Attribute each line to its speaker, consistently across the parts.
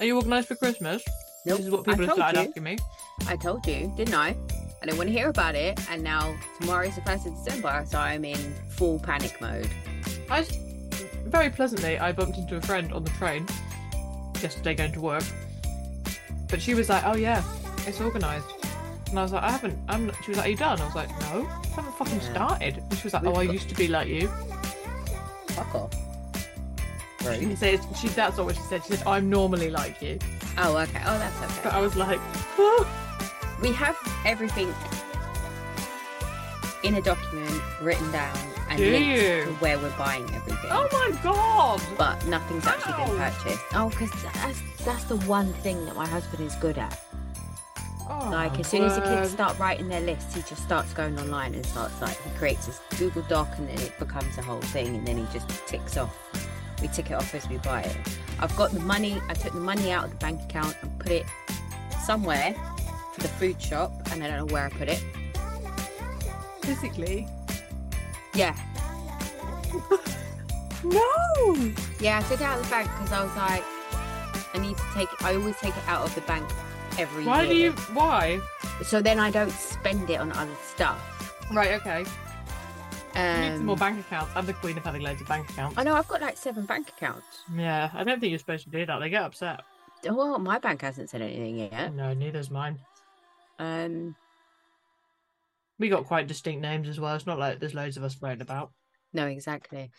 Speaker 1: Are you organised for Christmas?
Speaker 2: Nope.
Speaker 1: This is what
Speaker 2: I
Speaker 1: people have
Speaker 2: told
Speaker 1: started
Speaker 2: you.
Speaker 1: asking me.
Speaker 2: I told you, didn't I? I don't want to hear about it. And now tomorrow's the 1st of December, so I'm in full panic mode.
Speaker 1: I s- very pleasantly, I bumped into a friend on the train yesterday going to work, but she was like, "Oh yeah, it's organised," and I was like, "I haven't." I'm. Not, she was like, "Are you done?" I was like, "No, I haven't fucking
Speaker 2: Yeah.
Speaker 1: started." And she was like,
Speaker 2: We've
Speaker 1: "Oh, I
Speaker 2: got-
Speaker 1: used to be like you."
Speaker 2: Fuck off.
Speaker 1: She didn't say it's- she. That's not what she said. She said, "I'm normally like you,"
Speaker 2: Oh, okay. Oh, that's
Speaker 1: but
Speaker 2: okay.
Speaker 1: I was like, "Whoa."
Speaker 2: We have everything in a document written down and
Speaker 1: Do
Speaker 2: linked
Speaker 1: you?
Speaker 2: to where we're buying everything.
Speaker 1: "Oh my god!"
Speaker 2: But nothing's actually been
Speaker 1: Ow.
Speaker 2: purchased.
Speaker 3: Oh, because that's that's the one thing that my husband is good at.
Speaker 1: Oh,
Speaker 3: Like as soon as the
Speaker 1: word.
Speaker 3: kids start writing their lists, he just starts going online and starts like he creates this Google Doc and then it becomes a whole thing and then he just ticks off. We tick it off as we buy it. I've got the money. I took the money out of the bank account and put it somewhere for the food shop, and I don't know where I put it.
Speaker 1: physically,
Speaker 3: Yeah,
Speaker 1: no.
Speaker 3: yeah. I took it out of the bank because I was like, I need to take. I always take it out of the bank every
Speaker 1: Why
Speaker 3: year.
Speaker 1: do you? Why?
Speaker 3: So then I don't spend it on other stuff.
Speaker 1: Right. Okay. You need some
Speaker 3: Um,
Speaker 1: more bank accounts. I'm the queen of having loads of bank accounts.
Speaker 3: I know I've got like seven bank accounts.
Speaker 1: Yeah, I don't think you're supposed to do that. They get upset.
Speaker 3: Well, my bank hasn't said anything yet.
Speaker 1: No, neither's mine. Mm.
Speaker 3: Um,
Speaker 1: We got quite distinct names as well. It's not like there's loads of us floating about.
Speaker 3: no, exactly.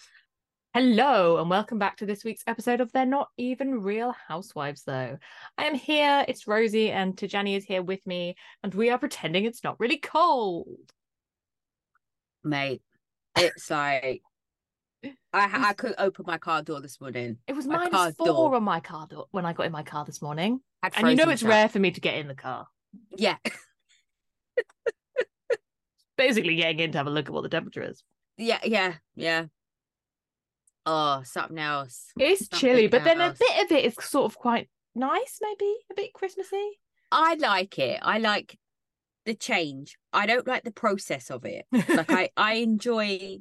Speaker 1: Hello, and welcome back to this week's episode of They're Not Even Real Housewives, though. I am here, it's Rosie, and Tajani is here with me, and we are pretending it's not really cold.
Speaker 3: Mate, it's like I ha- I could open my car door this morning.
Speaker 1: It was
Speaker 3: My
Speaker 1: minus
Speaker 3: car
Speaker 1: four
Speaker 3: door.
Speaker 1: on my car door when I got in my car this morning.
Speaker 3: Had
Speaker 1: And you know
Speaker 3: frozen
Speaker 1: it's
Speaker 3: stuff.
Speaker 1: rare for me to get in the car.
Speaker 3: Yeah,
Speaker 1: Basically, getting in to have a look at what the temperature is.
Speaker 3: yeah, yeah, yeah. Oh, something else.
Speaker 1: It's
Speaker 3: Something
Speaker 1: chilly, but then a
Speaker 3: else.
Speaker 1: bit of it is sort of quite nice, maybe a bit Christmassy.
Speaker 3: I like it. I like the change. I don't like the process of it. like I, I enjoy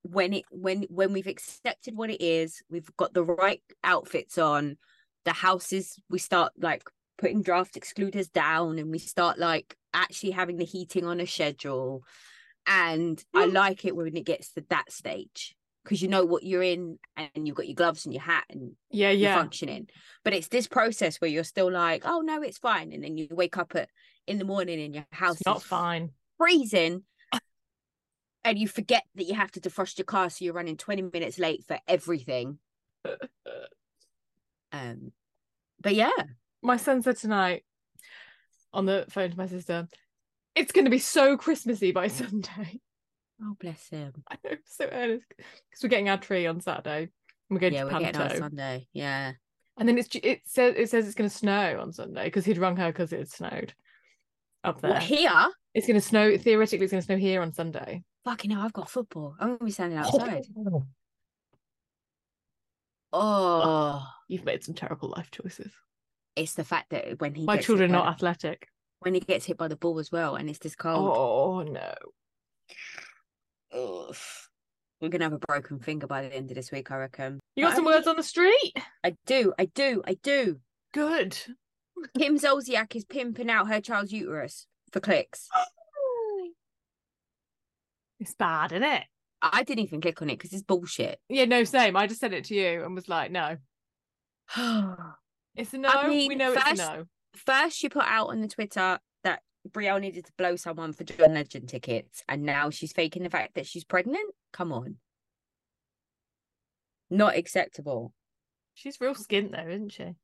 Speaker 3: when it when when we've accepted what it is we've got the right outfits on the houses we start like putting draft excluders down and we start like actually having the heating on a schedule and i
Speaker 1: Mm.
Speaker 3: like it when it gets to that stage because you know what you're in and you've got your gloves and your hat and
Speaker 1: yeah,
Speaker 3: you're
Speaker 1: yeah.
Speaker 3: functioning but it's this process where you're still like oh no it's fine and then you wake up at in the morning and your house
Speaker 1: It's not
Speaker 3: is
Speaker 1: fine.
Speaker 3: freezing and you forget that you have to defrost your car so you're running 20 minutes late for everything um but yeah
Speaker 1: My son said tonight on the phone to my sister, it's going to be so Christmassy by Sunday.
Speaker 3: oh bless him
Speaker 1: I know, so earnest. Because we're getting our tree on Saturday. And we're going
Speaker 3: yeah
Speaker 1: to
Speaker 3: we're getting on
Speaker 1: Panto.
Speaker 3: sunday yeah
Speaker 1: and then it's, ju- it, says, it says it's going to snow on Sunday because he'd rung her because it had snowed up there.
Speaker 3: well, here
Speaker 1: It's going to snow, theoretically, it's going to snow here on Sunday.
Speaker 3: fucking hell i've got football i'm gonna be standing outside oh
Speaker 1: You've made some terrible life choices.
Speaker 3: it's the fact that when he
Speaker 1: My
Speaker 3: gets hit
Speaker 1: children are
Speaker 3: by
Speaker 1: not
Speaker 3: the-
Speaker 1: athletic.
Speaker 3: when he gets hit by the ball as well and it's this cold
Speaker 1: Oh, no.
Speaker 3: Ugh. we're gonna have a broken finger by the end of this week i reckon
Speaker 1: You got
Speaker 3: But
Speaker 1: some
Speaker 3: I mean,
Speaker 1: words on the street?
Speaker 3: i do i do i do
Speaker 1: Good.
Speaker 3: Kim Zolciak is pimping out her child's uterus for clicks.
Speaker 1: It's bad, isn't it?
Speaker 3: I didn't even click on it because it's bullshit.
Speaker 1: Yeah, no, same. I just sent it to you and was like, no,
Speaker 3: First,
Speaker 1: it's a no. we
Speaker 3: mean,
Speaker 1: know
Speaker 3: first-
Speaker 1: it's a no.
Speaker 3: she put out on the Twitter that Brielle needed to blow someone for John Legend tickets, and now she's faking the fact that she's pregnant. Come on, not acceptable.
Speaker 1: She's real skint though, isn't she?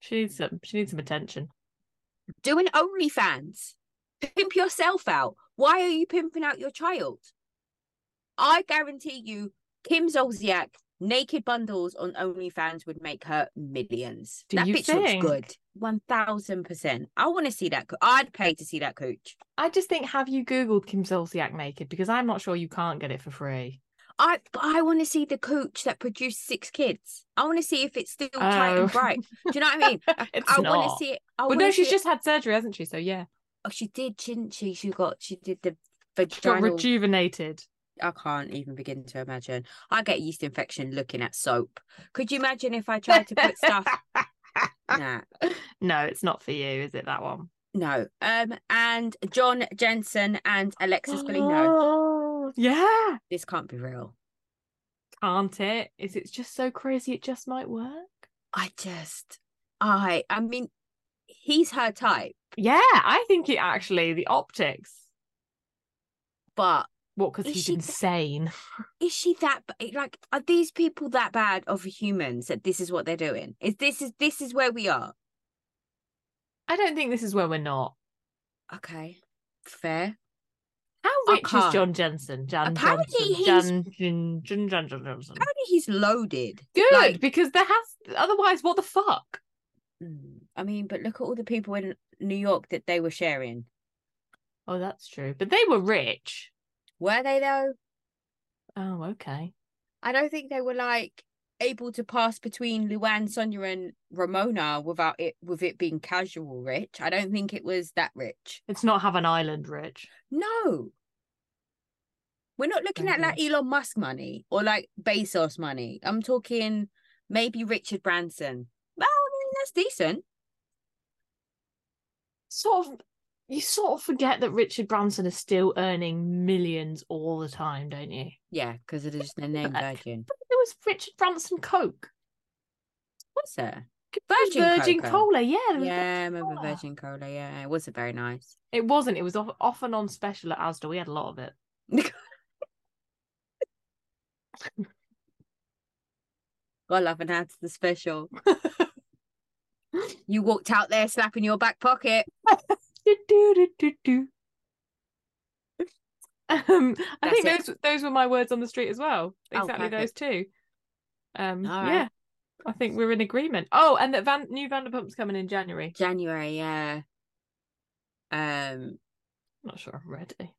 Speaker 1: She needs some. She needs some attention.
Speaker 3: Doing OnlyFans, pimp yourself out. Why are you pimping out your child? I guarantee you, Kim Zolciak naked bundles on OnlyFans would make her millions.
Speaker 1: Do
Speaker 3: that
Speaker 1: you
Speaker 3: bitch
Speaker 1: think?
Speaker 3: looks good. One thousand percent. I want to see that. Co- I'd pay to see that coach.
Speaker 1: I just think, have you googled Kim Zolciak naked? Because I'm not sure you can't get it for free.
Speaker 3: I but I want to see the coach that produced six kids. I want to see if it's still tight
Speaker 1: Oh.
Speaker 3: and bright. Do you know what I mean? I-
Speaker 1: It's
Speaker 3: I
Speaker 1: not.
Speaker 3: want to see it. I
Speaker 1: But
Speaker 3: wanna
Speaker 1: no, she's
Speaker 3: see it-
Speaker 1: just had surgery, hasn't she? So yeah,
Speaker 3: Oh, she did, didn't she? She got. She did the
Speaker 1: she got
Speaker 3: vaginal.
Speaker 1: rejuvenated.
Speaker 3: I can't even begin to imagine. I get yeast infection looking at soap. Could you imagine if I tried to put stuff? nah,
Speaker 1: No, it's not for you, is it? That one.
Speaker 3: no. Um, and John Jensen and Alexis Bellino.
Speaker 1: Oh, yeah.
Speaker 3: This can't be real.
Speaker 1: Can't it? Is it just so crazy? It just might work.
Speaker 3: I just, I, I mean, he's her type,
Speaker 1: Yeah, I think it actually the optics.
Speaker 3: but
Speaker 1: What? Because
Speaker 3: Is
Speaker 1: he's
Speaker 3: she-
Speaker 1: insane.
Speaker 3: is she that ba- like are these people that bad of humans that this is what they're doing is this is this is where we are
Speaker 1: I don't think this is where we're not.
Speaker 3: okay fair
Speaker 1: How rich is
Speaker 3: can't.
Speaker 1: John Jensen? Jan
Speaker 3: Apparently
Speaker 1: Johnson.
Speaker 3: he's-
Speaker 1: Jan, Jin- Jin- Jan, Jan Johnson.
Speaker 3: apparently he's loaded
Speaker 1: Good,
Speaker 3: like-
Speaker 1: because there has otherwise what the fuck?
Speaker 3: Mm, i mean but look at all the people in new york that they were sharing
Speaker 1: Oh, that's true. But they were rich.
Speaker 3: were they though
Speaker 1: Oh, okay.
Speaker 3: i don't think they were like able to pass between luann sonia and ramona without it with it being casual rich i don't think it was that rich
Speaker 1: It's not have an island rich.
Speaker 3: No. We're not looking at like Elon Musk money or like Bezos money. I'm talking maybe Richard Branson. Well, I mean, that's decent.
Speaker 1: Sort of. You sort of forget that Richard Branson is still earning millions all the time, don't you?
Speaker 3: Yeah, because it is the name
Speaker 1: Fuck.
Speaker 3: Virgin.
Speaker 1: It was Richard Branson Coke.
Speaker 3: What's that?
Speaker 1: Virgin,
Speaker 3: Virgin
Speaker 1: Virgin
Speaker 3: Coca.
Speaker 1: Cola, yeah. there was
Speaker 3: Yeah, I
Speaker 1: Virgin
Speaker 3: remember
Speaker 1: Cola.
Speaker 3: Virgin Cola. Yeah, it wasn't very nice.
Speaker 1: It wasn't. It was off, off and on special at Asda. We had a lot of it.
Speaker 3: God love and add to the special. you walked out there slapping your back pocket.
Speaker 1: Do, do, do, do, do. Um, I
Speaker 3: That's
Speaker 1: think
Speaker 3: it.
Speaker 1: those those were my words on the street as well.
Speaker 3: Oh,
Speaker 1: Exactly those two. Um,
Speaker 3: All
Speaker 1: yeah,
Speaker 3: right.
Speaker 1: I think we're in agreement. Oh, and that Van, new Vanderpump's coming in January.
Speaker 3: January, yeah. Um,
Speaker 1: Not sure I'm ready.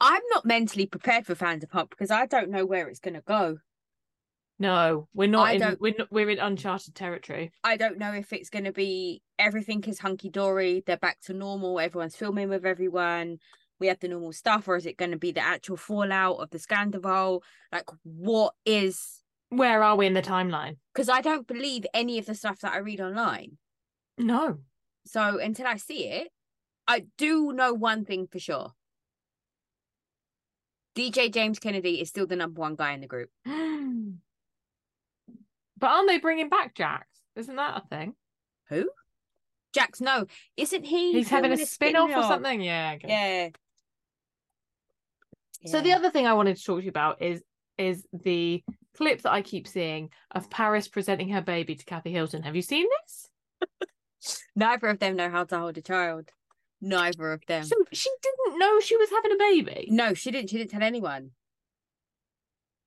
Speaker 3: I'm not mentally prepared for Vanderpump because I don't know where it's gonna go.
Speaker 1: No, we're not.
Speaker 3: I
Speaker 1: in,
Speaker 3: don't-
Speaker 1: We're not, we're in uncharted territory.
Speaker 3: I don't know if it's going to be everything is hunky dory, they're back to normal, everyone's filming with everyone, we have the normal stuff, or is it going to be the actual fallout of the Scandival? Like, what is.
Speaker 1: Where are we in the timeline?
Speaker 3: Because I don't believe any of the stuff that I read online.
Speaker 1: No,
Speaker 3: So until I see it, I do know one thing for sure DJ James Kennedy is still the number one guy in the group.
Speaker 1: but aren't they bringing back Jax? Isn't that a thing?
Speaker 3: Jax, no, isn't he?
Speaker 1: He's having a
Speaker 3: filming
Speaker 1: spin off or something. Yeah. I guess.
Speaker 3: Yeah.
Speaker 1: So the
Speaker 3: Yeah.
Speaker 1: other thing I wanted to talk to you about is is the clip that I keep seeing of Paris presenting her baby to Kathy Hilton. Have you seen this?
Speaker 3: Neither of them know how to hold a child. Neither of them.
Speaker 1: So she didn't know she was having a baby.
Speaker 3: Um, No, she didn't. She didn't tell anyone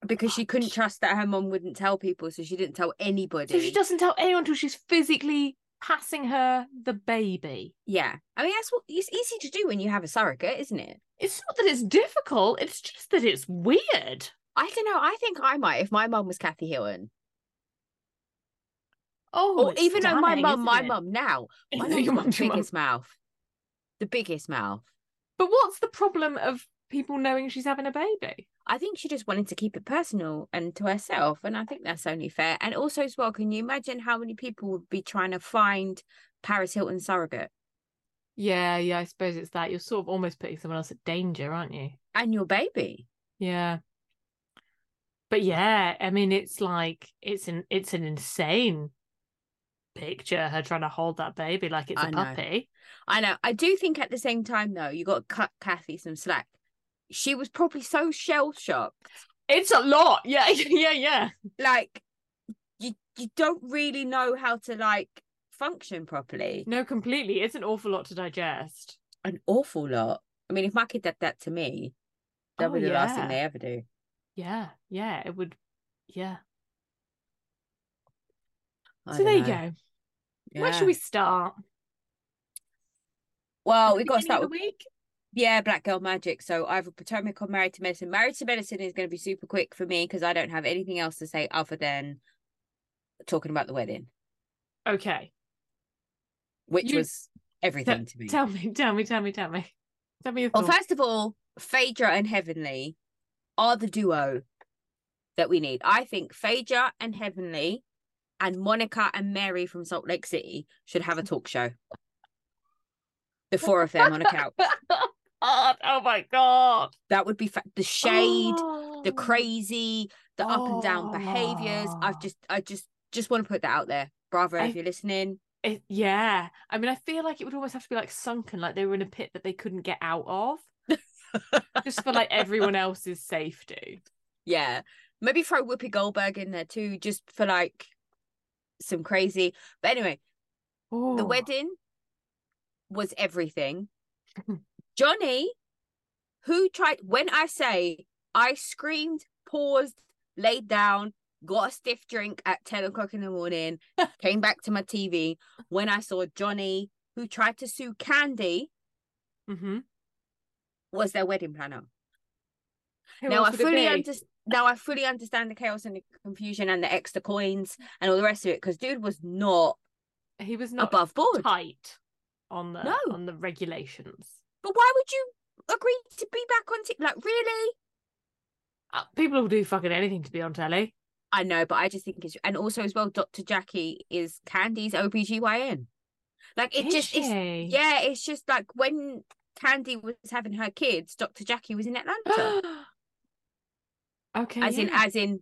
Speaker 3: because she couldn't trust that her mom wouldn't tell people, so she didn't tell anybody.
Speaker 1: So she doesn't tell anyone until she's physically passing her the baby.
Speaker 3: Yeah, I mean that's what it's easy to do when you have a surrogate, isn't it?
Speaker 1: It's not that it's difficult, it's just that it's weird.
Speaker 3: I don't know. I think I might if my mum was Kathy Hilton,
Speaker 1: Oh,
Speaker 3: or
Speaker 1: it's
Speaker 3: even though my
Speaker 1: damning,
Speaker 3: mum, my
Speaker 1: isn't it?
Speaker 3: mum now, my
Speaker 1: Even though
Speaker 3: mum's
Speaker 1: your
Speaker 3: got
Speaker 1: mum's
Speaker 3: the
Speaker 1: your mum.
Speaker 3: biggest mouth, the biggest mouth.
Speaker 1: But what's the problem of people knowing she's having a baby?
Speaker 3: I think she just wanted to keep it personal and to herself. And I think that's only fair. And also, as well, can you imagine how many people would be trying to find Paris Hilton surrogate
Speaker 1: Yeah, yeah, I suppose it's that. You're sort of almost putting someone else at danger, aren't you?
Speaker 3: and your baby?
Speaker 1: Yeah. But yeah, I mean it's like it's an it's an insane picture, her trying to hold that baby like it's a
Speaker 3: I know.
Speaker 1: puppy.
Speaker 3: I know. I do think at the same time, though, you got to cut Kathy some slack. She was probably so shell shocked.
Speaker 1: It's a lot. Yeah, yeah, yeah.
Speaker 3: Like, you, you don't really know how to, like, function properly.
Speaker 1: No, completely. It's an awful lot to digest.
Speaker 3: An awful lot. I mean, if my kid did that to me, that
Speaker 1: Oh,
Speaker 3: would be the last thing
Speaker 1: yeah.
Speaker 3: they ever do.
Speaker 1: Yeah, yeah. It would yeah.
Speaker 3: I
Speaker 1: so
Speaker 3: don't
Speaker 1: there you
Speaker 3: know.
Speaker 1: go. Where
Speaker 3: Yeah.
Speaker 1: should we start?
Speaker 3: Well,
Speaker 1: At
Speaker 3: we
Speaker 1: the
Speaker 3: Oh, got
Speaker 1: beginning
Speaker 3: to start
Speaker 1: of
Speaker 3: with
Speaker 1: the week.
Speaker 3: Yeah, Black Girl Magic. So either Potomac or Married to Medicine. Married to Medicine is going to be super quick for me because I don't have anything else to say other than talking about the wedding,
Speaker 1: Okay.
Speaker 3: which
Speaker 1: You-
Speaker 3: was everything to me.
Speaker 1: Tell me, tell me, tell me, tell me. Tell me your
Speaker 3: well,
Speaker 1: thoughts.
Speaker 3: first of all, Phaedra and Heavenly are the duo that we need. I think Phaedra and Heavenly and Monica and Mary from Salt Lake City should have a talk show. The four of them on a couch.
Speaker 1: God, oh my god.
Speaker 3: That would be fa- the shade, the
Speaker 1: Oh.
Speaker 3: crazy, the up and down behaviors. I've
Speaker 1: Oh.
Speaker 3: just, I just, just want to put that out there, Bravo.
Speaker 1: I-
Speaker 3: if you're listening,
Speaker 1: It, yeah. I mean, I feel like it would almost have to be like sunken, like they were in a pit that they couldn't get out of. just for like everyone else's safety.
Speaker 3: yeah, maybe throw Whoopi Goldberg in there too, just for like some crazy. But anyway,
Speaker 1: Oh,
Speaker 3: the wedding was everything. Johnny, who tried, when I say I screamed, paused, laid down, got a stiff drink at 10 o'clock in the morning, came back to my TV when I saw Johnny, who tried to sue Candy,
Speaker 1: Mm-hmm.
Speaker 3: was their wedding planner. now I fully understand. Now I fully understand the chaos and the confusion and the extra coins and all the rest of it because dude was not,
Speaker 1: He was not
Speaker 3: above board.
Speaker 1: tight on the
Speaker 3: No.
Speaker 1: on the regulations.
Speaker 3: But why would you agree to be back on t- like really?
Speaker 1: Uh, people will do fucking anything to be on telly.
Speaker 3: I know, but I just think it's and also as well, Dr. Jackie is Candy's OBGYN. Like it
Speaker 1: Is
Speaker 3: just it's
Speaker 1: she?
Speaker 3: yeah, it's just like when Candy was having her kids, Dr. Jackie was in Atlanta.
Speaker 1: okay.
Speaker 3: as in
Speaker 1: yeah.
Speaker 3: as in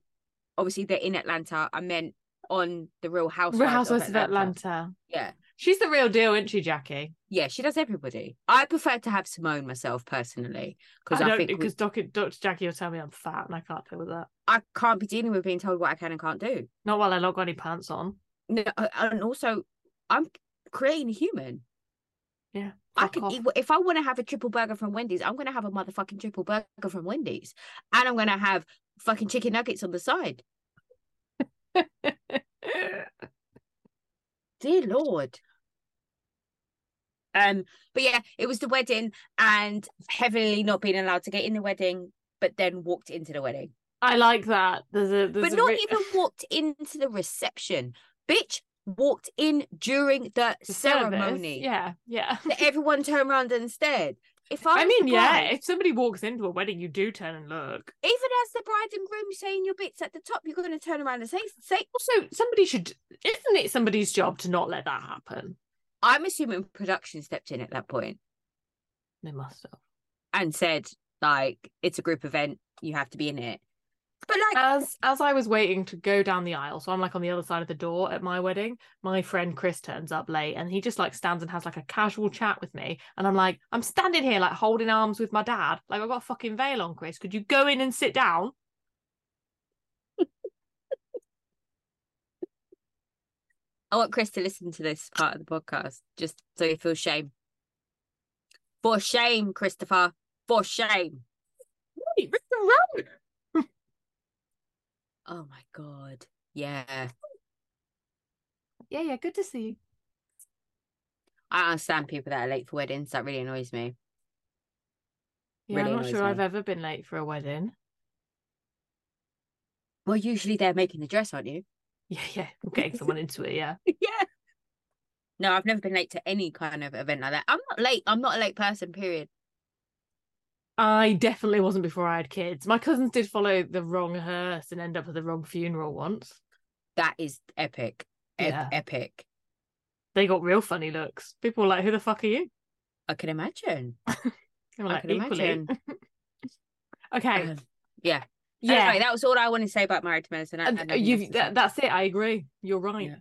Speaker 3: obviously they're in Atlanta. I meant on the Real Housewives.
Speaker 1: Real Housewives of
Speaker 3: Atlanta.
Speaker 1: Atlanta.
Speaker 3: Yeah.
Speaker 1: She's the real deal, isn't she, Jackie?
Speaker 3: Yeah, she does everybody. I prefer to have Simone myself personally. Because
Speaker 1: I
Speaker 3: I,
Speaker 1: don't
Speaker 3: think we-
Speaker 1: because Dr. Dr. Jackie will tell me I'm fat and I can't deal with that.
Speaker 3: I can't be dealing with being told what I can and can't do.
Speaker 1: Not while I not got any pants on.
Speaker 3: No, uh, and also I'm creating a human.
Speaker 1: Yeah,
Speaker 3: I
Speaker 1: fuck
Speaker 3: can
Speaker 1: off.
Speaker 3: eat if I want to have a triple burger from Wendy's, I'm gonna have a motherfucking triple burger from Wendy's, and I'm gonna have fucking chicken nuggets on the side. Dear Lord. Um, but yeah, it was the wedding, and heavenly not being allowed to get in the wedding, but then walked into the wedding,
Speaker 1: I like that. There's a there's
Speaker 3: but
Speaker 1: a
Speaker 3: not
Speaker 1: re-
Speaker 3: even walked into the reception, bitch. Walked in during the,
Speaker 1: the service.
Speaker 3: ceremony. Oh
Speaker 1: Yeah, yeah.
Speaker 3: that everyone turned around and stared. If I,
Speaker 1: I
Speaker 3: was the
Speaker 1: mean, yeah,
Speaker 3: bride,
Speaker 1: if somebody walks into a wedding, you do turn and look.
Speaker 3: even as the bride and groom saying your bits at the top, you're going to turn around and say, "Say."
Speaker 1: Also, somebody should isn't it somebody's job to not let that happen?
Speaker 3: I'm assuming production stepped in at that point
Speaker 1: They must have.
Speaker 3: and said, "Like it's a group event, you have to be in it." But like,
Speaker 1: As as I was waiting to go down the aisle, so I'm like on the other side of the door at my wedding, my friend Chris turns up late and he just like stands and has like a casual chat with me. And I'm like, I'm standing here like holding arms with my dad. Like I've got a fucking veil on, Chris. Could you go in and sit down?
Speaker 3: I want Chris to listen to this part of the podcast just so he feels shame. For shame, Christopher. For shame.
Speaker 1: Wait, Rick and Rowan.
Speaker 3: Oh my god. Yeah,
Speaker 1: Yeah, yeah, good to see you.
Speaker 3: I understand people that are late for weddings. That really annoys me.
Speaker 1: Yeah,
Speaker 3: Really
Speaker 1: I'm not
Speaker 3: annoys
Speaker 1: sure I've
Speaker 3: me.
Speaker 1: ever been late for a wedding.
Speaker 3: Well, usually they're making the dress, aren't you?
Speaker 1: Yeah, yeah, I'm getting someone into it. Yeah,
Speaker 3: yeah. No, I've never been late to any kind of event like that. I'm not late. I'm not a late person, period.
Speaker 1: I definitely wasn't before I had kids. My cousins did follow the wrong hearse and end up at the wrong funeral once.
Speaker 3: That is epic. Ep-
Speaker 1: Yeah.
Speaker 3: Epic.
Speaker 1: They got real funny looks. People were like, "Who the fuck are you?"
Speaker 3: I can imagine.
Speaker 1: They were
Speaker 3: I
Speaker 1: like,
Speaker 3: can
Speaker 1: Oh, "Equally."
Speaker 3: imagine.
Speaker 1: Okay,
Speaker 3: Um, yeah.
Speaker 1: yeah,
Speaker 3: Anyway, that was all I want to say about married to medicine. I, I
Speaker 1: And
Speaker 3: don't think
Speaker 1: you
Speaker 3: that's the
Speaker 1: that, that's it. I agree. You're right.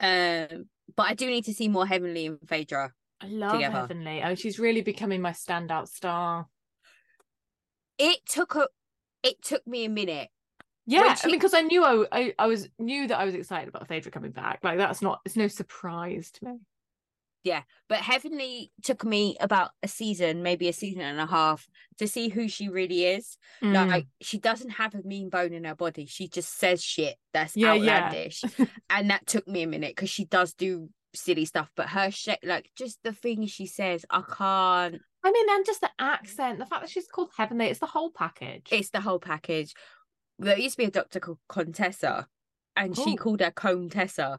Speaker 3: Yeah. same. um, but I do need to see more Heavenly and Phaedra.
Speaker 1: I love
Speaker 3: Together.
Speaker 1: Heavenly. Oh, she's really becoming my standout star.
Speaker 3: It took a, it took me a minute.
Speaker 1: Yeah, I
Speaker 3: she-
Speaker 1: mean, because I knew I, I I was knew that I was excited about Phaedra coming back. Like that's not it's no surprise to me.
Speaker 3: But Heavenly took me about a season, maybe a season and a half, to see who she really is.
Speaker 1: Mm.
Speaker 3: Like she doesn't have a mean bone in her body. She just says shit that's
Speaker 1: Yeah, yeah.
Speaker 3: outlandish. and that took me a minute because she does do silly stuff, but her shit, like just the things she says, I can't.
Speaker 1: I mean, and just the accent, the fact that she's called Heavenly, it's the whole package.
Speaker 3: It's the whole package. There used to be a doctor called Contessa, and she
Speaker 1: Ooh.
Speaker 3: called her Contessa.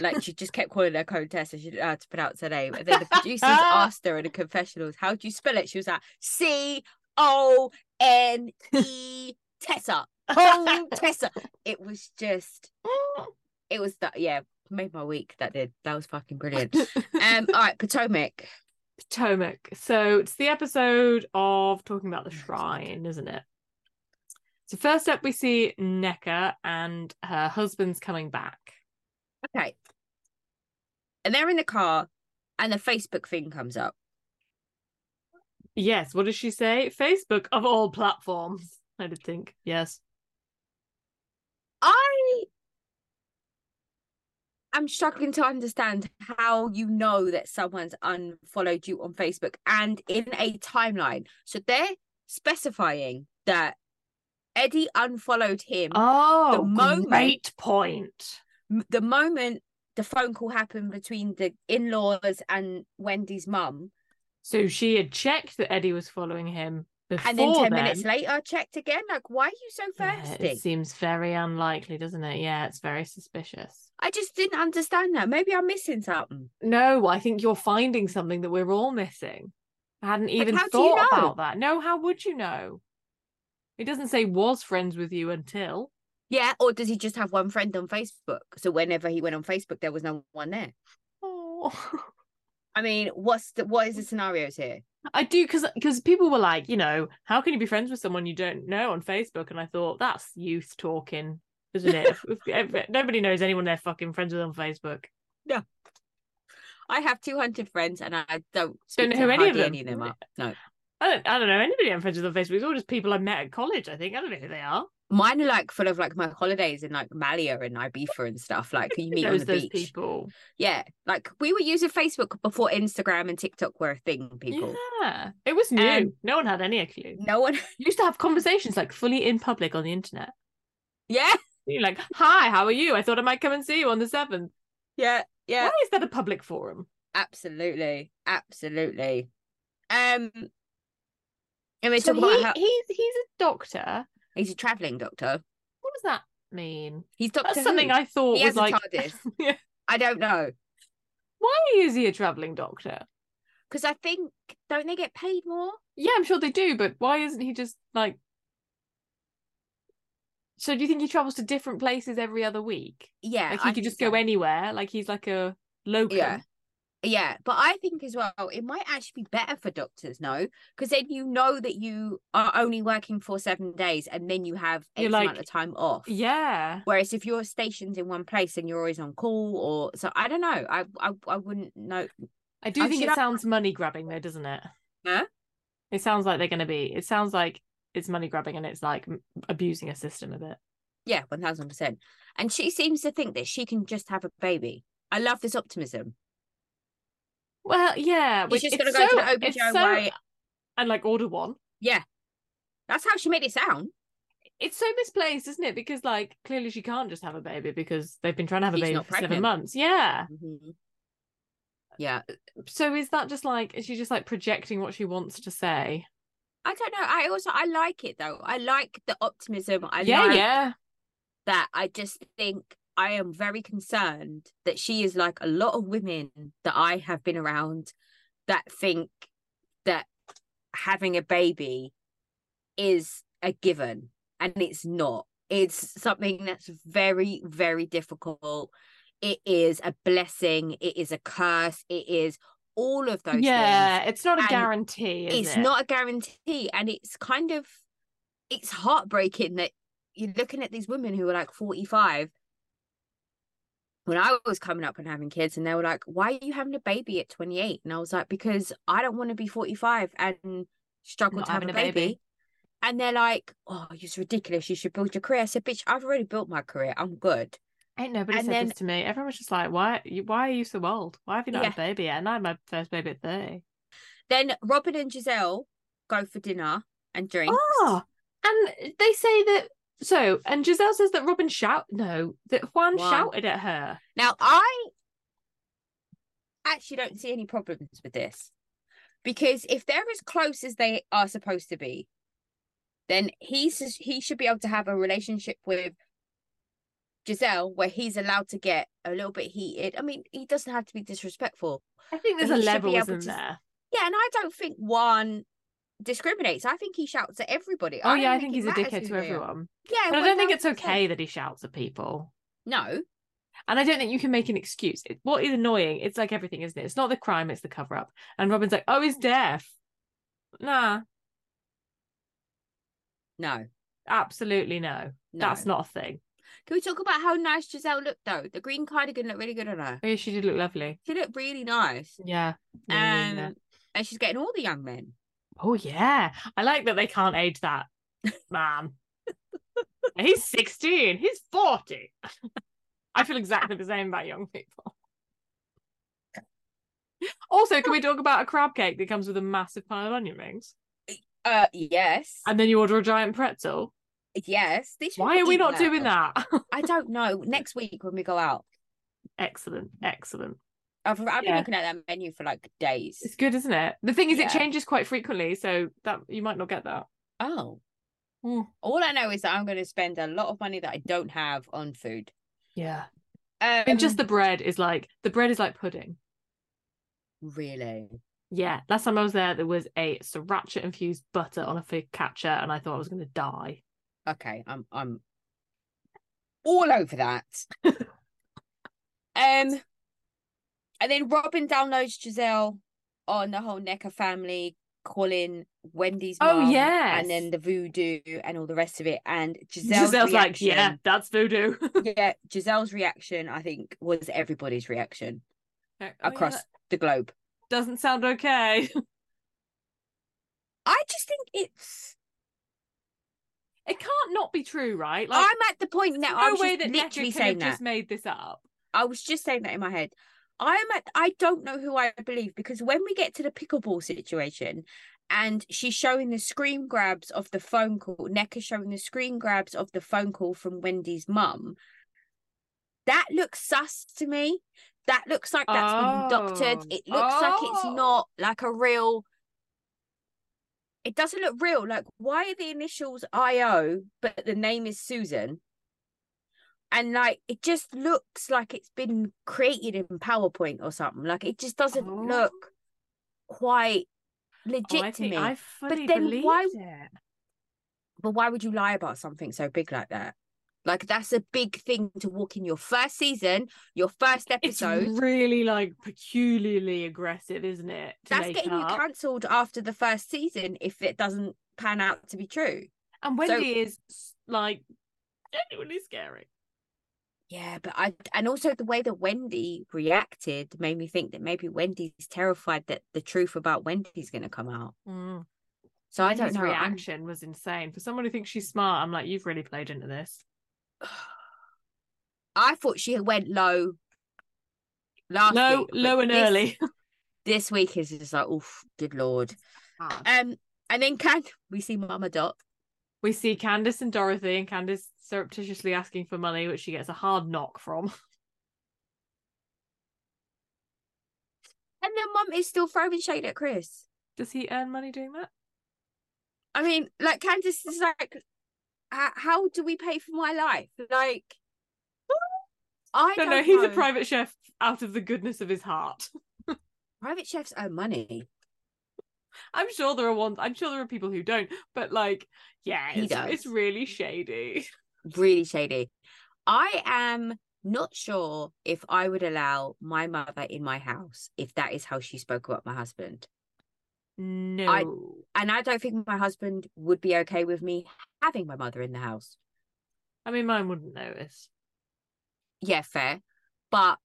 Speaker 3: Like she just kept calling her Contessa. She didn't know how to pronounce her name. And then the producers asked her in the confessionals, "How do you spell it?" She was like, "C O N E Tessa." Contessa. It was just. it was that yeah made my week that did that was fucking brilliant um all right potomac
Speaker 1: Potomac. So it's the episode of talking about the shrine, isn't it? So first up, we see Necker and her husband's coming back.
Speaker 3: okay and they're in the car and the facebook thing comes up
Speaker 1: Yes. What does she say? Facebook of all platforms. I did think. Yes.
Speaker 3: I am struggling to understand how you know that someone's unfollowed you on Facebook and in a timeline. So they're specifying that Eddie unfollowed him
Speaker 1: Oh,
Speaker 3: moment-
Speaker 1: great point.
Speaker 3: m- the moment the phone call happened between the in-laws and Wendy's mum.
Speaker 1: So she had checked that Eddie was following him before
Speaker 3: And then 10
Speaker 1: then.
Speaker 3: minutes later, I checked again. Like, why are you so
Speaker 1: Yeah,
Speaker 3: thirsty?
Speaker 1: it seems very unlikely, doesn't it? Yeah, it's very suspicious.
Speaker 3: I just didn't understand that. Maybe I'm missing something.
Speaker 1: No, I think you're finding something that we're all missing. I hadn't even
Speaker 3: how do you
Speaker 1: thought
Speaker 3: know?
Speaker 1: about that. No, how would you know? It doesn't say was friends with you until.
Speaker 3: Yeah, or does he just have one friend on Facebook? So whenever he went on Facebook, there was no one there.
Speaker 1: Oh.
Speaker 3: I mean, what's the what is the scenarios here?
Speaker 1: I do because because people were like, you know, how can you be friends with someone you don't know on Facebook? And I thought that's youth talking, isn't it? If- if- if- Nobody knows anyone they're fucking friends with on Facebook.
Speaker 3: I have two hundred friends, and I don't
Speaker 1: Don't
Speaker 3: speak
Speaker 1: know
Speaker 3: to
Speaker 1: who any of
Speaker 3: hardly
Speaker 1: them.
Speaker 3: any of them up. No,
Speaker 1: I don't, I don't know anybody I'm friends with on Facebook. It's all just people I met at college. I think I don't know who they are.
Speaker 3: mine are like full of like my holidays in like Malia and Ibiza and stuff. Like you meet on
Speaker 1: Knows
Speaker 3: the
Speaker 1: those
Speaker 3: beach.
Speaker 1: people.
Speaker 3: Yeah, like we were using Facebook before Instagram and TikTok were a thing. People,
Speaker 1: Yeah, it was new.
Speaker 3: Um,
Speaker 1: no one had any clue.
Speaker 3: no one.
Speaker 1: You used to have conversations like fully in public on the internet.
Speaker 3: yeah,
Speaker 1: You're like, "Hi, how are you? I thought I might come and see you on the seventh.
Speaker 3: yeah, yeah.
Speaker 1: Why is that a public forum?
Speaker 3: Absolutely, absolutely. Um, and we
Speaker 1: So
Speaker 3: talk about
Speaker 1: he,
Speaker 3: how
Speaker 1: he's he's a doctor.
Speaker 3: he's a traveling doctor.
Speaker 1: What does that mean?
Speaker 3: He's Doctor
Speaker 1: That's something
Speaker 3: Who.
Speaker 1: I thought
Speaker 3: He
Speaker 1: was
Speaker 3: has a
Speaker 1: like.
Speaker 3: TARDIS.
Speaker 1: Yeah.
Speaker 3: I don't know
Speaker 1: Why is he a traveling doctor?
Speaker 3: because I think don't they get paid more?
Speaker 1: Yeah, I'm sure they do, but why isn't he just like? So do you think he travels to different places every other week?
Speaker 3: Yeah,
Speaker 1: Like
Speaker 3: I
Speaker 1: he could
Speaker 3: think
Speaker 1: just
Speaker 3: so.
Speaker 1: go anywhere. Like he's like a locum.
Speaker 3: Yeah. Yeah, but I think as well it might actually be better for doctors, no, because then you know that you are only working for seven days, and then you have X
Speaker 1: You're
Speaker 3: amount
Speaker 1: like-
Speaker 3: of time off.
Speaker 1: Yeah.
Speaker 3: Whereas if you're stationed in one place and you're always on call, or so I don't know, I I, I wouldn't know.
Speaker 1: I do
Speaker 3: Oh,
Speaker 1: think
Speaker 3: should
Speaker 1: it
Speaker 3: I-
Speaker 1: sounds money grabbing though, doesn't it?
Speaker 3: Huh?
Speaker 1: It sounds like they're going to be. It sounds like it's money grabbing and it's like m- abusing a system a bit.
Speaker 3: Yeah, one thousand percent. And she seems to think that she can just have a baby. I love this optimism.
Speaker 1: Well, yeah.
Speaker 3: He's
Speaker 1: which-
Speaker 3: just
Speaker 1: it's
Speaker 3: gonna go
Speaker 1: so-
Speaker 3: to the
Speaker 1: it's
Speaker 3: OBGYN
Speaker 1: so- and like order one.
Speaker 3: That's how she made it sound.
Speaker 1: It's so misplaced, isn't it? Because like clearly she can't just have a baby because they've been trying to have a
Speaker 3: She's
Speaker 1: baby
Speaker 3: not
Speaker 1: for seven
Speaker 3: pregnant.
Speaker 1: months. Yeah.
Speaker 3: Yeah,
Speaker 1: So is that just like is she just like projecting what she wants to say?
Speaker 3: I don't know. I also I like it though. I like the optimism. I
Speaker 1: yeah,
Speaker 3: like
Speaker 1: yeah.
Speaker 3: that I just think I am very concerned that she is like a lot of women that I have been around that think that having a baby is a given and it's not. It's something that's very, very difficult. It is a blessing, it is a curse, it is all of those things
Speaker 1: Yeah, it's not a
Speaker 3: And
Speaker 1: guarantee. Is
Speaker 3: it's
Speaker 1: it?
Speaker 3: not a guarantee and it's kind of it's heartbreaking that you're looking at these women who are like 45 when i was coming up and having kids and they were like why are you having a baby at 28 and i was like because i don't want to be 45 and struggle
Speaker 1: Not
Speaker 3: to have a
Speaker 1: having
Speaker 3: baby.
Speaker 1: a baby.
Speaker 3: and they're like oh it's ridiculous you should build your career i said bitch i've already built my career i'm good
Speaker 1: Ain't nobody
Speaker 3: And
Speaker 1: said
Speaker 3: then-
Speaker 1: this to me. Everyone was just like, "Why? You, why are you so old? Why have you not had a baby yet?" And I had my first baby at thirty.
Speaker 3: then robin and giselle go for dinner and drinks
Speaker 1: Ah, and they say that. So, and Giselle says that Robin shout no, that Juan,
Speaker 3: Juan.
Speaker 1: shouted at her.
Speaker 3: Now, I actually don't see any problems with this because if they're as close as they are supposed to be, then he's just- he should be able to have a relationship with Giselle where he's allowed to get a little bit heated. I mean, he doesn't have to be disrespectful.
Speaker 1: I think there's a
Speaker 3: He should
Speaker 1: level,
Speaker 3: be able
Speaker 1: isn't
Speaker 3: to-
Speaker 1: there?
Speaker 3: Yeah, and I don't think one discriminates. I think he shouts at everybody.
Speaker 1: Oh
Speaker 3: don't
Speaker 1: yeah, I think he's a
Speaker 3: it matters
Speaker 1: dickhead
Speaker 3: who
Speaker 1: to
Speaker 3: they are.
Speaker 1: everyone.
Speaker 3: Yeah,
Speaker 1: But I don't think it's
Speaker 3: 1000%.
Speaker 1: okay that he shouts at people.
Speaker 3: No,
Speaker 1: And I don't think you can make an excuse. It, what is annoying? It's like everything, isn't it? It's not the crime, it's the cover up. And Robin's like, oh, he's deaf. Nah,
Speaker 3: No,
Speaker 1: absolutely no.
Speaker 3: no.
Speaker 1: That's not a thing.
Speaker 3: Can we talk about how nice Giselle looked though? The green cardigan looked really good on her.
Speaker 1: Oh, yeah, she did look lovely.
Speaker 3: She looked really nice.
Speaker 1: Yeah. Yeah, yeah, yeah.
Speaker 3: Um, and she's getting all the young men.
Speaker 1: oh, yeah. I like that they can't age that man. he's 16, he's 40. I feel exactly the same about young people. Also, can we talk about a crab cake that comes with a massive pile of onion rings?
Speaker 3: Uh, yes,
Speaker 1: and then you order a giant pretzel.
Speaker 3: yes. These
Speaker 1: Why
Speaker 3: people
Speaker 1: are we
Speaker 3: eat
Speaker 1: not doing that?
Speaker 3: I don't know. Next week when we go out,
Speaker 1: excellent, excellent.
Speaker 3: I've, I've been
Speaker 1: Yeah.
Speaker 3: looking at that menu for like days.
Speaker 1: It's good, isn't it? The thing is,
Speaker 3: Yeah.
Speaker 1: it changes quite frequently, so that you might not get that.
Speaker 3: Oh,
Speaker 1: Mm.
Speaker 3: all I know is that I'm going to spend a lot of money that I don't have on food.
Speaker 1: Yeah,
Speaker 3: Um,
Speaker 1: and just the bread is like the bread is like pudding.
Speaker 3: really,
Speaker 1: Yeah, last time I was there, there was a sriracha infused butter on a focaccia, and I thought I was going to die.
Speaker 3: okay. I'm I'm all over that. um, and then Robin downloads Giselle on the whole Necker family, calling Wendy's.
Speaker 1: Oh,
Speaker 3: mum,
Speaker 1: yes.
Speaker 3: and then the voodoo and all the rest of it. And Giselle's,
Speaker 1: Giselle's like, yeah,
Speaker 3: reaction-
Speaker 1: that's voodoo
Speaker 3: yeah. Giselle's reaction, I think, was everybody's reaction
Speaker 1: Oh, yeah,
Speaker 3: across
Speaker 1: that
Speaker 3: the globe.
Speaker 1: doesn't sound okay.
Speaker 3: I just think it's.
Speaker 1: It can't not be true, right? Like,
Speaker 3: I'm at the point now. I
Speaker 1: no
Speaker 3: was
Speaker 1: way
Speaker 3: just
Speaker 1: that Necker
Speaker 3: literally
Speaker 1: could
Speaker 3: saying
Speaker 1: have
Speaker 3: that.
Speaker 1: just made this up.
Speaker 3: I was just saying that in my head. I'm at I don't know who I believe because when we get to the pickleball situation and she's showing the screen grabs of the phone call, Neck is showing the screen grabs of the phone call from Wendy's mum. That looks sus to me. That looks like that's been doctored.
Speaker 1: Oh.
Speaker 3: It looks like it's
Speaker 1: Oh.
Speaker 3: not like a real it doesn't look real. Like, why are the initials IO, but the name is Susan? And like, it just looks like it's been created in PowerPoint or something. Like, it just doesn't
Speaker 1: Oh.
Speaker 3: look quite
Speaker 1: Oh,
Speaker 3: legit
Speaker 1: I
Speaker 3: to
Speaker 1: think
Speaker 3: me.
Speaker 1: I fully
Speaker 3: then
Speaker 1: believed
Speaker 3: why-
Speaker 1: it.
Speaker 3: But why would you lie about something so big like that? Like, that's a big thing to walk in your first season, your first
Speaker 1: It's
Speaker 3: episode.
Speaker 1: really like peculiarly aggressive, isn't it? to
Speaker 3: that's
Speaker 1: make
Speaker 3: getting
Speaker 1: up?
Speaker 3: you cancelled after the first season if it doesn't pan out to be true.
Speaker 1: And
Speaker 3: so-
Speaker 1: Wendy is s- like genuinely scary.
Speaker 3: Yeah, but I and also the way that Wendy reacted made me think that maybe Wendy's terrified that the truth about Wendy's going to come out.
Speaker 1: Mm.
Speaker 3: So I don't
Speaker 1: Wendy's
Speaker 3: know. I'm-
Speaker 1: reaction was insane for someone who thinks she's smart. I'm like, you've really played into this.
Speaker 3: I thought she went low last
Speaker 1: low,
Speaker 3: week, but
Speaker 1: low and
Speaker 3: this-
Speaker 1: early.
Speaker 3: This week is just like, oh, good lord.
Speaker 1: Ah.
Speaker 3: Um, and then can we see Mama Dot?
Speaker 1: we see Candace and Dorothy, and Candace surreptitiously asking for money, which she gets a hard knock from.
Speaker 3: And then Mum is still throwing shade at Chris.
Speaker 1: Does he earn money doing that?
Speaker 3: I mean, like Candace is like, "H- how do we pay for my life? Like, I
Speaker 1: No,
Speaker 3: don't
Speaker 1: no, he's
Speaker 3: know.
Speaker 1: a private chef out of the goodness of his heart.
Speaker 3: private chefs own money.
Speaker 1: I'm sure there are ones. I'm sure there are people who don't, but like, yeah,
Speaker 3: He
Speaker 1: it's, it's
Speaker 3: does.
Speaker 1: really shady.
Speaker 3: really shady. I am not sure if I would allow my mother in my house if that is how she spoke about my husband.
Speaker 1: No,
Speaker 3: And I don't think my husband would be okay with me having my mother in the house.
Speaker 1: I mean mine wouldn't notice,
Speaker 3: Yeah, fair. But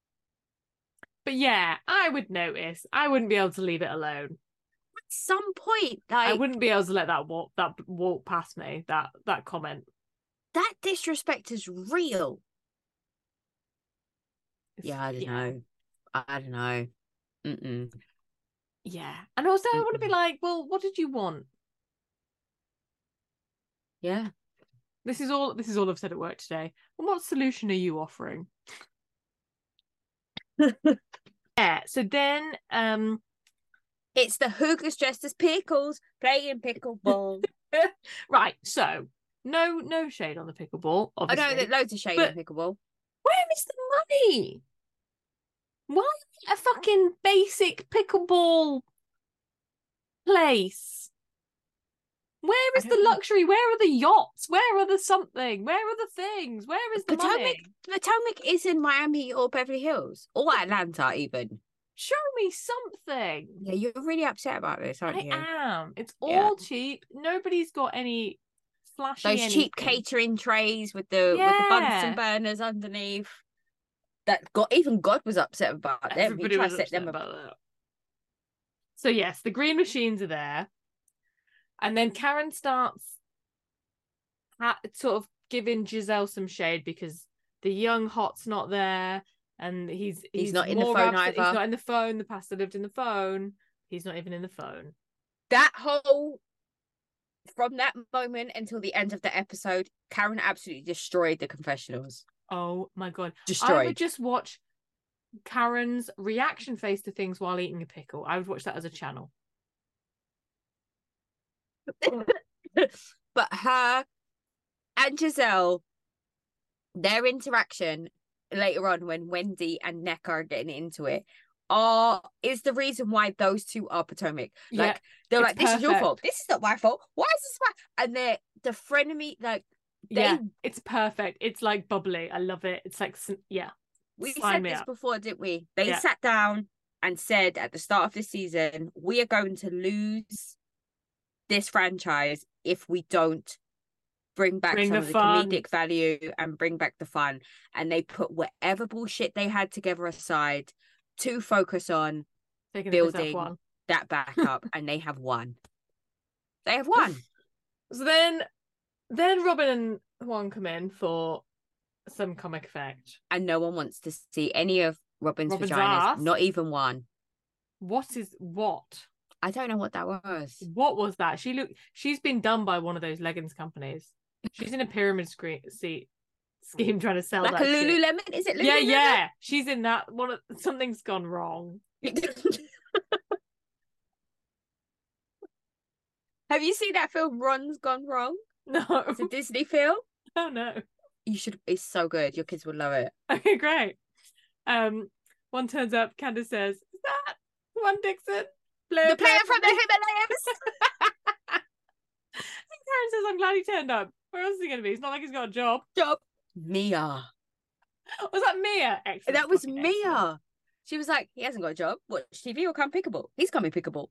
Speaker 1: but yeah, I would notice. I wouldn't be able to leave it alone.
Speaker 3: at some point,
Speaker 1: I
Speaker 3: like
Speaker 1: wouldn't be able to let that walk that walk past me. That that comment.
Speaker 3: that disrespect is real.
Speaker 1: It's-
Speaker 3: Yeah, I don't know. I I don't know. Mm-mm.
Speaker 1: Yeah, and also I want to be
Speaker 3: Mm-mm.
Speaker 1: like, well, what did you want?
Speaker 3: Yeah.
Speaker 1: This is all. This is all I've said at work today. And what solution are you offering? yeah. So then, um,
Speaker 3: It's the hookers dressed as pickles playing pickleball.
Speaker 1: right. So no, no shade on the pickleball.
Speaker 3: I
Speaker 1: Obviously,
Speaker 3: know that loads of shade in
Speaker 1: But-
Speaker 3: pickleball.
Speaker 1: Where is the money? Why a fucking basic pickleball place? Where is
Speaker 4: I
Speaker 1: the
Speaker 4: don't know.
Speaker 1: luxury? Where are the yachts? Where are the something? Where are the things? Where is the
Speaker 3: Potomac-
Speaker 1: money?
Speaker 3: Potomac is in Miami or Beverly Hills or Atlanta, even.
Speaker 1: Show me something.
Speaker 3: Yeah, you're really upset about this, aren't
Speaker 1: I
Speaker 3: you?
Speaker 1: am. It's
Speaker 3: Yeah.
Speaker 1: all cheap. Nobody's got any flashy.
Speaker 3: Those cheap
Speaker 1: anything.
Speaker 3: catering trays with the with the Bunsen
Speaker 1: Yeah.
Speaker 3: burners underneath. That God, even God was upset about them.
Speaker 1: Everybody
Speaker 3: he tried
Speaker 1: was
Speaker 3: to set them
Speaker 1: upset
Speaker 3: up.
Speaker 1: about that. So yes, the green machines are there, and then Karen starts ha- sort of giving Giselle some shade because the young hot's not there, and he's
Speaker 3: He's not in the
Speaker 1: more
Speaker 3: phone
Speaker 1: absent-
Speaker 3: either.
Speaker 1: He's not in the phone. The pastor lived in the phone. He's not even in the phone.
Speaker 3: That whole from that moment until the end of the episode, Karen absolutely destroyed the confessionals.
Speaker 1: Oh my god! I would
Speaker 3: Destroyed.
Speaker 1: just watch Karen's reaction face to things while eating a pickle. I would watch that as a channel.
Speaker 3: but her and Giselle, their interaction later on when Wendy and Neck are getting into it, are is the reason why those two are Potomac.
Speaker 1: Yeah,
Speaker 3: Like they're
Speaker 1: it's
Speaker 3: like, this is your
Speaker 1: perfect.
Speaker 3: fault. This is not my fault. Why is this my? And they're the frenemy. Like they,
Speaker 1: yeah, it's perfect. It's like bubbly. I love it. It's like sn- yeah.
Speaker 3: we
Speaker 1: sign
Speaker 3: said
Speaker 1: me
Speaker 3: this
Speaker 1: up.
Speaker 3: before, didn't we? They
Speaker 1: Yeah.
Speaker 3: sat down and said at the start of the season, we are going to lose this franchise if we don't bring back
Speaker 1: Bring
Speaker 3: some
Speaker 1: the
Speaker 3: of the
Speaker 1: fun.
Speaker 3: comedic value and bring back the fun. And they put whatever bullshit they had together aside to focus on
Speaker 1: Taking
Speaker 3: Building.
Speaker 1: building.
Speaker 3: that backup, and they have won. They have won.
Speaker 1: So then, then Robin and Juan come in for some comic effect.
Speaker 3: and no one wants to see any of Robin's,
Speaker 1: Robin's
Speaker 3: vaginas,
Speaker 1: ass.
Speaker 3: not even one.
Speaker 1: What is what?
Speaker 3: I don't know what that was.
Speaker 1: What was that? She look. She's been done by one of those leggings companies. She's in a pyramid screen seat scheme trying to sell
Speaker 3: Like
Speaker 1: that.
Speaker 3: a
Speaker 1: shit.
Speaker 3: Lululemon? Is it Lululemon?
Speaker 1: Yeah, yeah. She's in that one. Of, something's gone wrong.
Speaker 3: Have you seen that film Ron's Gone Wrong?
Speaker 1: No,
Speaker 3: It's a Disney film.
Speaker 1: oh no.
Speaker 3: You should. It's so good. Your kids will love it.
Speaker 1: Okay, great. Um, one turns up. Candace says, "Is that Juan Dixon?"
Speaker 3: The player from the Himalayas.
Speaker 1: And Karen says, I'm glad he turned up. Where else is he going to be? It's not like he's got a job.
Speaker 3: Job. Mia.
Speaker 1: Was that Mia? Excellent.
Speaker 3: That was
Speaker 1: fucking
Speaker 3: Mia.
Speaker 1: excellent.
Speaker 3: She was like, he hasn't got a job. Watch TV or come pickable. He's coming pickable.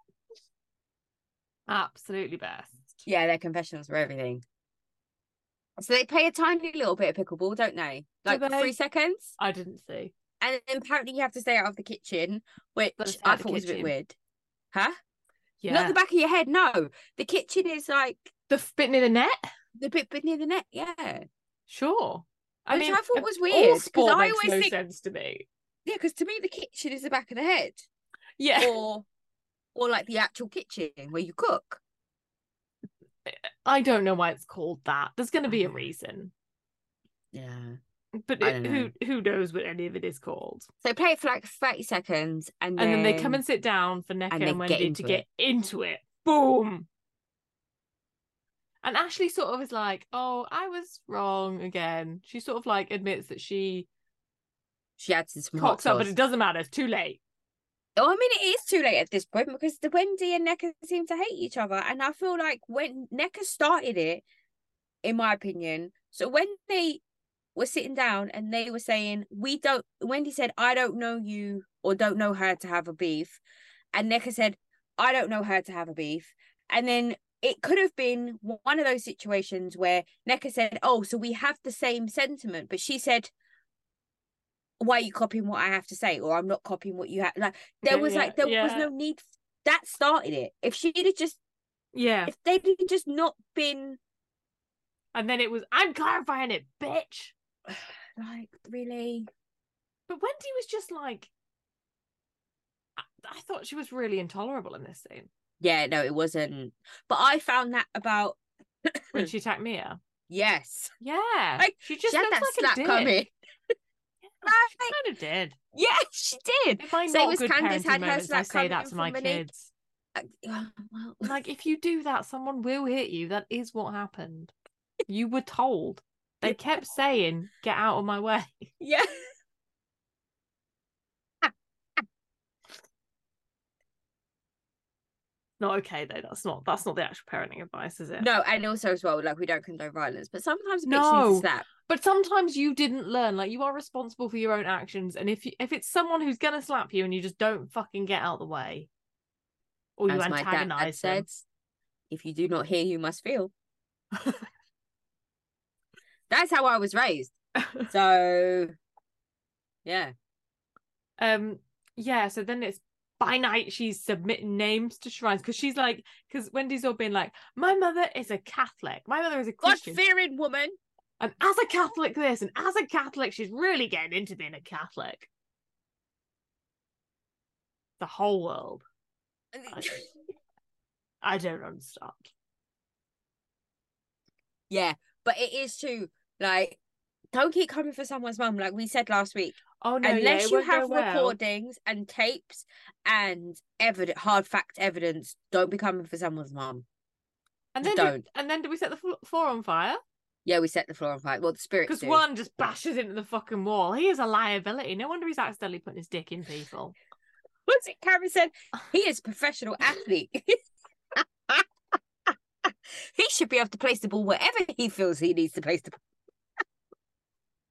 Speaker 1: Absolutely best.
Speaker 3: yeah, their confessionals were everything. So they play a tiny little bit of pickleball, don't they? Like for
Speaker 1: they?
Speaker 3: three seconds.
Speaker 1: I didn't see.
Speaker 3: And then apparently you have to stay out of the kitchen, which
Speaker 1: But it's
Speaker 3: I
Speaker 1: out the
Speaker 3: thought was a bit
Speaker 1: kitchen.
Speaker 3: weird. Huh?
Speaker 1: Yeah.
Speaker 3: Not the back of your head, no. The kitchen is like
Speaker 1: the f- bit near the net?
Speaker 3: the bit beneath the net, yeah.
Speaker 1: Sure. I
Speaker 3: Which
Speaker 1: mean, uh,
Speaker 3: I thought was
Speaker 1: all
Speaker 3: weird. Because
Speaker 1: sport
Speaker 3: I
Speaker 1: makes
Speaker 3: always
Speaker 1: no
Speaker 3: think
Speaker 1: sense to me.
Speaker 3: Yeah, because to me the kitchen is the back of the head.
Speaker 1: Yeah.
Speaker 3: Or or like the actual kitchen where you cook.
Speaker 1: I don't know why it's called that. There's going to be a reason.
Speaker 3: Yeah.
Speaker 1: But
Speaker 3: I
Speaker 1: it-
Speaker 3: don't
Speaker 1: who who knows what any of it is called?
Speaker 3: So play it for like thirty seconds and,
Speaker 1: And then, they come and sit down for Necker
Speaker 3: and
Speaker 1: and,
Speaker 3: they
Speaker 1: Wendy
Speaker 3: get into
Speaker 1: to
Speaker 3: it.
Speaker 1: get into it. Boom. And Ashley sort of is like, "Oh, I was wrong again." She sort of like admits that she
Speaker 3: she adds some hot
Speaker 1: cocks up, but
Speaker 3: sauce.
Speaker 1: it doesn't matter. It's too late.
Speaker 3: Oh, I mean, it is too late at this point because the Wendy and Necker seem to hate each other, and I feel like when Necker started it, in my opinion, so when they were sitting down and they were saying, "We don't," Wendy said, "I don't know you or don't know her to have a beef," and Necker said, "I don't know her to have a beef," and then it could have been one of those situations where Necker said, "Oh, so we have the same sentiment," but she said. Why are you copying what I have to say? Or I'm not copying what you have. Like, there
Speaker 1: Yeah,
Speaker 3: was
Speaker 1: yeah,
Speaker 3: like there was
Speaker 1: yeah.
Speaker 3: no need f- that started it if she'd have just
Speaker 1: Yeah.
Speaker 3: if they'd have just not been
Speaker 1: And then it was, I'm clarifying it, bitch.
Speaker 3: like really
Speaker 1: But Wendy was just like, I, I thought she was really intolerable in this scene
Speaker 3: yeah no it wasn't but i found that about
Speaker 1: when she attacked Mia.
Speaker 3: yes
Speaker 1: Yeah.
Speaker 3: Hmm. Like,
Speaker 1: she just
Speaker 3: she had
Speaker 1: looks
Speaker 3: that
Speaker 1: like a
Speaker 3: slap
Speaker 1: dick.
Speaker 3: coming
Speaker 1: She kind of did.
Speaker 3: yeah she did
Speaker 1: If I
Speaker 3: Same
Speaker 1: not
Speaker 3: as
Speaker 1: good
Speaker 3: Candace
Speaker 1: Candace
Speaker 3: had her
Speaker 1: had moments, I
Speaker 3: slap
Speaker 1: say
Speaker 3: coming
Speaker 1: that to
Speaker 3: from
Speaker 1: my
Speaker 3: Monique.
Speaker 1: kids.
Speaker 3: Uh, yeah, well,
Speaker 1: Like, if you do that, someone will hit you. That is what happened. You were told. They kept saying, get out of my way.
Speaker 3: yeah
Speaker 1: not okay though. That's not that's not the actual parenting advice, is it?
Speaker 3: No, and also as well, like we don't condone violence, but sometimes a bitch needs
Speaker 1: No.
Speaker 3: a slap.
Speaker 1: But sometimes you didn't learn. Like you are responsible for your own actions, and if you, if it's someone who's gonna slap you and you just don't fucking get out of the way, or you
Speaker 3: As my dad had
Speaker 1: antagonize them,
Speaker 3: said, if you do not hear, you must feel. That's how I was raised. So, yeah.
Speaker 1: um, yeah. So then it's by night she's submitting names to shrines because she's like because Wendy's all been like, my mother is a Catholic, my mother is a
Speaker 3: God
Speaker 1: Christian,
Speaker 3: fearing woman.
Speaker 1: and as a Catholic this, and as a Catholic she's really getting into being a Catholic. The whole world. I don't understand.
Speaker 3: yeah. But it is too, like, don't keep coming for someone's mum. Like we said last week,
Speaker 1: Oh no! yeah,
Speaker 3: unless
Speaker 1: it
Speaker 3: you
Speaker 1: won't go
Speaker 3: have
Speaker 1: well.
Speaker 3: recordings and tapes and evidence, hard fact evidence, don't be coming for someone's mum.
Speaker 1: and
Speaker 3: you
Speaker 1: then do-
Speaker 3: don't.
Speaker 1: and then do we set the flo- floor on fire?
Speaker 3: Yeah, we set the floor on fire. Well, the spirits
Speaker 1: Because
Speaker 3: do.
Speaker 1: one just bashes into the fucking wall. He is a liability. No wonder he's accidentally putting his dick in people.
Speaker 3: What's it? Karen said he is a professional athlete. he should be able to place the ball wherever he feels he needs to place the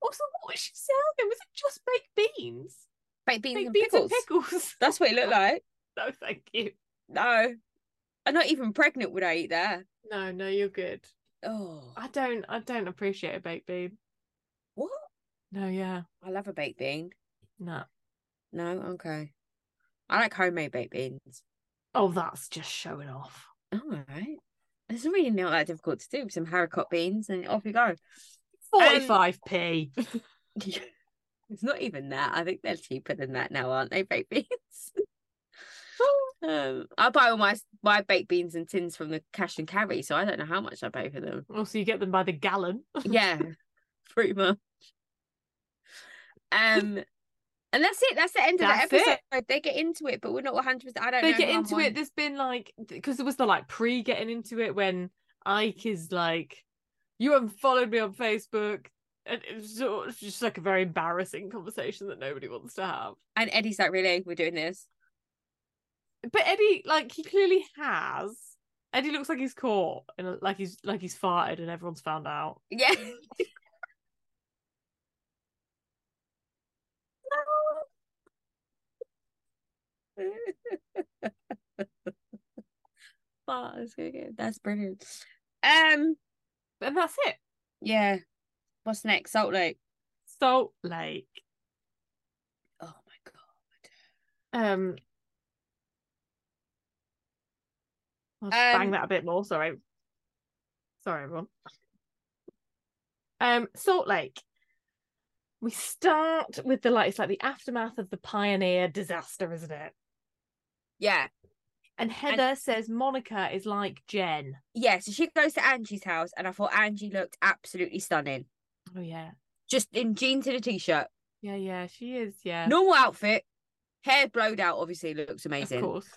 Speaker 1: Also, what was she selling? Was it just baked beans?
Speaker 3: baked beans,
Speaker 1: Baked
Speaker 3: and,
Speaker 1: beans
Speaker 3: pickles.
Speaker 1: and pickles.
Speaker 3: That's what it looked like.
Speaker 1: no, thank you.
Speaker 3: No, I'm not even pregnant when I eat that.
Speaker 1: No, no, you're good.
Speaker 3: Oh,
Speaker 1: I don't. I don't appreciate a baked bean.
Speaker 3: what?
Speaker 1: No, yeah,
Speaker 3: I love a baked bean.
Speaker 1: no.
Speaker 3: No, okay. I like homemade baked beans.
Speaker 1: Oh, that's just showing off.
Speaker 3: All right. It's really not that difficult to do. Some haricot beans and off you go.
Speaker 1: Forty-five p.
Speaker 3: it's not even that. I think they're cheaper than that now, aren't they? Baked beans. um, I buy all my my baked beans and tins from the cash and carry, so I don't know how much I pay for them.
Speaker 1: Also, you get them by the gallon.
Speaker 3: Yeah, pretty much. Um, and that's it. That's the end of
Speaker 1: That's
Speaker 3: the
Speaker 1: it.
Speaker 3: episode. They get into it, but we're not one hundred. I don't.
Speaker 1: they
Speaker 3: know
Speaker 1: get
Speaker 3: how
Speaker 1: into
Speaker 3: one-
Speaker 1: it. There's been like because there was the like pre getting into it when Ike is like, "You haven't followed me on Facebook," and it was sort of just like a very embarrassing conversation that nobody wants to have.
Speaker 3: And Eddie's like, "Really, we're doing this?"
Speaker 1: But Eddie, like, he clearly has. Eddie looks like he's caught and like he's like he's farted and everyone's found out.
Speaker 3: Yeah. Wow, that's really good. That's brilliant. Um,
Speaker 1: And that's it.
Speaker 3: yeah. What's next? Salt Lake.
Speaker 1: Salt Lake.
Speaker 3: Oh my god.
Speaker 1: Um. I'll just
Speaker 3: Um,
Speaker 1: bang that a bit more. Sorry. Sorry, everyone. Um, Salt Lake. We start with the like it's like the aftermath of the Pioneer disaster, isn't it?
Speaker 3: Yeah.
Speaker 1: And Heather says Monica is like Jen.
Speaker 3: Yeah. So she goes to Angie's house, and I thought Angie looked absolutely stunning.
Speaker 1: Oh yeah,
Speaker 3: Just in jeans and a t-shirt,
Speaker 1: yeah, yeah. She is. Yeah,
Speaker 3: normal outfit, hair blowed out. Obviously, looks
Speaker 1: of
Speaker 3: amazing.
Speaker 1: course.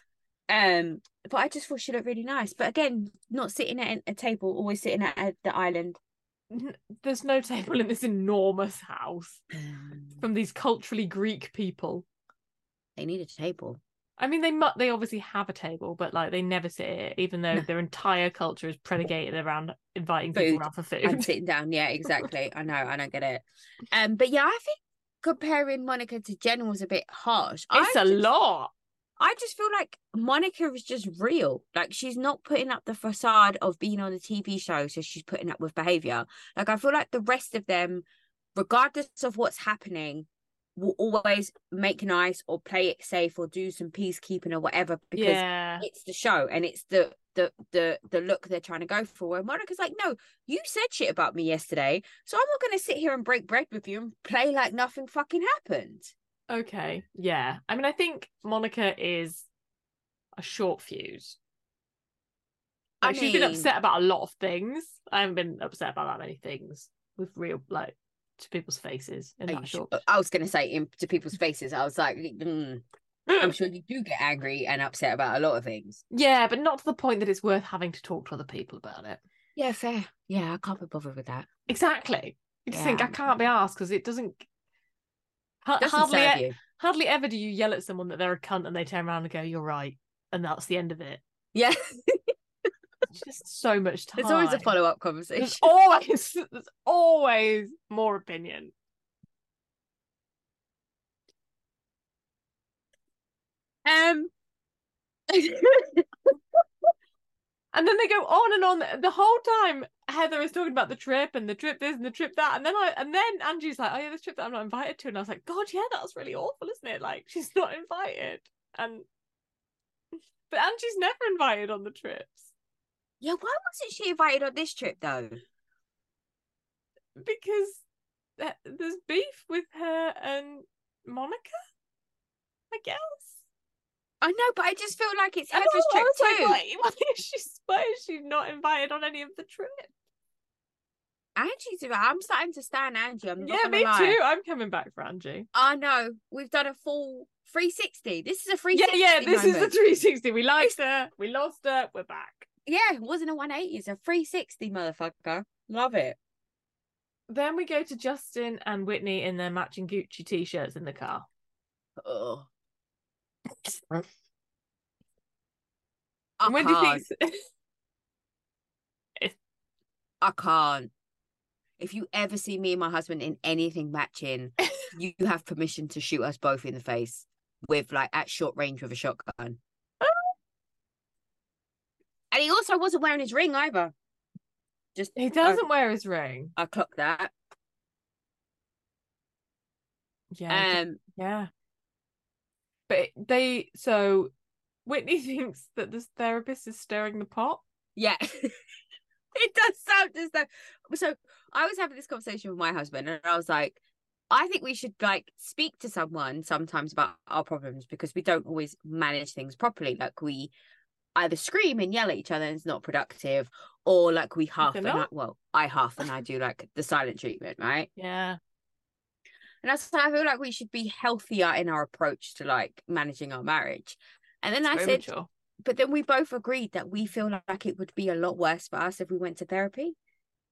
Speaker 3: Um, but I just thought she looked really nice. But again, not sitting at a table, always sitting at a, the island.
Speaker 1: N- There's no table in this enormous house from these culturally Greek people.
Speaker 3: They need a table.
Speaker 1: I mean, they mu- they obviously have a table, but like they never sit at it, even though
Speaker 3: No.
Speaker 1: their entire culture is predicated around inviting
Speaker 3: Food
Speaker 1: people around for
Speaker 3: and
Speaker 1: food.
Speaker 3: sitting down. Yeah, exactly. I know. I don't get it. Um, but yeah, I think comparing Monica to Jen was a bit harsh.
Speaker 1: It's
Speaker 3: I
Speaker 1: a
Speaker 3: just,
Speaker 1: lot.
Speaker 3: I just feel like Monica is just real. Like she's not putting up the facade of being on a TV show, so she's putting up with behavior. Like I feel like the rest of them, regardless of what's happening, will always make nice or play it safe or do some peacekeeping or whatever because
Speaker 1: yeah,
Speaker 3: it's the show and it's the the the the look they're trying to go for. Where Monica's like, no, you said shit about me yesterday, so I'm not going to sit here and break bread with you and play like nothing fucking happened.
Speaker 1: okay, yeah. I mean, I think Monica is a short fuse.
Speaker 3: I
Speaker 1: Like, she's been
Speaker 3: mean-
Speaker 1: upset about a lot of things. I haven't been upset about that many things with real like to people's faces in
Speaker 3: Are
Speaker 1: that
Speaker 3: you sure?
Speaker 1: short.
Speaker 3: I uh, was going to say in to people's faces. I was like, mm, I'm sure you do get angry and upset about a lot of things.
Speaker 1: yeah, but not to the point that it's worth having to talk to other people about it.
Speaker 3: Yeah, fair. Yeah, I can't be bothered with that.
Speaker 1: Exactly. You just think I
Speaker 3: Yeah.
Speaker 1: can't be asked because it doesn't. Ha-
Speaker 3: Doesn't
Speaker 1: hardly,
Speaker 3: serve
Speaker 1: e-
Speaker 3: you.
Speaker 1: hardly ever do you yell at someone that they're a cunt and they turn around and go, "You're right," and that's the end of it.
Speaker 5: Yeah,
Speaker 1: It's just so much time.
Speaker 5: there's always a
Speaker 1: fun.
Speaker 5: follow up conversation.
Speaker 1: There's always, there's always more opinion.
Speaker 5: Um,
Speaker 1: And then they go on and on the whole time. Heather is talking about the trip and the trip this and the trip that, and then I and then Angie's like, "Oh yeah, this trip that I'm not invited to," and I was like, "God, yeah, that's really awful, isn't it? Like she's not invited." And but Angie's never invited on the trips
Speaker 3: Yeah, why wasn't she invited on this trip though?
Speaker 1: because th- there's beef with her and Monica, I guess.
Speaker 3: I know, but I just feel like it's
Speaker 1: And
Speaker 3: Heather's
Speaker 1: I
Speaker 3: trip
Speaker 1: was like,
Speaker 3: too.
Speaker 1: why, why is she why is she not invited on any of the trips?
Speaker 3: Angie's. I'm starting to stand Angie. I'm not
Speaker 1: Yeah,
Speaker 3: gonna
Speaker 1: me
Speaker 3: lie.
Speaker 1: too. I'm coming back for Angie.
Speaker 3: I know. We've done a full 360. This is a
Speaker 1: Yeah,
Speaker 3: 360.
Speaker 1: yeah, this is the
Speaker 3: moment.
Speaker 1: 360. We liked her, we lost her, we're back.
Speaker 3: Yeah, it wasn't a 180. It's a 360, motherfucker. Love it.
Speaker 1: Then we go to Justin and Whitney in their matching Gucci t shirts in the car.
Speaker 3: Oh.
Speaker 1: Oh,
Speaker 3: I
Speaker 1: And Wendy
Speaker 3: can't.
Speaker 1: thinks,
Speaker 3: I can't. If you ever see me and my husband in anything matching, you have permission to shoot us both in the face with like at short range with a shotgun. and he also wasn't wearing his ring either. Just
Speaker 1: he doesn't wear his ring.
Speaker 3: I, I clocked that.
Speaker 1: Yeah, he d-
Speaker 3: Um
Speaker 1: yeah. But it- they, so Whitney thinks that this therapist is stirring the pot.
Speaker 3: Yeah. it does sound as though so I was having this conversation with my husband and I was like, I think we should like speak to someone sometimes about our problems because we don't always manage things properly. Like we either scream and yell at each other and it's not productive, or like we half and I,
Speaker 1: not.
Speaker 3: well, I half and I do like the silent treatment, right?
Speaker 1: Yeah.
Speaker 3: And that's why I feel like we should be healthier in our approach to like managing our marriage. And then I
Speaker 1: very
Speaker 3: said,
Speaker 1: mature.
Speaker 3: but then we both agreed that we feel like it would be a lot worse for us if we went to therapy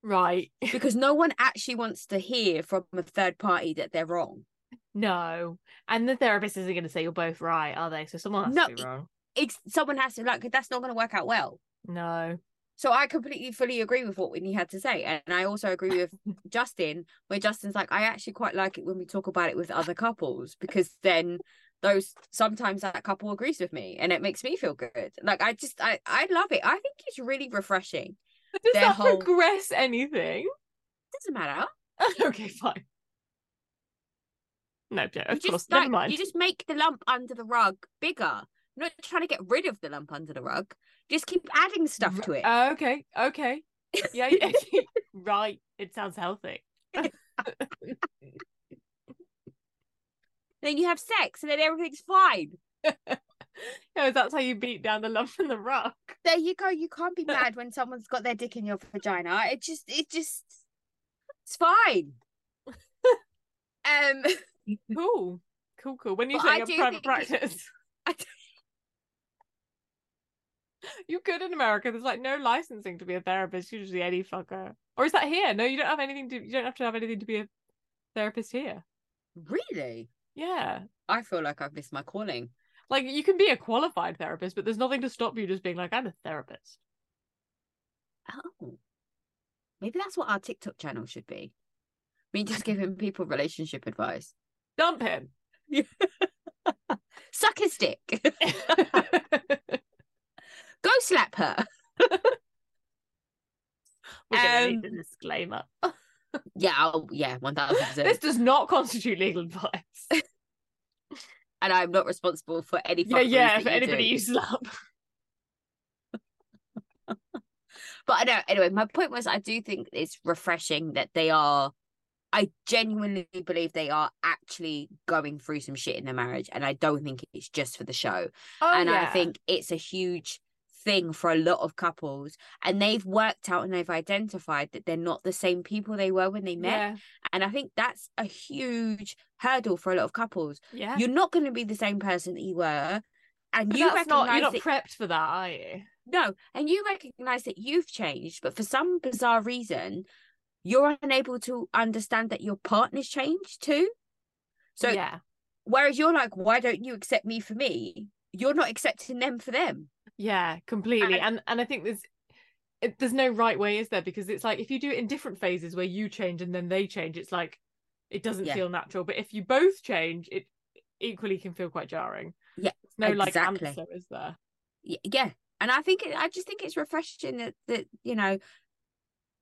Speaker 1: right.
Speaker 3: because no one actually wants to hear from a third party that they're wrong.
Speaker 1: No. And the therapist isn't going to say you're both right, are they? So someone has
Speaker 3: No,
Speaker 1: to be
Speaker 3: it-
Speaker 1: wrong.
Speaker 3: It's someone has to like that's not going to work out well.
Speaker 1: No.
Speaker 3: So I completely fully agree with what Whitney had to say, and I also agree with Justin, where Justin's like, I actually quite like it when we talk about it with other couples because then those sometimes that couple agrees with me and it makes me feel good. Like I just I I love it. I think it's really refreshing.
Speaker 1: But does
Speaker 3: Their
Speaker 1: that
Speaker 3: whole-
Speaker 1: progress anything?
Speaker 3: doesn't matter.
Speaker 1: okay, fine. No, yeah,
Speaker 3: you
Speaker 1: of
Speaker 3: just
Speaker 1: course.
Speaker 3: like
Speaker 1: Never mind.
Speaker 3: you just make the lump under the rug bigger. You're not trying to get rid of the lump under the rug. Just keep adding stuff to it.
Speaker 1: Uh, okay, okay. Yeah, yeah. right. It sounds healthy.
Speaker 3: then you have sex, and then everything's fine.
Speaker 1: No, that's how you beat down the lump and the rock.
Speaker 3: There you go. You can't be mad when someone's got their dick in your vagina. It just, it just, it's fine. um,
Speaker 1: Cool. Cool, cool. When you
Speaker 3: But
Speaker 1: say
Speaker 3: I
Speaker 1: your
Speaker 3: do
Speaker 1: private
Speaker 3: think it-
Speaker 1: practice.
Speaker 3: I do-
Speaker 1: You could in America. There's like no licensing to be a therapist. Usually any fucker. Or is that here? No, you don't have anything to. You don't have to have anything to be a therapist here.
Speaker 3: really,
Speaker 1: Yeah.
Speaker 3: I feel like I've missed my calling.
Speaker 1: Like you can be a qualified therapist, but there's nothing to stop you just being like, I'm a therapist.
Speaker 3: Oh, maybe that's what our TikTok channel should be. Me just giving people relationship advice.
Speaker 1: Dump him.
Speaker 3: Suck his dick. go slap her.
Speaker 1: We're gonna
Speaker 3: Um,
Speaker 1: need a disclaimer.
Speaker 3: Yeah, I'll, yeah, one thousand
Speaker 1: This
Speaker 3: percent.
Speaker 1: does not constitute legal advice.
Speaker 3: And I'm not responsible for any.
Speaker 1: yeah,
Speaker 3: fuckeries
Speaker 1: yeah,
Speaker 3: that
Speaker 1: for
Speaker 3: you
Speaker 1: anybody
Speaker 3: do.
Speaker 1: you slap.
Speaker 3: But I know. Anyway, my point was, I do think it's refreshing that they are. I genuinely believe they are actually going through some shit in their marriage, and I don't think it's just for the show.
Speaker 1: Oh,
Speaker 3: and I
Speaker 1: yeah.
Speaker 3: think it's a huge thing for a lot of couples, and they've worked out and they've identified that they're not the same people they were when they met,
Speaker 1: Yeah.
Speaker 3: and I think that's a huge hurdle for a lot of couples.
Speaker 1: Yeah.
Speaker 3: you're not going to be the same person that you were and
Speaker 1: But
Speaker 3: you
Speaker 1: that's not
Speaker 3: recognize
Speaker 1: you're not
Speaker 3: that,
Speaker 1: prepped for that, are you?
Speaker 3: no and you recognize that you've changed but for some bizarre reason you're unable to understand that your partner's changed too so
Speaker 1: yeah.
Speaker 3: whereas you're like why don't you accept me for me you're not accepting them for them
Speaker 1: Yeah, completely. And and I think there's it, there's no right way, is there? Because it's like if you do it in different phases where you change and then they change, it's like it doesn't
Speaker 3: Yeah.
Speaker 1: feel natural. But if you both change, it equally can feel quite jarring.
Speaker 3: Yeah,
Speaker 1: There's no
Speaker 3: exactly.
Speaker 1: like answer, is there?
Speaker 3: Y- yeah and i think it- i just think it's refreshing that, that you know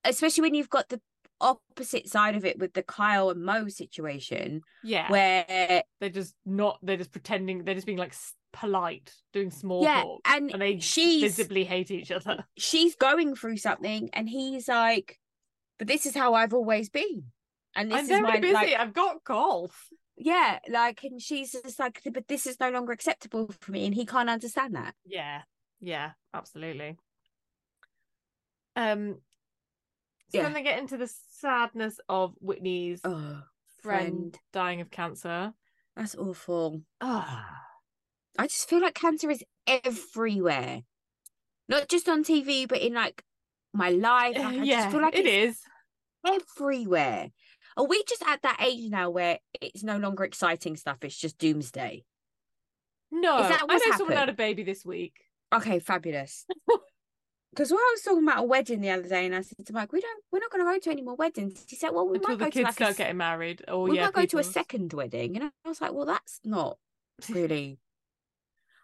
Speaker 3: especially when you've got the opposite side of it with the kyle and mo situation
Speaker 1: Yeah,
Speaker 3: where
Speaker 1: they're just not. They're just pretending. They're just being like s- polite, doing small
Speaker 3: yeah
Speaker 1: talk,
Speaker 3: and,
Speaker 1: and they
Speaker 3: she's
Speaker 1: visibly hate each other.
Speaker 3: she's going through something and he's like but this is how i've always been and this
Speaker 1: I'm
Speaker 3: is
Speaker 1: very
Speaker 3: my
Speaker 1: busy.
Speaker 3: like
Speaker 1: I've got golf.
Speaker 3: yeah like and she's just like but this is no longer acceptable for me and he can't understand that
Speaker 1: Yeah, yeah, absolutely. Um, so
Speaker 3: Yeah.
Speaker 1: then they get into the sadness of Whitney's
Speaker 3: oh
Speaker 1: friend,
Speaker 3: friend.
Speaker 1: dying of cancer.
Speaker 3: that's awful
Speaker 1: Ah,
Speaker 3: I just feel like cancer is everywhere, not just on TV, but in like my life. Like, I
Speaker 1: yeah,
Speaker 3: just feel like
Speaker 1: it
Speaker 3: it's
Speaker 1: is.
Speaker 3: everywhere. Are we just at that age now where it's no longer exciting stuff? It's just doomsday.
Speaker 1: No,
Speaker 3: that
Speaker 1: I know
Speaker 3: what's
Speaker 1: someone had a
Speaker 3: happened?
Speaker 1: baby this week.
Speaker 3: Okay, fabulous. Because when I was talking about a wedding the other day, and I said to Mike, "We don't, we're not going to go to any more weddings." He said, "Well, we
Speaker 1: Until
Speaker 3: might
Speaker 1: the
Speaker 3: go to
Speaker 1: kids
Speaker 3: like
Speaker 1: start
Speaker 3: a, s-
Speaker 1: getting married. Oh
Speaker 3: we
Speaker 1: yeah,
Speaker 3: might go to a
Speaker 1: people's-
Speaker 3: second wedding," and I was like, "Well, that's not really."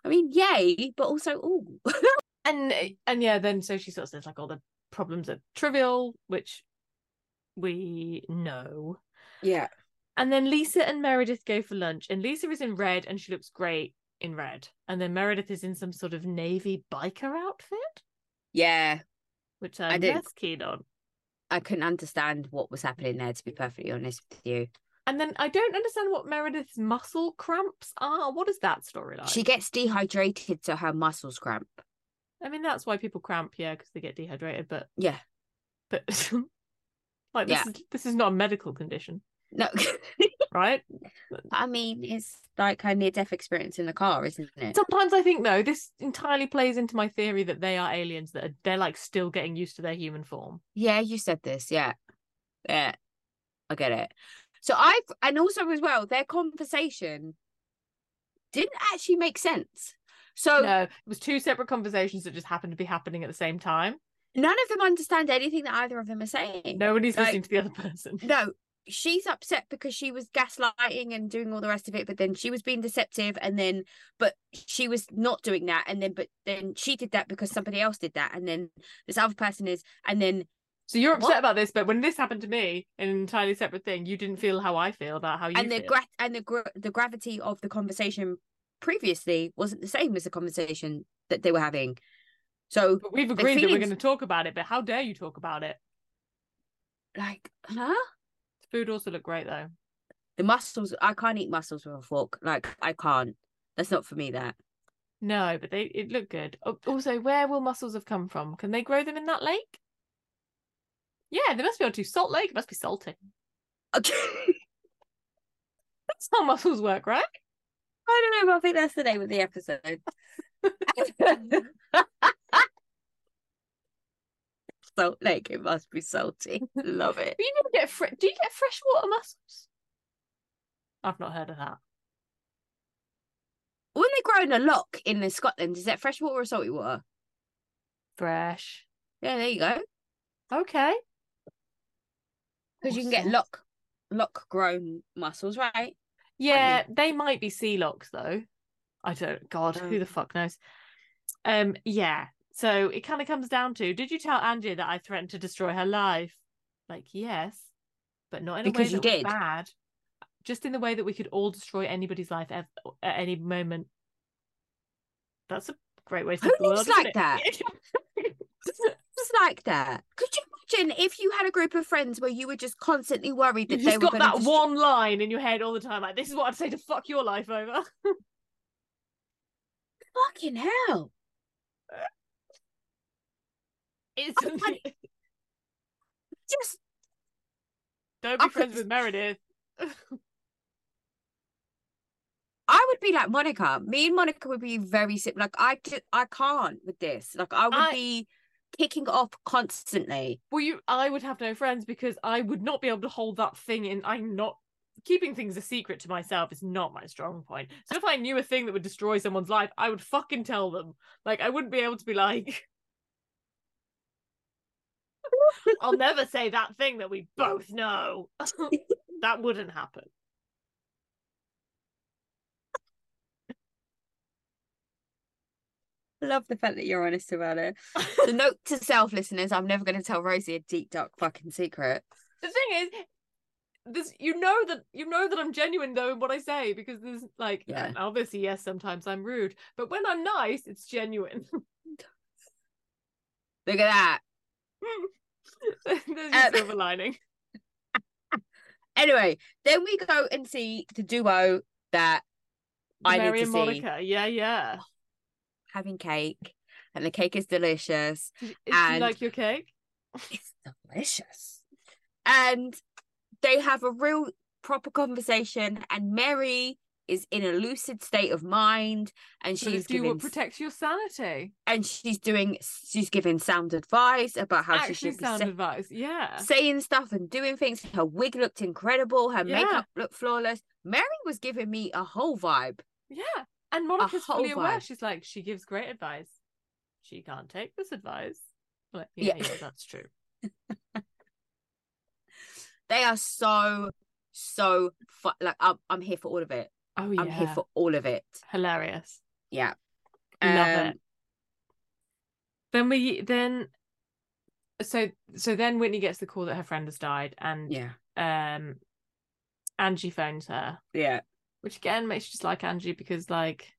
Speaker 3: I mean, yay, but also, oh,
Speaker 1: and and yeah, then so she sort of says like all the problems are trivial, which we know.
Speaker 3: yeah,
Speaker 1: And then Lisa and Meredith go for lunch, and Lisa is in red and she looks great in red. And then Meredith is in some sort of navy biker outfit,
Speaker 3: yeah.
Speaker 1: which I'm
Speaker 3: didn't-
Speaker 1: less keen on.
Speaker 3: I couldn't understand what was happening there, to be perfectly honest with you.
Speaker 1: And then I don't understand what Meredith's muscle cramps are. What is that storyline?
Speaker 3: She gets dehydrated, so her muscles cramp.
Speaker 1: I mean, that's why people cramp, yeah, because they get dehydrated. But
Speaker 3: Yeah.
Speaker 1: but like this
Speaker 3: Yeah.
Speaker 1: is this is not a medical condition,
Speaker 3: No,
Speaker 1: right?
Speaker 3: I mean, it's like her near death experience in the car, isn't it?
Speaker 1: Sometimes I think though this entirely plays into my theory that they are aliens that are, they're like still getting used to their human form.
Speaker 3: Yeah, you said this. Yeah. Yeah. I get it. So I've, and also as well, their conversation didn't actually make sense. So
Speaker 1: No, it was two separate conversations that just happened to be happening at the same time.
Speaker 3: none of them understand anything that either of them are saying.
Speaker 1: Nobody's
Speaker 3: Like-
Speaker 1: listening to the other person.
Speaker 3: No, she's upset because she was gaslighting and doing all the rest of it, but then she was being deceptive, and then but she was not doing that, and then but then she did that because somebody else did that, and then this other person is, and then
Speaker 1: So you're upset
Speaker 3: What?
Speaker 1: about this, but when this happened to me, an entirely separate thing, you didn't feel how I feel about how you
Speaker 3: and the
Speaker 1: feel.
Speaker 3: gra- and the gra- the gravity of the conversation previously wasn't the same as the conversation that they were having, so
Speaker 1: but we've agreed that we're
Speaker 3: feelings-
Speaker 1: going to talk about it, but how dare you talk about it?
Speaker 3: like huh.
Speaker 1: The food also looked great though.
Speaker 3: The mussels, I can't eat mussels with a fork. Like I can't. That's not for me. That
Speaker 1: No, but they it looked good. Al- Also, where will mussels have come from? Can they grow them in that lake? Yeah, they must be able to. Salt Lake it must be salty.
Speaker 3: okay.
Speaker 1: That's how mussels work, right?
Speaker 3: I don't know, but I think that's the name of the episode. Salt Lake, it must be salty. Love it.
Speaker 1: But you never get fre- do you get freshwater mussels? I've not heard of that.
Speaker 3: When they grow in a lock in Scotland, is that fresh water or salty water?
Speaker 1: Fresh.
Speaker 3: Yeah, there you go.
Speaker 1: Okay.
Speaker 3: Because you can get
Speaker 1: Awesome.
Speaker 3: lock lock grown mussels, right?
Speaker 1: Yeah, they might be sea locks though. I don't. God, who the
Speaker 3: Mm.
Speaker 1: fuck knows? Um, yeah. So it kind of comes down to: Did you tell Angie that I threatened to destroy her life? Like, yes, but not in a
Speaker 3: Because
Speaker 1: way
Speaker 3: you
Speaker 1: that was
Speaker 3: did.
Speaker 1: bad. Just in the way that we could all destroy anybody's life ev- at any moment. That's a great way to
Speaker 3: Who
Speaker 1: look at the world.
Speaker 3: lives
Speaker 1: isn't
Speaker 3: like
Speaker 1: it?
Speaker 3: that? It's like that. Could you imagine if you had a group of friends where you were just constantly worried that
Speaker 1: You've
Speaker 3: they
Speaker 1: just
Speaker 3: were
Speaker 1: got
Speaker 3: going
Speaker 1: that
Speaker 3: to
Speaker 1: one line in your head all the time. Like, this is what I'd say to fuck your life over.
Speaker 3: fucking hell?
Speaker 1: It's
Speaker 3: Oh my- Just
Speaker 1: don't be
Speaker 3: I could-
Speaker 1: friends with Meredith.
Speaker 3: I would be like Monica. Me and Monica would be very similar. Like I just, I can't with this. Like I would
Speaker 1: I-
Speaker 3: be kicking off constantly.
Speaker 1: Well, you, I would have no friends because I would not be able to hold that thing in. I'm not keeping things a secret to myself is not my strong point. So if I knew a thing that would destroy someone's life, I would fucking tell them. Like I wouldn't be able to be like I'll never say that thing that we both know. that wouldn't happen.
Speaker 3: I love the fact that you're honest about it. so note to self listeners, I'm never gonna tell Rosie a deep dark fucking secret.
Speaker 1: The thing is this you know that you know that I'm genuine though in what I say because there's like
Speaker 3: Yeah.
Speaker 1: obviously yes sometimes I'm rude but when I'm nice it's genuine
Speaker 3: Look at that.
Speaker 1: there's your
Speaker 3: Um,
Speaker 1: silver lining
Speaker 3: Anyway, then we go and see the duo that I
Speaker 1: Mary
Speaker 3: need to
Speaker 1: and
Speaker 3: see
Speaker 1: Monica yeah yeah
Speaker 3: having cake, and the cake is delicious.
Speaker 1: Is
Speaker 3: And-
Speaker 1: she like your cake?
Speaker 3: It's delicious. And they have a real proper conversation, and Mary is in a lucid state of mind, and
Speaker 1: She's
Speaker 3: she's
Speaker 1: do what
Speaker 3: giving
Speaker 1: protects your sanity.
Speaker 3: and she's doing she's giving sound advice about how she
Speaker 1: Actually,
Speaker 3: should be
Speaker 1: sound
Speaker 3: sa-
Speaker 1: advice. Yeah.
Speaker 3: saying stuff and doing things. Her wig looked incredible. Her
Speaker 1: Yeah.
Speaker 3: makeup looked flawless. Mary was giving me a whole vibe.
Speaker 1: Yeah. And Monica's fully
Speaker 3: whole
Speaker 1: aware.
Speaker 3: vibe.
Speaker 1: She's like, she gives great advice. She can't take this advice. I'm Like,
Speaker 3: Yeah.
Speaker 1: yeah, yeah, that's true.
Speaker 3: They are so so fu- like I'm, I'm here for all of it.
Speaker 1: Oh, yeah.
Speaker 3: I'm here for all of it. Um,
Speaker 1: Hilarious.
Speaker 3: Yeah.
Speaker 1: Love it. Then we, then, so, so then Whitney gets the call that her friend has died and,
Speaker 3: Yeah.
Speaker 1: um, Angie phones her,
Speaker 3: Yeah.
Speaker 1: which again makes you just like Angie because, like,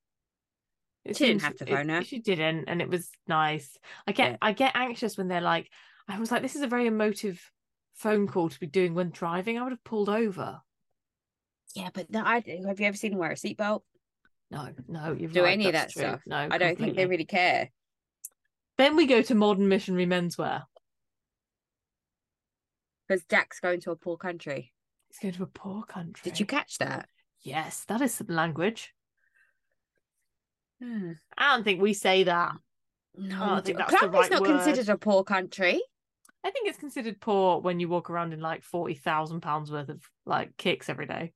Speaker 1: it
Speaker 3: She didn't
Speaker 1: seems-
Speaker 3: have to
Speaker 1: it-
Speaker 3: phone her.
Speaker 1: She didn't, and it was nice. I get
Speaker 3: Yeah.
Speaker 1: I get anxious when they're like, I was like, this is a very emotive phone call to be doing when driving. I would have pulled over.
Speaker 3: Yeah, but the, I have you ever seen them wear a seatbelt?
Speaker 1: No, no, you've
Speaker 3: Do
Speaker 1: right,
Speaker 3: any of
Speaker 1: that's
Speaker 3: that
Speaker 1: true.
Speaker 3: stuff.
Speaker 1: No,
Speaker 3: I don't think they
Speaker 1: completely.
Speaker 3: really care.
Speaker 1: Then we go to modern missionary menswear.
Speaker 3: Because Jack's going to a poor country.
Speaker 1: He's going to a poor country.
Speaker 3: Did you catch that?
Speaker 1: Yes, that is some language.
Speaker 3: Hmm.
Speaker 1: I don't think we say that.
Speaker 3: No,
Speaker 1: Oh, I
Speaker 3: we
Speaker 1: think
Speaker 3: do-
Speaker 1: that's the
Speaker 3: Colombia's
Speaker 1: right
Speaker 3: not
Speaker 1: word.
Speaker 3: considered a poor country.
Speaker 1: I think it's considered poor when you walk around in like forty thousand pounds worth of like kicks every day.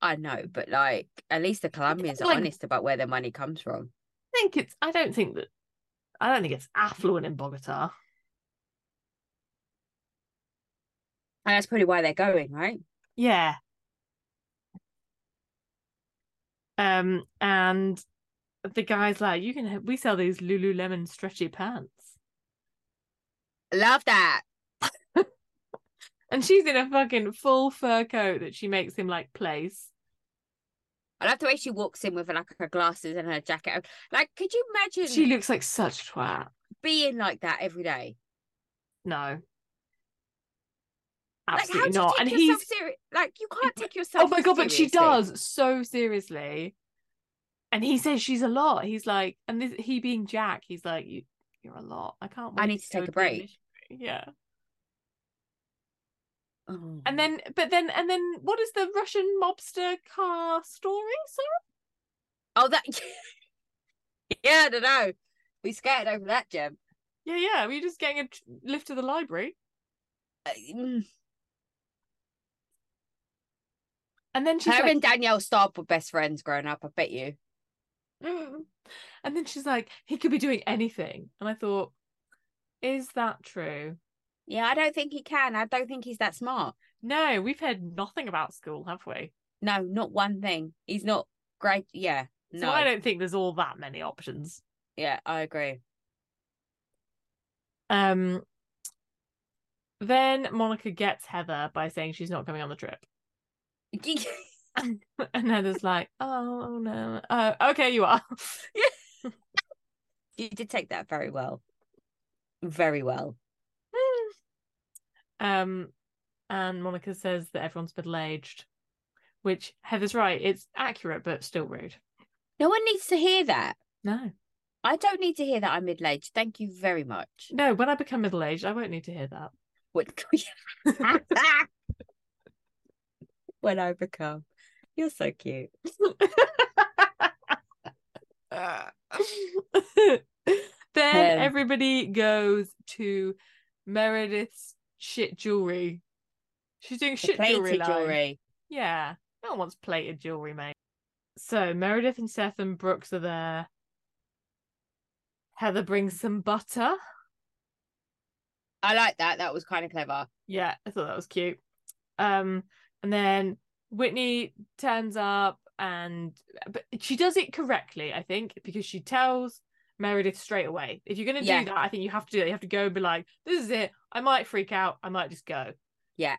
Speaker 3: I know, but like at least the Colombians are
Speaker 1: like-
Speaker 3: honest about where their money comes from.
Speaker 1: I think it's. I don't think that. I don't think it's affluent in Bogota.
Speaker 3: And that's probably why they're going, right?
Speaker 1: Yeah. Um, and the guy's like, "You can we sell these Lululemon stretchy pants,"
Speaker 3: Love that.
Speaker 1: and she's in a fucking full fur coat that she makes him like place.
Speaker 3: I love the way she walks in with like her glasses and her jacket. Like, could you imagine
Speaker 1: She looks like such a twat.
Speaker 3: being like that every day?
Speaker 1: No,
Speaker 3: like, how
Speaker 1: absolutely
Speaker 3: do you
Speaker 1: not.
Speaker 3: take
Speaker 1: And
Speaker 3: yourself
Speaker 1: he's
Speaker 3: serious? Like, you can't take yourself.
Speaker 1: oh my god, but she
Speaker 3: seriously.
Speaker 1: does so seriously. And he says she's a lot. He's like, and this, he being Jack, he's like, you, you're a lot. I can't.
Speaker 3: I
Speaker 1: Wait
Speaker 3: need to take
Speaker 1: go
Speaker 3: a
Speaker 1: be
Speaker 3: break."
Speaker 1: missionary." Yeah.
Speaker 3: Oh.
Speaker 1: And then, but then, and then, what is the Russian mobster car story? Sarah?
Speaker 3: oh that. yeah, I don't know. We scared over that gem.
Speaker 1: Yeah, yeah. Were you just getting a tr- lift to the library?
Speaker 3: Uh, mm.
Speaker 1: And then she's
Speaker 3: Her
Speaker 1: like,
Speaker 3: and Danielle Staub were best friends growing up. I bet you.
Speaker 1: "Mm." and then she's like, he could be doing anything. And I thought, is that true?
Speaker 3: Yeah, I don't think he can. I don't think he's that smart.
Speaker 1: No, we've heard nothing about school, have we?
Speaker 3: No, not one thing. He's not great. Yeah,
Speaker 1: So
Speaker 3: no.
Speaker 1: I don't think there's all that many options.
Speaker 3: yeah, I agree.
Speaker 1: Um. Then Monica gets Heather by saying she's not coming on the trip, and Heather's like, "Oh, oh no, uh, okay, you are."
Speaker 3: you did take that very well. Very well.
Speaker 1: Um, and Monica says that everyone's middle aged, which Heather's right. It's accurate, but still rude.
Speaker 3: No one needs to hear that.
Speaker 1: No,
Speaker 3: I don't need to hear that I'm middle aged. Thank you very much.
Speaker 1: no. When I become middle aged, I won't need to hear that.
Speaker 3: What- when I become. You're so cute.
Speaker 1: then
Speaker 3: Um.
Speaker 1: everybody goes to Meredith's shit jewelry. She's doing
Speaker 3: The
Speaker 1: shit jewelry.
Speaker 3: plated
Speaker 1: Line.
Speaker 3: jewelry.
Speaker 1: Yeah. No one wants plated jewelry, mate. So Meredith and Seth and Brooks are there. Heather brings some butter.
Speaker 3: I like that. That was kind of clever.
Speaker 1: Yeah, I thought that was cute. Um, and then Whitney turns up and but she does it correctly, I think, because she tells Meredith straight away. If you're gonna
Speaker 3: Yeah.
Speaker 1: do that, I think you have to do it. You have to go and be like, this is it. I might freak out, I might just go.
Speaker 3: Yeah.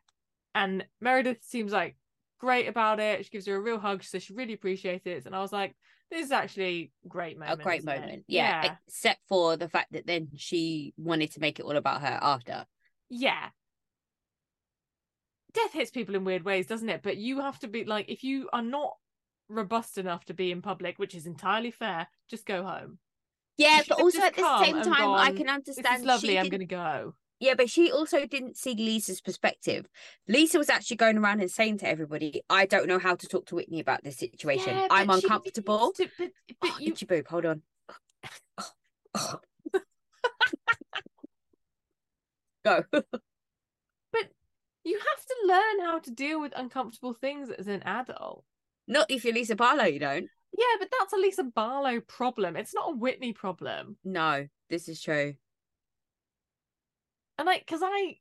Speaker 1: And Meredith seems like great about it. She gives her a real hug. She says she really appreciates it. And I was like, this is actually a great moment.
Speaker 3: a great
Speaker 1: isn't it?
Speaker 3: moment. Yeah. Except for the fact that then she wanted to make it all about her after.
Speaker 1: yeah death hits people in weird ways doesn't it but you have to be like if you are not robust enough to be in public which is entirely fair just go home
Speaker 3: Yeah,
Speaker 1: should
Speaker 3: but
Speaker 1: have
Speaker 3: also
Speaker 1: just
Speaker 3: at the
Speaker 1: come
Speaker 3: same
Speaker 1: and
Speaker 3: time, I
Speaker 1: gone, this
Speaker 3: can understand.
Speaker 1: is
Speaker 3: she
Speaker 1: lovely i'm
Speaker 3: didn't-
Speaker 1: gonna go
Speaker 3: Yeah, but she also didn't see Lisa's perspective. Lisa was actually going around and saying to everybody, "I don't know how to talk to Whitney about this situation.
Speaker 1: Yeah,
Speaker 3: I'm
Speaker 1: but she
Speaker 3: uncomfortable."
Speaker 1: needs to- but, but
Speaker 3: Oh,
Speaker 1: you
Speaker 3: itchy boob, hold on. Go.
Speaker 1: you have to learn how to deal with uncomfortable things as an adult
Speaker 3: Not if you're Lisa Barlow, you don't.
Speaker 1: yeah but that's a lisa barlow problem it's not a whitney problem
Speaker 3: No, this is true.
Speaker 1: and like because i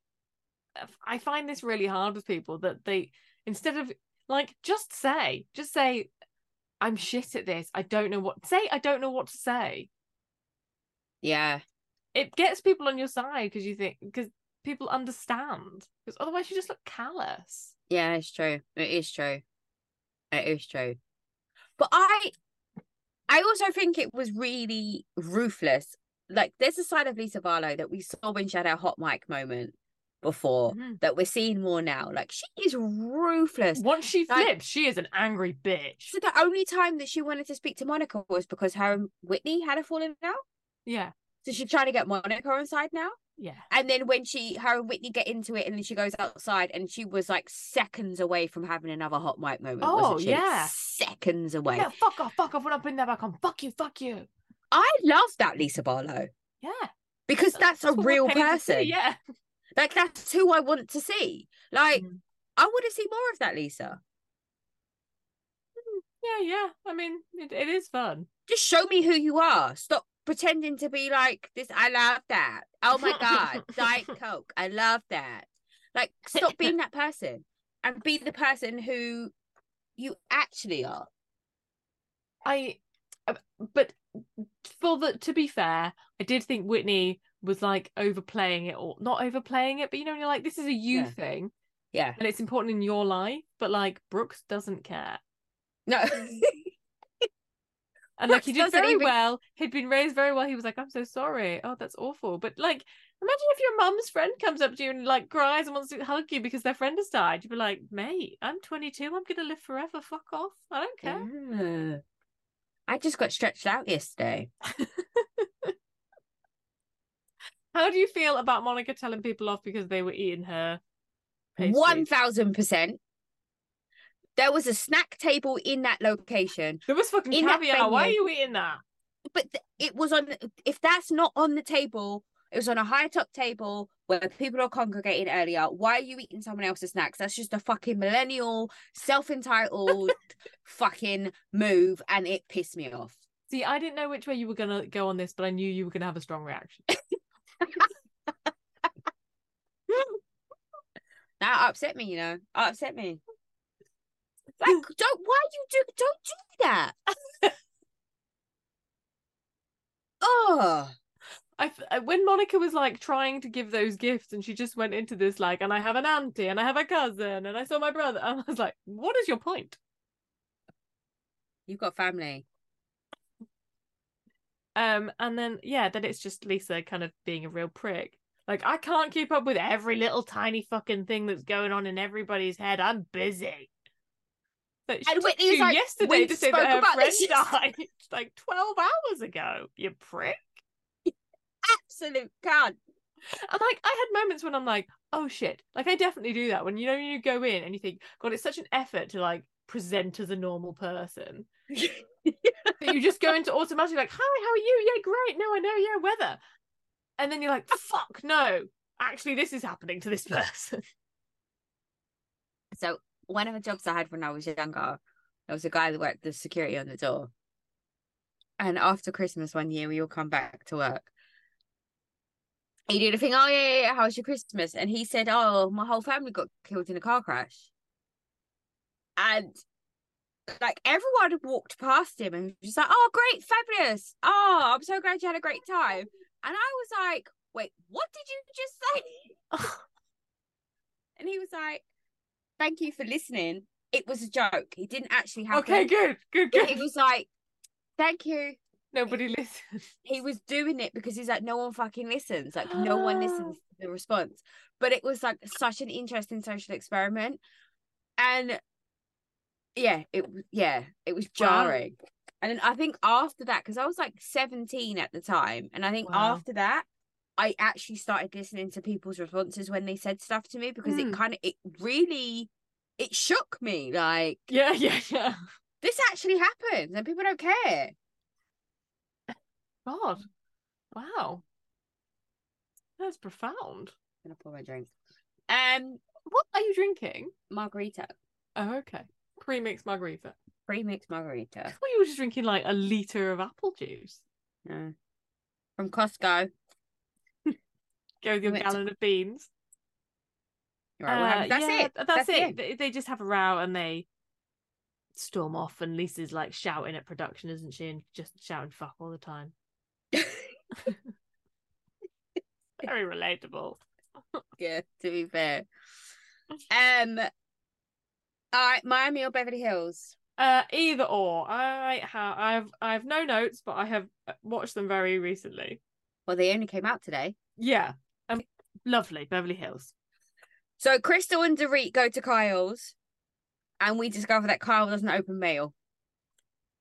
Speaker 1: i find this really hard with people that they instead of like just say just say i'm shit at this i don't know what say i don't know what to say
Speaker 3: Yeah.
Speaker 1: it gets people on your side because you think because people understand because otherwise you just look callous
Speaker 3: Yeah, it's true. It is true. It is true. But I I also think it was really ruthless. Like there's a side of Lisa Barlow that we saw when she had her hot mic moment before
Speaker 1: Mhm.
Speaker 3: that we're seeing more now. Like she is ruthless.
Speaker 1: once she
Speaker 3: Like-
Speaker 1: flips she is an angry bitch
Speaker 3: So the only time that she wanted to speak to Monica was because her and Whitney had a falling out.
Speaker 1: yeah
Speaker 3: So she's trying to get Monica on side now.
Speaker 1: yeah
Speaker 3: And then when she, her and Whitney get into it, and then she goes outside, and she was like seconds away from having another hot mic moment.
Speaker 1: Oh,
Speaker 3: wasn't she?
Speaker 1: yeah.
Speaker 3: seconds away.
Speaker 1: yeah fuck off fuck off when i putting that back on fuck you fuck you
Speaker 3: I love that Lisa Barlow
Speaker 1: yeah
Speaker 3: because that's, a
Speaker 1: what we're
Speaker 3: real
Speaker 1: paid to see,
Speaker 3: person.
Speaker 1: yeah
Speaker 3: Like that's who I want to see. Like
Speaker 1: Mhm.
Speaker 3: I want to see more of that Lisa.
Speaker 1: yeah yeah i mean it, it is fun
Speaker 3: Just show me who you are. Stop pretending to be like this. I love that. Oh my god, Diet Coke. I love that. Like stop being that person and be the person who you actually are.
Speaker 1: I, uh, but for the to be fair, I did think Whitney was like overplaying it or not overplaying it, but you know, when you're like, this is a you
Speaker 3: Yeah.
Speaker 1: thing
Speaker 3: Yeah.
Speaker 1: and it's important in your life, but like Brooks doesn't care.
Speaker 3: No.
Speaker 1: And like he did
Speaker 3: Brooks
Speaker 1: very
Speaker 3: doesn't even-
Speaker 1: well. He'd been raised very well. He was like, I'm so sorry. Oh, that's awful. But like, imagine if your mum's friend comes up to you and like cries and wants to hug you because their friend has died. You'd be like, mate, I'm 22. I'm going to live forever. Fuck off. I don't care.
Speaker 3: Yeah. I just got stretched out yesterday.
Speaker 1: How do you feel about Monica telling people off because they were eating her?
Speaker 3: One
Speaker 1: pastries?
Speaker 3: thousand percent. There was a snack table in that location,
Speaker 1: There was fucking
Speaker 3: in that
Speaker 1: caviar. Why are
Speaker 3: venue.
Speaker 1: you eating that?
Speaker 3: but th- it was on. If that's not on the table, it was on a high top table where people are congregating earlier. Why are you eating someone else's snacks? That's just a fucking millennial, self entitled, fucking move, and it pissed me off.
Speaker 1: See, I didn't know which way you were gonna go on this, but I knew you were gonna have a strong reaction.
Speaker 3: That upset me, you know. Upset me. Like, don't why you do don't do that. oh
Speaker 1: I f- uh, when Monica was like trying to give those gifts, and she just went into this like, and I have an auntie, and I have a cousin, and I saw my brother, and I was like, what is your point?
Speaker 3: you've got family.
Speaker 1: Um, and then yeah, then it's just Lisa kind of being a real prick. Like I can't keep up with every little tiny fucking thing that's going on in everybody's head. I'm busy. But she
Speaker 3: And
Speaker 1: took
Speaker 3: Whitney was
Speaker 1: you
Speaker 3: like,
Speaker 1: yesterday
Speaker 3: "We
Speaker 1: to say
Speaker 3: spoke
Speaker 1: that her
Speaker 3: about
Speaker 1: friend
Speaker 3: this yesterday."
Speaker 1: died like twelve hours ago. You prick.
Speaker 3: Absolute cunt.
Speaker 1: And like I had moments when I'm like, oh shit. Like I definitely do that when you know when you go in and you think, God, it's such an effort to like present as a normal person. that you just go into automatically like, hi, how are you? Yeah, great. No, I know. Yeah, weather. And then you're like, fuck, no. Actually, this is happening to this person.
Speaker 3: So one of the jobs I had when I was younger, there was a guy that worked the security on the door. And after Christmas one year, we all come back to work. He did a thing, oh, yeah, yeah, yeah, how was your Christmas? And he said, oh, my whole family got killed in a car crash. And like everyone had walked past him and was just like, oh, great, fabulous. Oh, I'm so glad you had a great time. And I was like, wait, what did you just say? And he was like, thank you for listening. It was a joke. He didn't actually have
Speaker 1: Okay, good, good,
Speaker 3: He
Speaker 1: good.
Speaker 3: was like, thank you.
Speaker 1: Nobody listened.
Speaker 3: He was doing it because he's like, no one fucking listens. Like, no one listens to the response. But it was like such an interesting social experiment. And yeah, it w- yeah, it was
Speaker 1: Wow.
Speaker 3: jarring. And then I think after that, because I was like 17 at the time, and I think
Speaker 1: Wow.
Speaker 3: after that, I actually started listening to people's responses when they said stuff to me because
Speaker 1: Hmm.
Speaker 3: it kind of it really it shook me. Like
Speaker 1: Yeah, yeah, yeah.
Speaker 3: this actually happens and people don't care.
Speaker 1: God. Wow. That's profound.
Speaker 3: I'm gonna pour my drink. Um,
Speaker 1: What are you drinking?
Speaker 3: margarita,
Speaker 1: Oh, okay. Pre mixed margarita.
Speaker 3: pre-mixed
Speaker 1: I
Speaker 3: margarita
Speaker 1: thought you were just drinking like a litre of apple juice.
Speaker 3: yeah. from Costco.
Speaker 1: Go with your
Speaker 3: Went to-
Speaker 1: gallon of beans.
Speaker 3: Right, we're
Speaker 1: Uh,
Speaker 3: having- that's
Speaker 1: yeah,
Speaker 3: it.
Speaker 1: th- That's, it. They, they just have a row and they storm off, and Lisa's like shouting at production, isn't she? And just shouting fuck all the time. Very relatable.
Speaker 3: yeah, to be fair. Um, all right, Miami or Beverly Hills?
Speaker 1: Uh, either or. I have I've I've no notes, but I have uh, watched them very recently.
Speaker 3: Well, they only came out today.
Speaker 1: Yeah, um, lovely Beverly Hills.
Speaker 3: So Crystal and Dorit go to Kyle's, and we discover that Kyle doesn't open mail.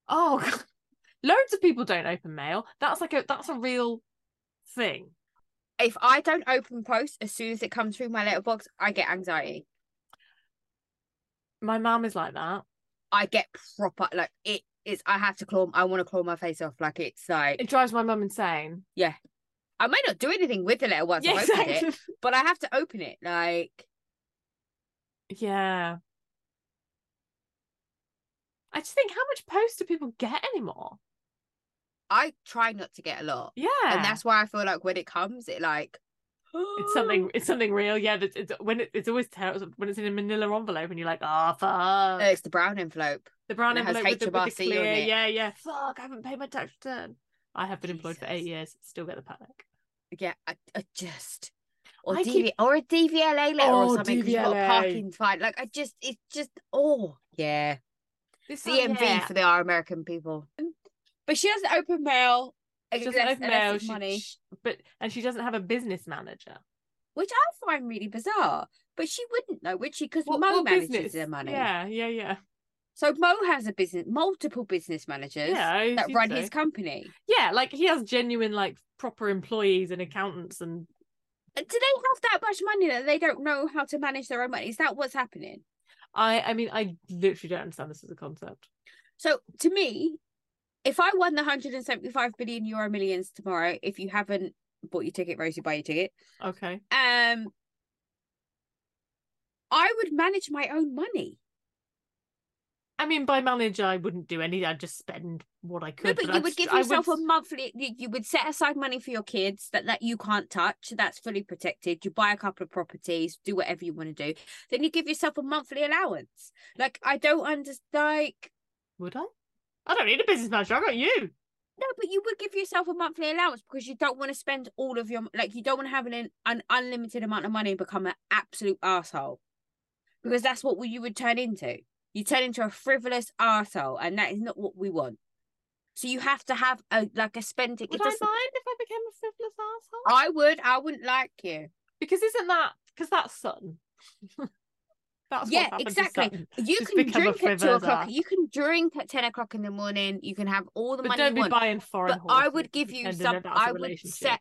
Speaker 1: Oh, God. loads of people don't open mail. That's like a that's a real thing.
Speaker 3: If I don't open post as soon as it comes through my letterbox, I get anxiety.
Speaker 1: My mum is like that.
Speaker 3: I get proper like it is. I have to claw. I want to claw my face off. Like it's like
Speaker 1: It drives my mum insane.
Speaker 3: I may not do anything with the letter once
Speaker 1: yeah,
Speaker 3: I've opened it,
Speaker 1: exactly.
Speaker 3: but I have to open it. Like
Speaker 1: Yeah. I just think how much post do people get anymore?
Speaker 3: I try not to get a lot,
Speaker 1: Yeah,
Speaker 3: and that's why I feel like when it comes, it like
Speaker 1: it's something. It's something real. Yeah, it's, it's when it, it's always terrible when it's in a Manila envelope and you're like, ah, fuck.
Speaker 3: Uh, it's the brown envelope.
Speaker 1: The brown
Speaker 3: And it has
Speaker 1: envelope with the, with the
Speaker 3: HMRC on
Speaker 1: clear.
Speaker 3: it.
Speaker 1: Yeah, yeah. Fuck, I haven't paid my tax return. I have been employed for eight
Speaker 3: Jesus.
Speaker 1: years. Still get the panic.
Speaker 3: Yeah, I, I just or
Speaker 1: I
Speaker 3: DV
Speaker 1: keep-
Speaker 3: or a DVLA letter
Speaker 1: Oh,
Speaker 3: or something. 'cause You've got a
Speaker 1: DVLA.
Speaker 3: parking fine. Like I just, it's just oh yeah,
Speaker 1: This
Speaker 3: DMV for the our American people. But she doesn't open mail.
Speaker 1: She doesn't
Speaker 3: unless-
Speaker 1: open
Speaker 3: unless
Speaker 1: mail,
Speaker 3: it's
Speaker 1: she-
Speaker 3: money,
Speaker 1: sh- but and she doesn't have a business manager.
Speaker 3: which I find really bizarre. But she wouldn't know, would she? Because Mo manages their money.
Speaker 1: Yeah, yeah, yeah.
Speaker 3: So Mo has a business, multiple business managers
Speaker 1: Yeah, I
Speaker 3: that
Speaker 1: think
Speaker 3: run
Speaker 1: so.
Speaker 3: his company.
Speaker 1: Yeah, like he has genuine like proper employees and accountants and
Speaker 3: And Uh, do they have that much money that they don't know how to manage their own money? Is that what's happening?
Speaker 1: I I mean I literally don't understand this as a concept.
Speaker 3: So to me, if I won the 175 billion euro millions tomorrow, if you haven't bought your ticket, Rosie, buy your ticket.
Speaker 1: Okay.
Speaker 3: Um, I would manage my own money.
Speaker 1: I mean by manager I wouldn't do any I'd just spend what I could.
Speaker 3: no, but, you
Speaker 1: I'd
Speaker 3: would
Speaker 1: st-
Speaker 3: give
Speaker 1: I
Speaker 3: yourself
Speaker 1: would-
Speaker 3: a monthly. You, you would set aside money for your kids that that you can't touch. That's fully protected. You buy a couple of properties, do whatever you want to do. Then you give yourself a monthly allowance. Like I don't understand. Like
Speaker 1: would I? I don't need a business manager, I got you.
Speaker 3: No, but you would give yourself a monthly allowance because you don't want to spend all of your like you don't want to have an an unlimited amount of money and become an absolute asshole. Because that's what you would turn into. You turn into a frivolous asshole, and that is not what we want. So you have to have a like a spend it.
Speaker 1: Would
Speaker 3: it
Speaker 1: I
Speaker 3: doesn't-
Speaker 1: mind if I became a frivolous asshole?
Speaker 3: I would. I wouldn't like you.
Speaker 1: Because isn't that because that's Sutton? that's
Speaker 3: Yeah,
Speaker 1: what's happened To
Speaker 3: exactly.
Speaker 1: Sutton.
Speaker 3: You
Speaker 1: Just
Speaker 3: can
Speaker 1: become a
Speaker 3: drink at two
Speaker 1: frivolous
Speaker 3: o'clock.
Speaker 1: ass.
Speaker 3: You can drink at ten o'clock in the morning. You can have all the
Speaker 1: But
Speaker 3: money
Speaker 1: don't
Speaker 3: you
Speaker 1: be
Speaker 3: want.
Speaker 1: buying foreign
Speaker 3: but I would
Speaker 1: horses
Speaker 3: give you
Speaker 1: and then
Speaker 3: some.
Speaker 1: that's a
Speaker 3: I would
Speaker 1: relationship.
Speaker 3: set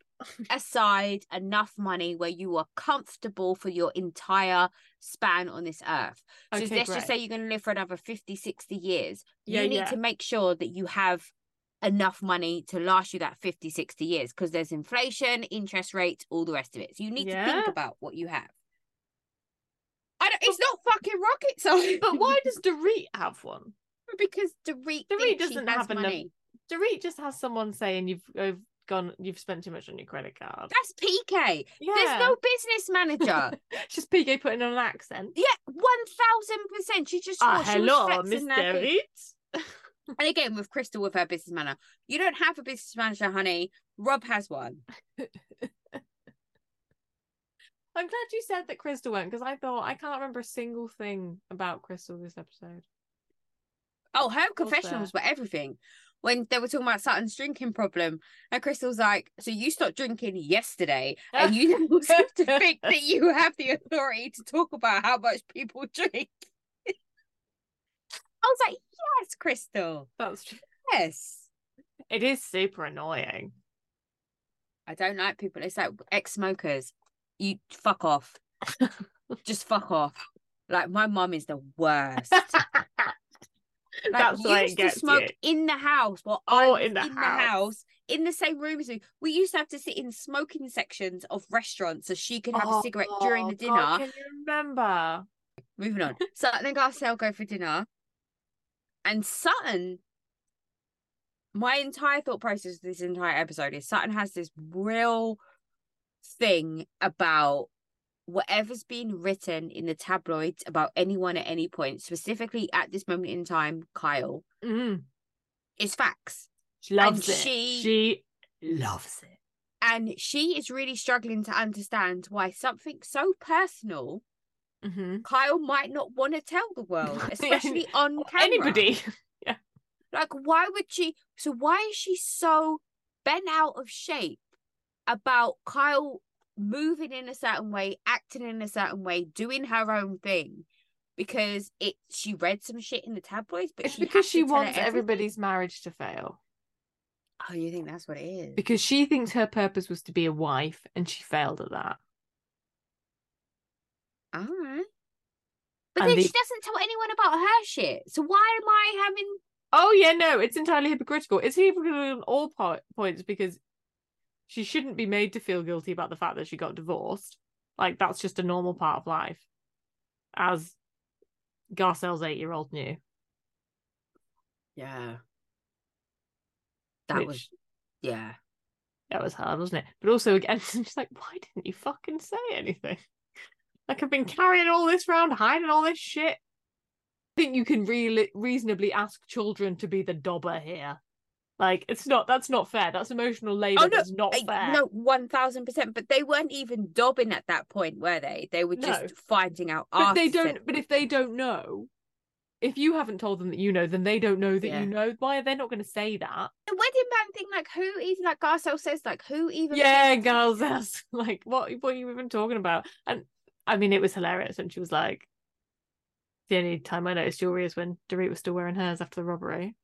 Speaker 3: aside enough money where you are comfortable for your entire span on this earth. So
Speaker 1: Okay,
Speaker 3: let's
Speaker 1: great.
Speaker 3: just say you're going to live for another 50, 60 years.
Speaker 1: Yeah,
Speaker 3: you need
Speaker 1: yeah.
Speaker 3: to make sure that you have enough money to last you that 50, 60 years because there's inflation, interest rates, all the rest of it. So you need to
Speaker 1: Yeah.
Speaker 3: think about what you have. I it's not fucking rocket science.
Speaker 1: But why does Dorit have one?
Speaker 3: Because Dorit,
Speaker 1: Dorit
Speaker 3: thinks
Speaker 1: doesn't
Speaker 3: she has
Speaker 1: have enough-
Speaker 3: money.
Speaker 1: Dorit just has someone saying you've, you've gone, you've spent too much on your credit card.
Speaker 3: That's PK.
Speaker 1: Yeah,
Speaker 3: There's no business manager.
Speaker 1: just PK putting on an accent.
Speaker 3: yeah, one thousand percent. She just
Speaker 1: Ah,
Speaker 3: thought she was
Speaker 1: hello, Miss
Speaker 3: flexing that thing.
Speaker 1: Dorit.
Speaker 3: And again, with Crystal with her business manager, you don't have a business manager, honey. Rob has one.
Speaker 1: I'm glad you said that Crystal went because I thought I can't remember a single thing about Crystal this episode.
Speaker 3: Oh,
Speaker 1: course
Speaker 3: her
Speaker 1: there.
Speaker 3: confessionals were everything. When they were talking about Sutton's drinking problem, and Crystal's like, "So you stopped drinking yesterday, and you now seem to think that you have the authority to talk about how much people drink." I was like, "Yes, Crystal.
Speaker 1: That's true.
Speaker 3: Yes."
Speaker 1: It is super annoying.
Speaker 3: I don't like people. It's like ex-smokers. You fuck off. Just fuck off. Like my mum is the worst. Like,
Speaker 1: That's
Speaker 3: you
Speaker 1: why it
Speaker 3: used
Speaker 1: gets
Speaker 3: to smoke
Speaker 1: you.
Speaker 3: in the house. Well, I
Speaker 1: Oh,
Speaker 3: was
Speaker 1: in the house.
Speaker 3: in the same room as me. We used to have to sit in smoking sections of restaurants so she could have a cigarette during
Speaker 1: Oh,
Speaker 3: the dinner.
Speaker 1: God, can you remember?
Speaker 3: Moving on. Sutton and Garcelle go for dinner, and Sutton. My entire thought process of this entire episode is Sutton has this real thing about whatever's been written in the tabloids about anyone at any point, specifically at this moment in time, Kyle,
Speaker 1: Mm.
Speaker 3: is facts.
Speaker 1: She loves it.
Speaker 3: she-
Speaker 1: she loves it.
Speaker 3: and she is really struggling to understand why something so personal
Speaker 1: Mm-hmm.
Speaker 3: Kyle might not want to tell the world,
Speaker 1: Yeah,
Speaker 3: especially on camera.
Speaker 1: Anybody?
Speaker 3: Like, why would she? So, why is she so bent out of shape about Kyle moving in a certain way, acting in a certain way, doing her own thing? Because it, she read some shit in the tabloids, but
Speaker 1: It's
Speaker 3: she
Speaker 1: because
Speaker 3: had
Speaker 1: she
Speaker 3: to tell her
Speaker 1: wants
Speaker 3: every-
Speaker 1: everybody's marriage to fail.
Speaker 3: Oh, you think that's what it is?
Speaker 1: Because she thinks her purpose was to be a wife and she failed at that.
Speaker 3: All right. But
Speaker 1: And
Speaker 3: then
Speaker 1: the-
Speaker 3: she doesn't tell anyone about her shit. So why am I having
Speaker 1: Oh yeah, no, it's entirely hypocritical. It's hypocritical on all po- points because she shouldn't be made to feel guilty about the fact that she got divorced. Like that's just a normal part of life, as Garcelle's eight-year-old knew.
Speaker 3: Yeah. That
Speaker 1: which-
Speaker 3: was yeah.
Speaker 1: that was hard, wasn't it? But also again, she's like, why didn't you fucking say anything? Like I've been carrying all this round, hiding all this shit. I think you can really reasonably ask children to be the dobber here. Like it's not that's not fair. That's emotional labor.
Speaker 3: Oh, no,
Speaker 1: that's not
Speaker 3: I-
Speaker 1: Oh, fair.
Speaker 3: no, one thousand percent. But they weren't even dobbing at that point, were they? They were just
Speaker 1: No.
Speaker 3: finding out
Speaker 1: but they
Speaker 3: after.
Speaker 1: don't but if they don't know if you haven't told them that you know then they don't know that
Speaker 3: Yeah.
Speaker 1: you know why are they not going to say that
Speaker 3: the wedding band thing, like who even like Garcelle says, like who even
Speaker 1: yeah girls that's like what what are you even talking about and i mean it was hilarious when she was like the only time i noticed jewelry is when Dorit was still wearing hers after the robbery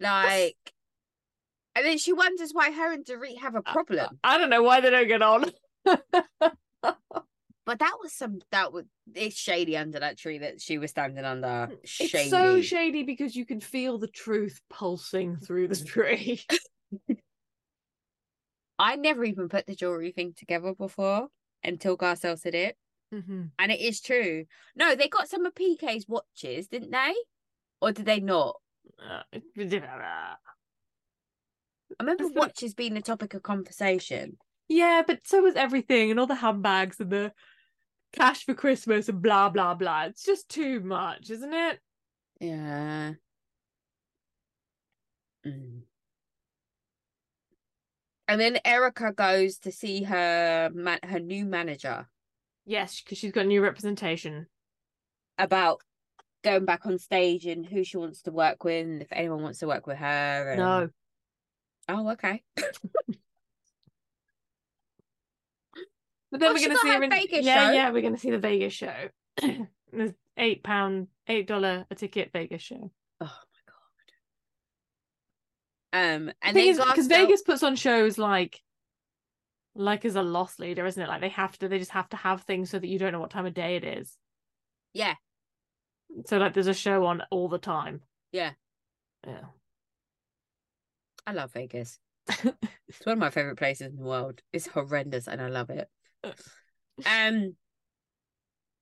Speaker 3: like and then she wonders why her and Dorit have a
Speaker 1: Uh,
Speaker 3: problem.
Speaker 1: i don't know why they don't get on
Speaker 3: but that was some that was it's shady under that tree that she was standing under. Shady.
Speaker 1: it's so shady because you can feel the truth pulsing through the tree
Speaker 3: I never even put the jewelry thing together before until Garcelle said it.
Speaker 1: Mhm.
Speaker 3: And it is true. No, they got some of PK's watches, didn't they? Or did they not?
Speaker 1: Uh,
Speaker 3: I remember
Speaker 1: That's the-
Speaker 3: watches being the topic of conversation.
Speaker 1: Yeah, but so was everything and all the handbags and the cash for Christmas and blah blah blah. It's just too much, isn't it?
Speaker 3: Yeah. Mm. And then Erica goes to see her man- her new manager
Speaker 1: Yes, because she's got new representation.
Speaker 3: about going back on stage and who she wants to work with, and if anyone wants to work with her. and-
Speaker 1: No,
Speaker 3: Oh, okay.
Speaker 1: but then
Speaker 3: Oh,
Speaker 1: we're
Speaker 3: she
Speaker 1: gonna
Speaker 3: got
Speaker 1: see
Speaker 3: her
Speaker 1: her in
Speaker 3: Vegas
Speaker 1: yeah
Speaker 3: show.
Speaker 1: yeah we're gonna see the Vegas show. the eight pound eight dollar a ticket Vegas show.
Speaker 3: Um,
Speaker 1: thing
Speaker 3: and then
Speaker 1: is because
Speaker 3: Garcelle-
Speaker 1: Vegas puts on shows like like as a loss leader, isn't it? Like they have to they just have to have things so that you don't know what time of day it is.
Speaker 3: Yeah.
Speaker 1: So like there's a show on all the time.
Speaker 3: Yeah.
Speaker 1: Yeah.
Speaker 3: I love Vegas. It's one of my favorite places in the world. It's horrendous and I love it. Um,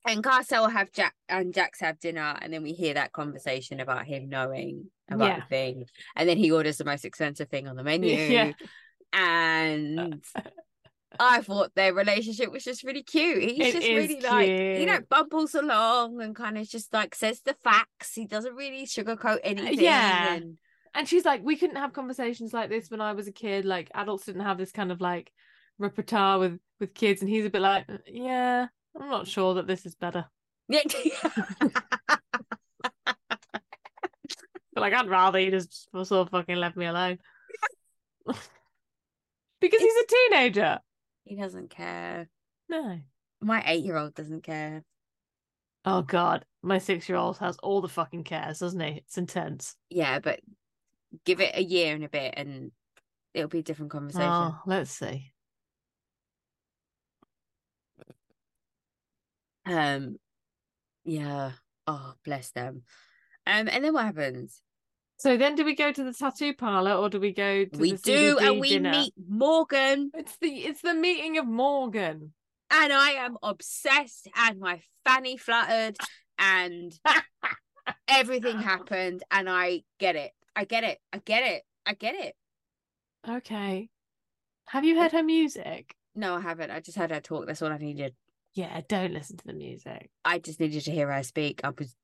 Speaker 3: and Carcel have Jack and Jax have dinner, and then we hear that conversation about him knowing about
Speaker 1: Yeah.
Speaker 3: the thing, and then he orders the most expensive thing on the menu.
Speaker 1: Yeah.
Speaker 3: And I thought their relationship was just really cute. He's
Speaker 1: It
Speaker 3: just
Speaker 1: is
Speaker 3: really like you know
Speaker 1: cute.
Speaker 3: bumbles along and kind of just like says the facts. He doesn't really sugarcoat anything.
Speaker 1: Uh, yeah.
Speaker 3: and-
Speaker 1: And she's like, we couldn't have conversations like this when I was a kid. Like adults didn't have this kind of like repertoire with with kids. And he's a bit like, yeah, I'm not sure that this is better.
Speaker 3: yeah.
Speaker 1: But like, I'd rather you just sort of fucking left me alone. because he's a teenager.
Speaker 3: he doesn't care.
Speaker 1: No.
Speaker 3: My eight-year-old doesn't care.
Speaker 1: Oh God, my six-year-old has all the fucking cares, doesn't he? It's intense.
Speaker 3: yeah, but give it a year and a bit, and it'll be a different conversation.
Speaker 1: Oh, let's see.
Speaker 3: Um, yeah. Oh, bless them. Um, and then what happens?
Speaker 1: So then, do we go to the tattoo parlor or do we go? To
Speaker 3: we
Speaker 1: the
Speaker 3: do,
Speaker 1: CDB
Speaker 3: and we
Speaker 1: dinner?
Speaker 3: meet Morgan,
Speaker 1: It's the it's the meeting of Morgan.
Speaker 3: and I am obsessed, and my fanny fluttered, and everything happened, and I get it. I get it. I get it. I get it.
Speaker 1: Okay. Have you heard her music?
Speaker 3: No, I haven't. I just heard her talk. That's all I needed.
Speaker 1: Yeah, don't listen to the music.
Speaker 3: I just needed to hear her speak. I was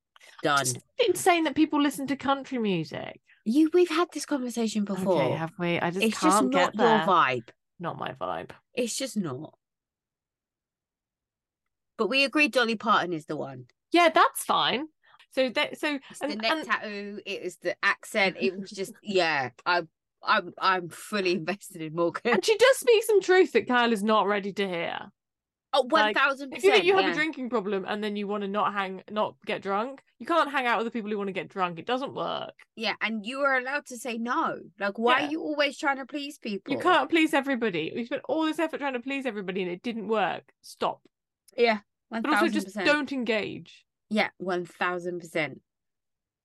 Speaker 3: done.
Speaker 1: Just insane that people listen to country music.
Speaker 3: You, we've had this conversation before.
Speaker 1: Okay, have we? I just
Speaker 3: it's just
Speaker 1: can't
Speaker 3: not
Speaker 1: get
Speaker 3: your
Speaker 1: there.
Speaker 3: vibe.
Speaker 1: Not my vibe.
Speaker 3: It's just not. But we agree Dolly Parton is the one.
Speaker 1: Yeah, that's fine. So that so
Speaker 3: It's the
Speaker 1: and,
Speaker 3: neck
Speaker 1: and-
Speaker 3: tattoo, it was the accent, it was just yeah, I I'm I'm fully invested in Morgan.
Speaker 1: and she does speak some truth that Kyle is not ready to hear.
Speaker 3: Oh, one
Speaker 1: like,
Speaker 3: thousand
Speaker 1: If you
Speaker 3: percent.
Speaker 1: think you have a
Speaker 3: yeah.
Speaker 1: drinking problem and then you want to not hang, not get drunk, you can't hang out with the people who want to get drunk. It doesn't work.
Speaker 3: yeah, and you are allowed to say no. Like, why
Speaker 1: Yeah.
Speaker 3: are you always trying to please people?
Speaker 1: You can't please everybody. We spent all this effort trying to please everybody and it didn't work. Stop.
Speaker 3: Yeah, one
Speaker 1: But also
Speaker 3: thousand
Speaker 1: just
Speaker 3: percent.
Speaker 1: don't engage.
Speaker 3: Yeah, one thousand percent.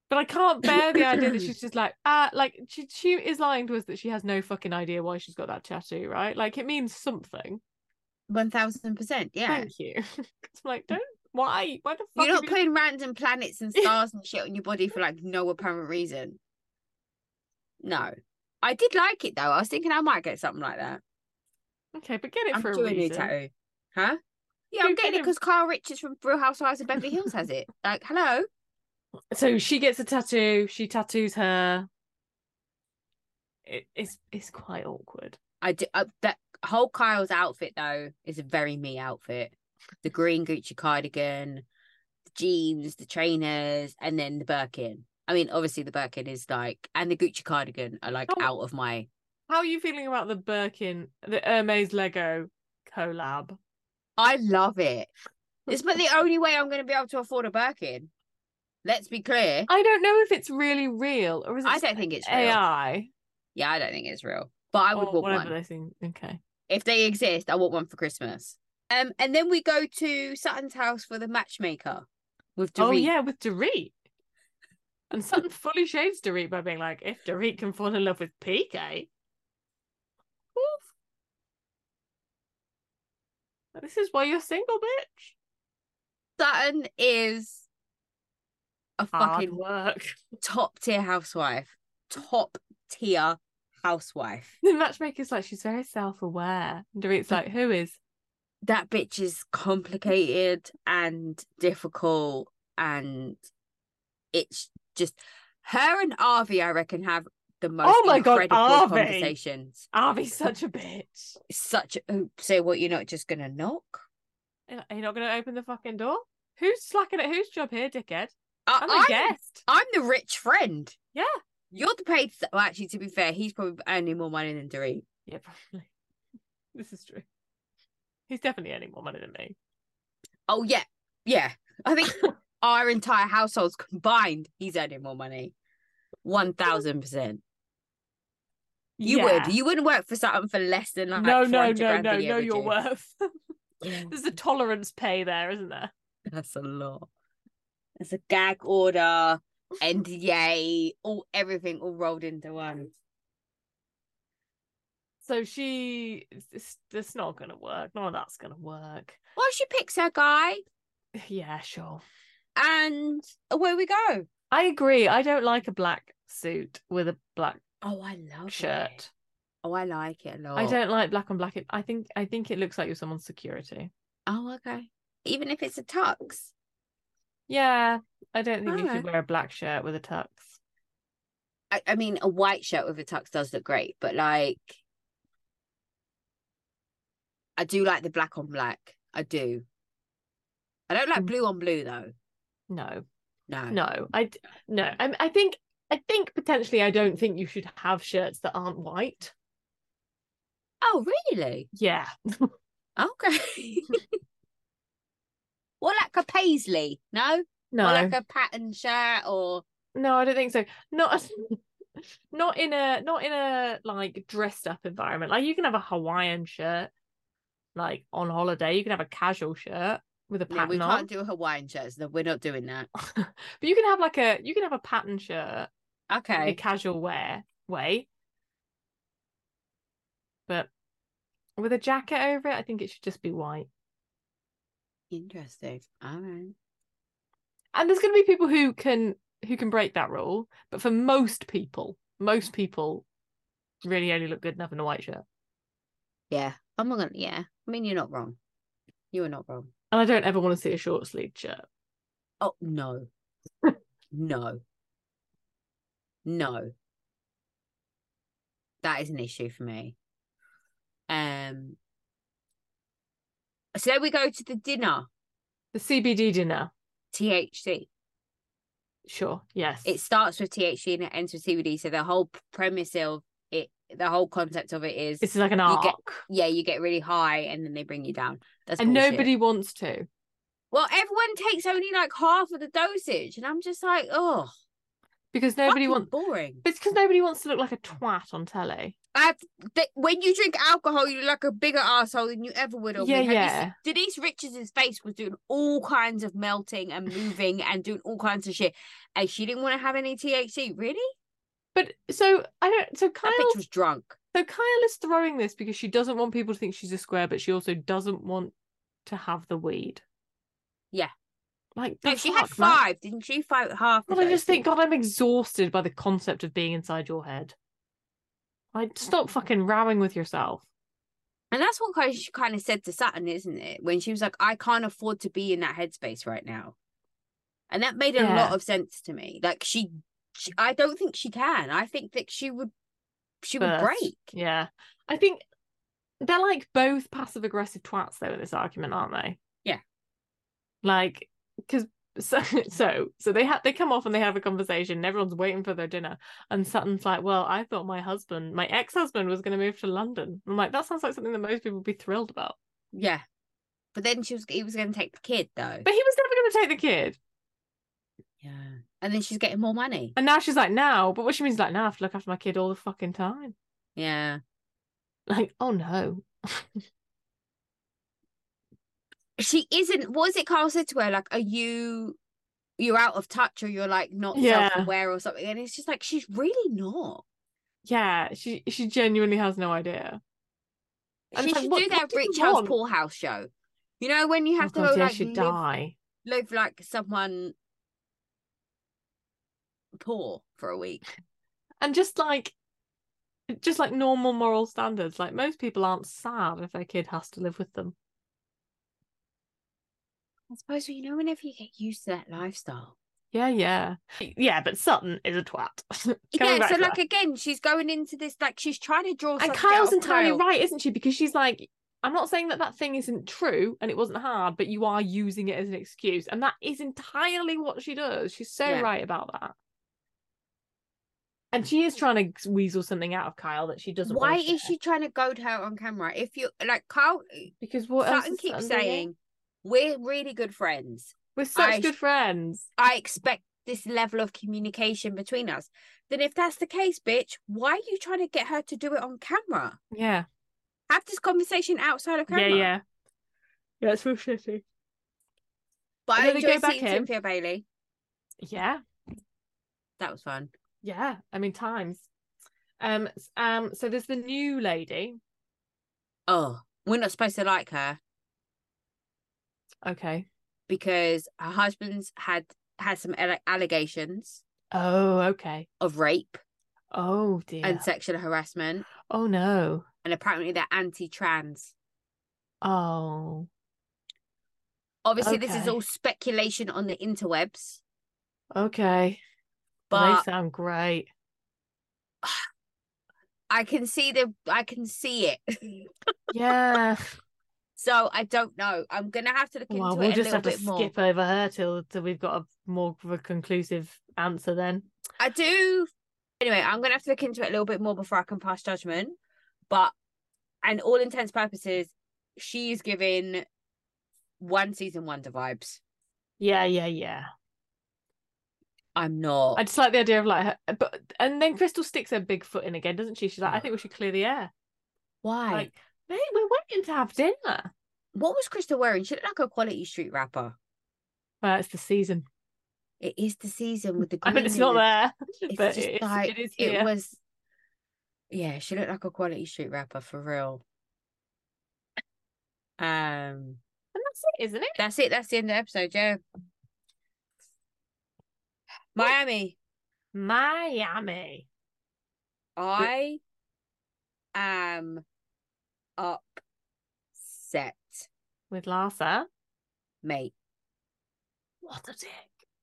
Speaker 1: But I can't bear the idea that she's just like, uh, like she she is lying to us that she has no fucking idea why she's got that tattoo, right? Like it means something.
Speaker 3: One thousand percent. Yeah.
Speaker 1: Thank you. it's like, don't why? Why the fuck?
Speaker 3: You're
Speaker 1: have
Speaker 3: not
Speaker 1: you-
Speaker 3: putting random planets and stars and shit on your body for like no apparent reason. No. I did like it though. I was thinking I might get something like that.
Speaker 1: Okay, but get it
Speaker 3: I'm
Speaker 1: for a
Speaker 3: doing a new
Speaker 1: reason.
Speaker 3: tattoo. Huh? Yeah,
Speaker 1: You
Speaker 3: I'm getting it
Speaker 1: get a-
Speaker 3: because Carl Richards from Real Housewives of Beverly Hills has it. Like, hello.
Speaker 1: so she gets a tattoo. She tattoos her. It, it's it's quite awkward.
Speaker 3: I do uh, that whole Kyle's outfit though is a very me outfit. The green Gucci cardigan, the jeans, the trainers, and then the Birkin. I mean, obviously the Birkin is like, and the Gucci cardigan are like
Speaker 1: Oh.
Speaker 3: out of my
Speaker 1: How are you feeling about the Birkin, the Hermes Lego collab?
Speaker 3: I love it. It's but the only way I'm going to be able to afford a Birkin. Let's be clear.
Speaker 1: I don't know if it's really real or is it
Speaker 3: I
Speaker 1: just
Speaker 3: don't think it's real.
Speaker 1: AI
Speaker 3: Yeah, I don't think it's real. But I would
Speaker 1: or
Speaker 3: want
Speaker 1: whatever
Speaker 3: one
Speaker 1: they think. Okay,
Speaker 3: if they exist. I want one for Christmas. Um, and then we go to Sutton's house for the matchmaker with Dorit.
Speaker 1: oh yeah, with Dorit. And Sutton fully shades Dorit by being like, if Dorit can fall in love with PK, oof. This is why you're single, bitch.
Speaker 3: Sutton is a
Speaker 1: Hard
Speaker 3: fucking
Speaker 1: work.
Speaker 3: top tier housewife. Top tier housewife.
Speaker 1: The matchmaker's like, she's very self aware. And Dorit's like, who is?
Speaker 3: That bitch is complicated and difficult and it's just her and Arvi, I reckon, have the most
Speaker 1: Oh my God,
Speaker 3: incredible
Speaker 1: Arvi.
Speaker 3: conversations.
Speaker 1: Arby's such a bitch.
Speaker 3: Such oh, so what you're not just gonna knock?
Speaker 1: Are you not going to open the fucking door? Who's slacking at whose job here, dickhead?
Speaker 3: I,
Speaker 1: I'm a
Speaker 3: I'm,
Speaker 1: guest.
Speaker 3: I'm the rich friend.
Speaker 1: Yeah.
Speaker 3: You're the paid s- well, actually to be fair, he's probably earning more money than Dorit.
Speaker 1: Yeah, probably. this is true. He's definitely earning more money than me.
Speaker 3: Oh yeah. Yeah. I think our entire households combined, he's earning more money. One thousand percent. You
Speaker 1: Yeah.
Speaker 3: would. You wouldn't work for something for less than like
Speaker 1: no, no,
Speaker 3: 400
Speaker 1: no,
Speaker 3: grand a
Speaker 1: no,
Speaker 3: year,
Speaker 1: no,
Speaker 3: would
Speaker 1: your
Speaker 3: you?
Speaker 1: worth.
Speaker 3: Yeah,
Speaker 1: There's a tolerance pay there, isn't there?
Speaker 3: that's a lot. That's a gag order, NDA, all everything all rolled into one.
Speaker 1: So she, it's, it's not going to work. None of that's going to work.
Speaker 3: Well, she picks her guy,
Speaker 1: Yeah, sure.
Speaker 3: and away we go.
Speaker 1: I agree. I don't like a black suit with a black
Speaker 3: Oh, I love it.
Speaker 1: shirt.
Speaker 3: Oh, I like it a lot.
Speaker 1: I don't like black on black. It- I think I think it looks like you're someone's security.
Speaker 3: Oh, okay. Even if it's a tux.
Speaker 1: Yeah, I don't think you
Speaker 3: Alright.
Speaker 1: should wear a black shirt with a tux.
Speaker 3: I, I mean, a white shirt with a tux does look great, but like, I do like the black on black. I do. I don't like
Speaker 1: Mm.
Speaker 3: blue on blue though.
Speaker 1: No,
Speaker 3: No.
Speaker 1: no, I d- no. I, I think I think potentially I don't think you should have shirts that aren't white.
Speaker 3: Oh, really?
Speaker 1: Yeah,
Speaker 3: Okay. or like a paisley? No.
Speaker 1: no,
Speaker 3: Or like a pattern shirt or
Speaker 1: no. I don't think so. Not not in a not in a like dressed up environment. Like you can have a Hawaiian shirt, like on holiday. You can have a casual shirt with a
Speaker 3: no,
Speaker 1: pattern
Speaker 3: we
Speaker 1: on.
Speaker 3: can't do Hawaiian shirts. No, we're not doing that.
Speaker 1: but you can have like a you can have a pattern shirt in a
Speaker 3: Okay.
Speaker 1: casual wear way. But with a jacket over it, I think it should just be white.
Speaker 3: Interesting. All right.
Speaker 1: And there's going to be people who can who can break that rule, but for most people, most people really only look good enough in a white shirt.
Speaker 3: Yeah. I'm not gonna yeah. I mean you're not wrong. You are not wrong.
Speaker 1: And I don't ever want to see a short sleeved shirt.
Speaker 3: Oh no. no. No. That is an issue for me. Um so then we go to the dinner,
Speaker 1: The CBD dinner,
Speaker 3: THC.
Speaker 1: sure, yes,
Speaker 3: It starts with THC and it ends with CBD. So the whole p- premise of it, the whole concept of it is,
Speaker 1: this is like an
Speaker 3: you
Speaker 1: arc,
Speaker 3: get- yeah, you get really high and then they bring you down. That's
Speaker 1: and
Speaker 3: bullshit.
Speaker 1: nobody wants to.
Speaker 3: Well, everyone takes only like half of the dosage, and I'm just like, oh,
Speaker 1: Because nobody
Speaker 3: fucking
Speaker 1: wants.
Speaker 3: boring.
Speaker 1: It's because nobody wants to look like a twat on telly.
Speaker 3: I th- when you drink alcohol, you look like a bigger asshole than you ever would have.
Speaker 1: Yeah,
Speaker 3: Have you
Speaker 1: yeah.
Speaker 3: seen- Denise Richards' face was doing all kinds of melting and moving and doing all kinds of shit, and she didn't want to have any THC. Really,
Speaker 1: But so I don't. So
Speaker 3: that
Speaker 1: Kyle
Speaker 3: bitch was drunk.
Speaker 1: So Kyle is throwing this because she doesn't want people to think she's a square, but she also doesn't want to have the weed.
Speaker 3: Yeah.
Speaker 1: Like
Speaker 3: No,
Speaker 1: the
Speaker 3: she had
Speaker 1: fuck, man?
Speaker 3: five, didn't she? Five half. the
Speaker 1: Well, I just
Speaker 3: dosage.
Speaker 1: think, God, I'm exhausted by the concept of being inside your head. Like,
Speaker 3: Mm.
Speaker 1: stop fucking rowing with yourself.
Speaker 3: and that's what kind of, she kind of said to Saturn, isn't it? When she was like, "I can't afford to be in that headspace right now," and that made a lot
Speaker 1: Yeah.
Speaker 3: of sense to me. Like she, she I don't think she can. I think that she would, she would
Speaker 1: Burst.
Speaker 3: break.
Speaker 1: Yeah, I think they're like both passive aggressive twats though in this argument, aren't they?
Speaker 3: Yeah.
Speaker 1: Like, because so so so they have they come off and they have a conversation. And everyone's waiting for their dinner, and Sutton's like, "Well, I thought my husband, my ex husband, was going to move to London." I'm like, that sounds like something that most people would be thrilled about.
Speaker 3: Yeah. But then she was he was gonna take the kid though.
Speaker 1: But he was never going to take the kid,
Speaker 3: Yeah. And then she's getting more money.
Speaker 1: and now she's like, "Now," but what she means is like, "Now I have to look after my kid all the fucking time."
Speaker 3: Yeah.
Speaker 1: Like, oh no,
Speaker 3: She isn't what is it Carl said to her? Like, are you you're out of touch or you're like not
Speaker 1: Yeah.
Speaker 3: self aware or something? And it's just like she's really not.
Speaker 1: yeah, she she genuinely has no idea. And
Speaker 3: she
Speaker 1: it's like,
Speaker 3: should
Speaker 1: what-
Speaker 3: do
Speaker 1: what
Speaker 3: that
Speaker 1: do you
Speaker 3: rich house
Speaker 1: want?
Speaker 3: poor house show. You know, when you have
Speaker 1: oh,
Speaker 3: to
Speaker 1: God,
Speaker 3: go
Speaker 1: yeah,
Speaker 3: like
Speaker 1: she'd
Speaker 3: live,
Speaker 1: die.
Speaker 3: live like someone poor for a week.
Speaker 1: and just like just like normal moral standards like most people aren't sad if their kid has to live with them
Speaker 3: I suppose well, you know, whenever you get used to that lifestyle.
Speaker 1: yeah yeah yeah but sutton is a twat Coming
Speaker 3: yeah,
Speaker 1: back
Speaker 3: so
Speaker 1: to
Speaker 3: like
Speaker 1: that.
Speaker 3: again, she's going into this like she's trying to draw.
Speaker 1: and
Speaker 3: something out
Speaker 1: kyle's
Speaker 3: of
Speaker 1: entirely
Speaker 3: Kyle.
Speaker 1: right isn't she because she's like i'm not saying that that thing isn't true and it wasn't hard but you are using it as an excuse and that is entirely what she does she's so
Speaker 3: Yeah.
Speaker 1: right about that and she is trying to weasel something out of kyle that she doesn't wanna
Speaker 3: Why is
Speaker 1: share.
Speaker 3: she trying to goad her on camera? If you like, Carl
Speaker 1: because what else
Speaker 3: Sutton
Speaker 1: is
Speaker 3: keeps
Speaker 1: Sutton doing?
Speaker 3: saying we're really good friends.
Speaker 1: we're such
Speaker 3: I-
Speaker 1: good friends
Speaker 3: I expect this level of communication between us. Then, if that's the case, bitch, why are you trying to get her to do it on camera?
Speaker 1: yeah
Speaker 3: Have this conversation outside of camera.
Speaker 1: Yeah, yeah. Yeah, it's real shitty.
Speaker 3: But
Speaker 1: And
Speaker 3: I
Speaker 1: then they go
Speaker 3: enjoyed
Speaker 1: back
Speaker 3: seeing
Speaker 1: in.
Speaker 3: Cynthia Bailey.
Speaker 1: Yeah,
Speaker 3: That was fun.
Speaker 1: yeah. I mean, times. Um, s- um, so there's the new lady.
Speaker 3: Oh, we're not supposed to like her
Speaker 1: Okay.
Speaker 3: because her husband's had had some alle- allegations
Speaker 1: Oh, okay.
Speaker 3: of rape
Speaker 1: Oh dear.
Speaker 3: and sexual harassment,
Speaker 1: oh no.
Speaker 3: and apparently they're anti-trans.
Speaker 1: Oh.
Speaker 3: Obviously, this is
Speaker 1: Okay.
Speaker 3: all speculation on the interwebs,
Speaker 1: Okay. Well,
Speaker 3: but
Speaker 1: they sound great.
Speaker 3: I can see the I can see it.
Speaker 1: Yeah.
Speaker 3: so I don't know. I'm gonna have to look into
Speaker 1: well,
Speaker 3: it
Speaker 1: we'll
Speaker 3: a
Speaker 1: just
Speaker 3: little
Speaker 1: have to
Speaker 3: bit
Speaker 1: skip
Speaker 3: more.
Speaker 1: over her till till we've got a more of a conclusive answer then.
Speaker 3: I do. Anyway, I'm gonna have to look into it a little bit more before I can pass judgment. But, and all intents purposes, she is giving one season wonder vibes.
Speaker 1: Yeah, yeah, yeah.
Speaker 3: I'm not.
Speaker 1: I just like the idea of like, her, but and then Crystal sticks her big foot in again, doesn't she? She's like, I think we should clear the air.
Speaker 3: Why?
Speaker 1: Like, mate, we're waiting to have dinner.
Speaker 3: what was Crystal wearing? She looked like a quality street rapper.
Speaker 1: Well, it's the season.
Speaker 3: It is the season with the
Speaker 1: I
Speaker 3: green.
Speaker 1: mean, it's
Speaker 3: in
Speaker 1: not
Speaker 3: the-
Speaker 1: there,
Speaker 3: It's
Speaker 1: but
Speaker 3: just
Speaker 1: it's,
Speaker 3: like
Speaker 1: it is
Speaker 3: it
Speaker 1: here.
Speaker 3: was. Yeah, she looked like a quality street rapper for real. Um,
Speaker 1: And that's it, isn't it?
Speaker 3: that's it. That's the end of the episode. Yeah. Miami,
Speaker 1: Miami.
Speaker 3: I am upset,
Speaker 1: with Larsa.
Speaker 3: mate.
Speaker 1: What a dick.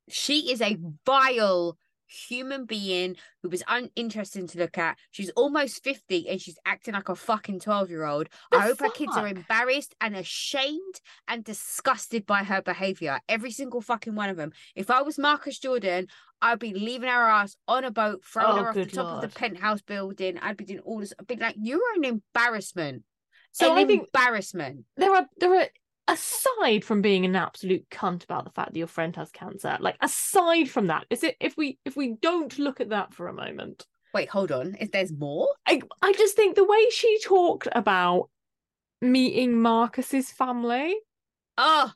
Speaker 3: She is a vile human being who was uninteresting to look at. She's almost 50 and she's acting like a fucking 12 year old.
Speaker 1: The
Speaker 3: I hope her kids are
Speaker 1: fuck?
Speaker 3: embarrassed and ashamed and disgusted by her behavior. Every single fucking one of them. If I was Marcus Jordan, I'd be leaving her ass on a boat, throwing
Speaker 1: Oh,
Speaker 3: her off the
Speaker 1: good
Speaker 3: top of
Speaker 1: lord.
Speaker 3: the penthouse building. I'd be doing all this. I'd be like, you're an embarrassment.
Speaker 1: So
Speaker 3: an
Speaker 1: I think
Speaker 3: embarrassment.
Speaker 1: there are there are aside from being an absolute cunt about the fact that your friend has cancer, like aside from that, is it if we if we don't look at that for a moment,
Speaker 3: Wait, hold on. If there's more,
Speaker 1: I I just think the way she talked about meeting Marcus's family,
Speaker 3: oh,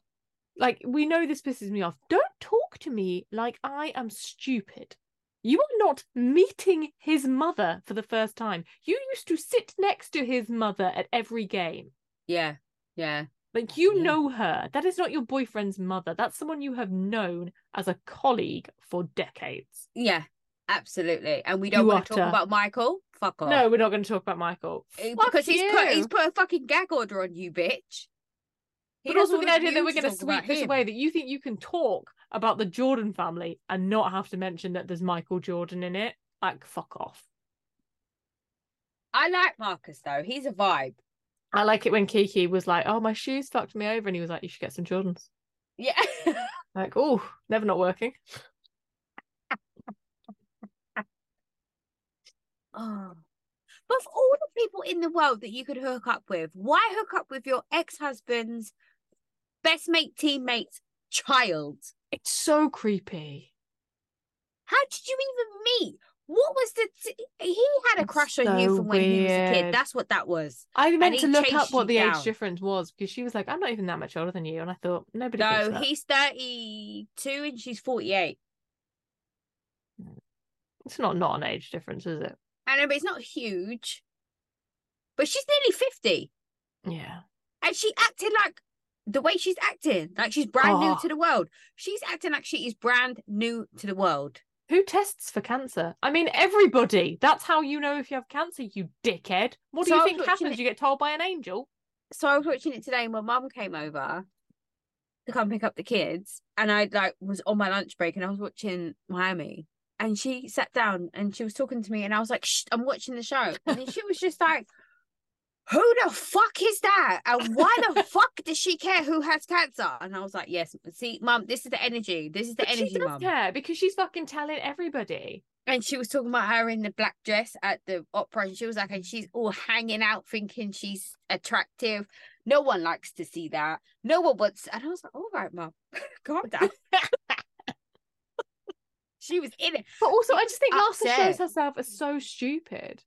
Speaker 1: like we know this pisses me off. Don't talk to me like I am stupid. You are not meeting his mother for the first time. You used to sit next to his mother at every game.
Speaker 3: yeah, yeah.
Speaker 1: Like you
Speaker 3: Yeah.
Speaker 1: know her. That is not your boyfriend's mother. That's someone you have known as a colleague for decades.
Speaker 3: Yeah, absolutely. And we don't
Speaker 1: You
Speaker 3: want to talk
Speaker 1: utter-
Speaker 3: about Michael. Fuck off.
Speaker 1: No, we're not going to talk about Michael.
Speaker 3: Eh,
Speaker 1: Fuck
Speaker 3: because he's
Speaker 1: you.
Speaker 3: put he's put a fucking gag order on you, bitch. He
Speaker 1: but also
Speaker 3: doesn't
Speaker 1: the
Speaker 3: want
Speaker 1: idea
Speaker 3: you
Speaker 1: that we're going to
Speaker 3: talk about
Speaker 1: sweep this
Speaker 3: him.
Speaker 1: away that you think you can talk about the Jordan family and not have to mention that there's Michael Jordan in it. Like fuck off.
Speaker 3: I like Marcus though. He's a vibe.
Speaker 1: I like it when Kiki was like, "Oh, my shoes fucked me over," and he was like, "You should get some Jordans."
Speaker 3: Yeah.
Speaker 1: Like, oh, never not working.
Speaker 3: oh. But of all the people in the world that you could hook up with, why hook up with your ex-husband's best mate teammate's child?
Speaker 1: It's so creepy.
Speaker 3: How did you even meet? What was the t- he had a
Speaker 1: It's
Speaker 3: crush on you
Speaker 1: so
Speaker 3: from when he was a kid?
Speaker 1: weird.
Speaker 3: That's what that was.
Speaker 1: I meant
Speaker 3: he
Speaker 1: to look up
Speaker 3: chased
Speaker 1: what
Speaker 3: you
Speaker 1: the
Speaker 3: down.
Speaker 1: age difference was because she was like, "I'm not even that much older than you," and I thought nobody. thinks
Speaker 3: No,
Speaker 1: that.
Speaker 3: he's 32 and she's 48.
Speaker 1: It's not not an age difference, is it?
Speaker 3: I know, but it's not huge. But she's nearly 50
Speaker 1: Yeah.
Speaker 3: and she acted like the way she's acting, like she's brand new
Speaker 1: Oh.
Speaker 3: to the world. She's acting like she is brand new to the world.
Speaker 1: Who tests for cancer? I mean, everybody. That's how you know if you have cancer, you dickhead. What do
Speaker 3: So I
Speaker 1: you
Speaker 3: was
Speaker 1: think
Speaker 3: watching
Speaker 1: happens?
Speaker 3: it-
Speaker 1: You get told by an angel?
Speaker 3: So I was watching it today and my mum came over to come pick up the kids and I like was on my lunch break and I was watching Miami. And she sat down and she was talking to me, and I was like, Shh, I'm watching the show. And then she was just like, Who the fuck is that? And why the fuck does she care who has cancer? And I was like, Yes, see, mum, this is the energy. This is the
Speaker 1: But she
Speaker 3: energy,
Speaker 1: does
Speaker 3: mum.
Speaker 1: care because she's fucking telling everybody.
Speaker 3: And she was talking about her in the black dress at the opera, and she was like, and she's all hanging out thinking she's attractive. No one likes to see that. No one wants. And I was like, all right, mum, calm down. she was in it.
Speaker 1: But also, I just think Larsa
Speaker 3: upset.
Speaker 1: shows herself as so stupid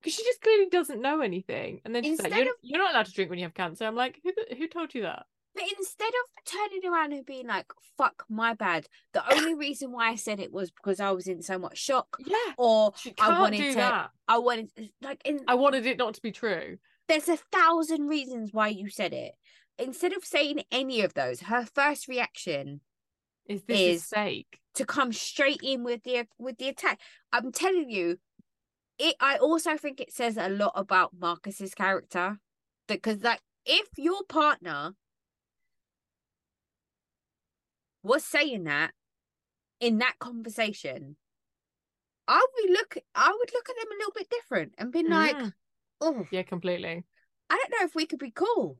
Speaker 1: because she just clearly doesn't know anything. And then she's like,
Speaker 3: Instead
Speaker 1: you're, "You're not allowed to drink when you have cancer." I'm like, "Who, who told you that?"
Speaker 3: But instead of turning around and being like, fuck, my bad, the only reason why I said it was because I was in so much shock
Speaker 1: Yeah.
Speaker 3: or
Speaker 1: She
Speaker 3: I
Speaker 1: can't
Speaker 3: wanted
Speaker 1: do
Speaker 3: to-
Speaker 1: that.
Speaker 3: I wanted, like, in,
Speaker 1: I wanted it not to be true.
Speaker 3: there's a thousand reasons why you said it. Instead of saying any of those, her first reaction
Speaker 1: Is this is,
Speaker 3: Is-
Speaker 1: sake?
Speaker 3: to come straight in with the with the attack. I'm telling you, it. I also think it says a lot about Marcus's character because, like, if your partner was saying that in that conversation, I would look. I would look at them a little bit different and be like,
Speaker 1: Mm.
Speaker 3: "Oh,
Speaker 1: Yeah, completely.
Speaker 3: I don't know if we could be cool.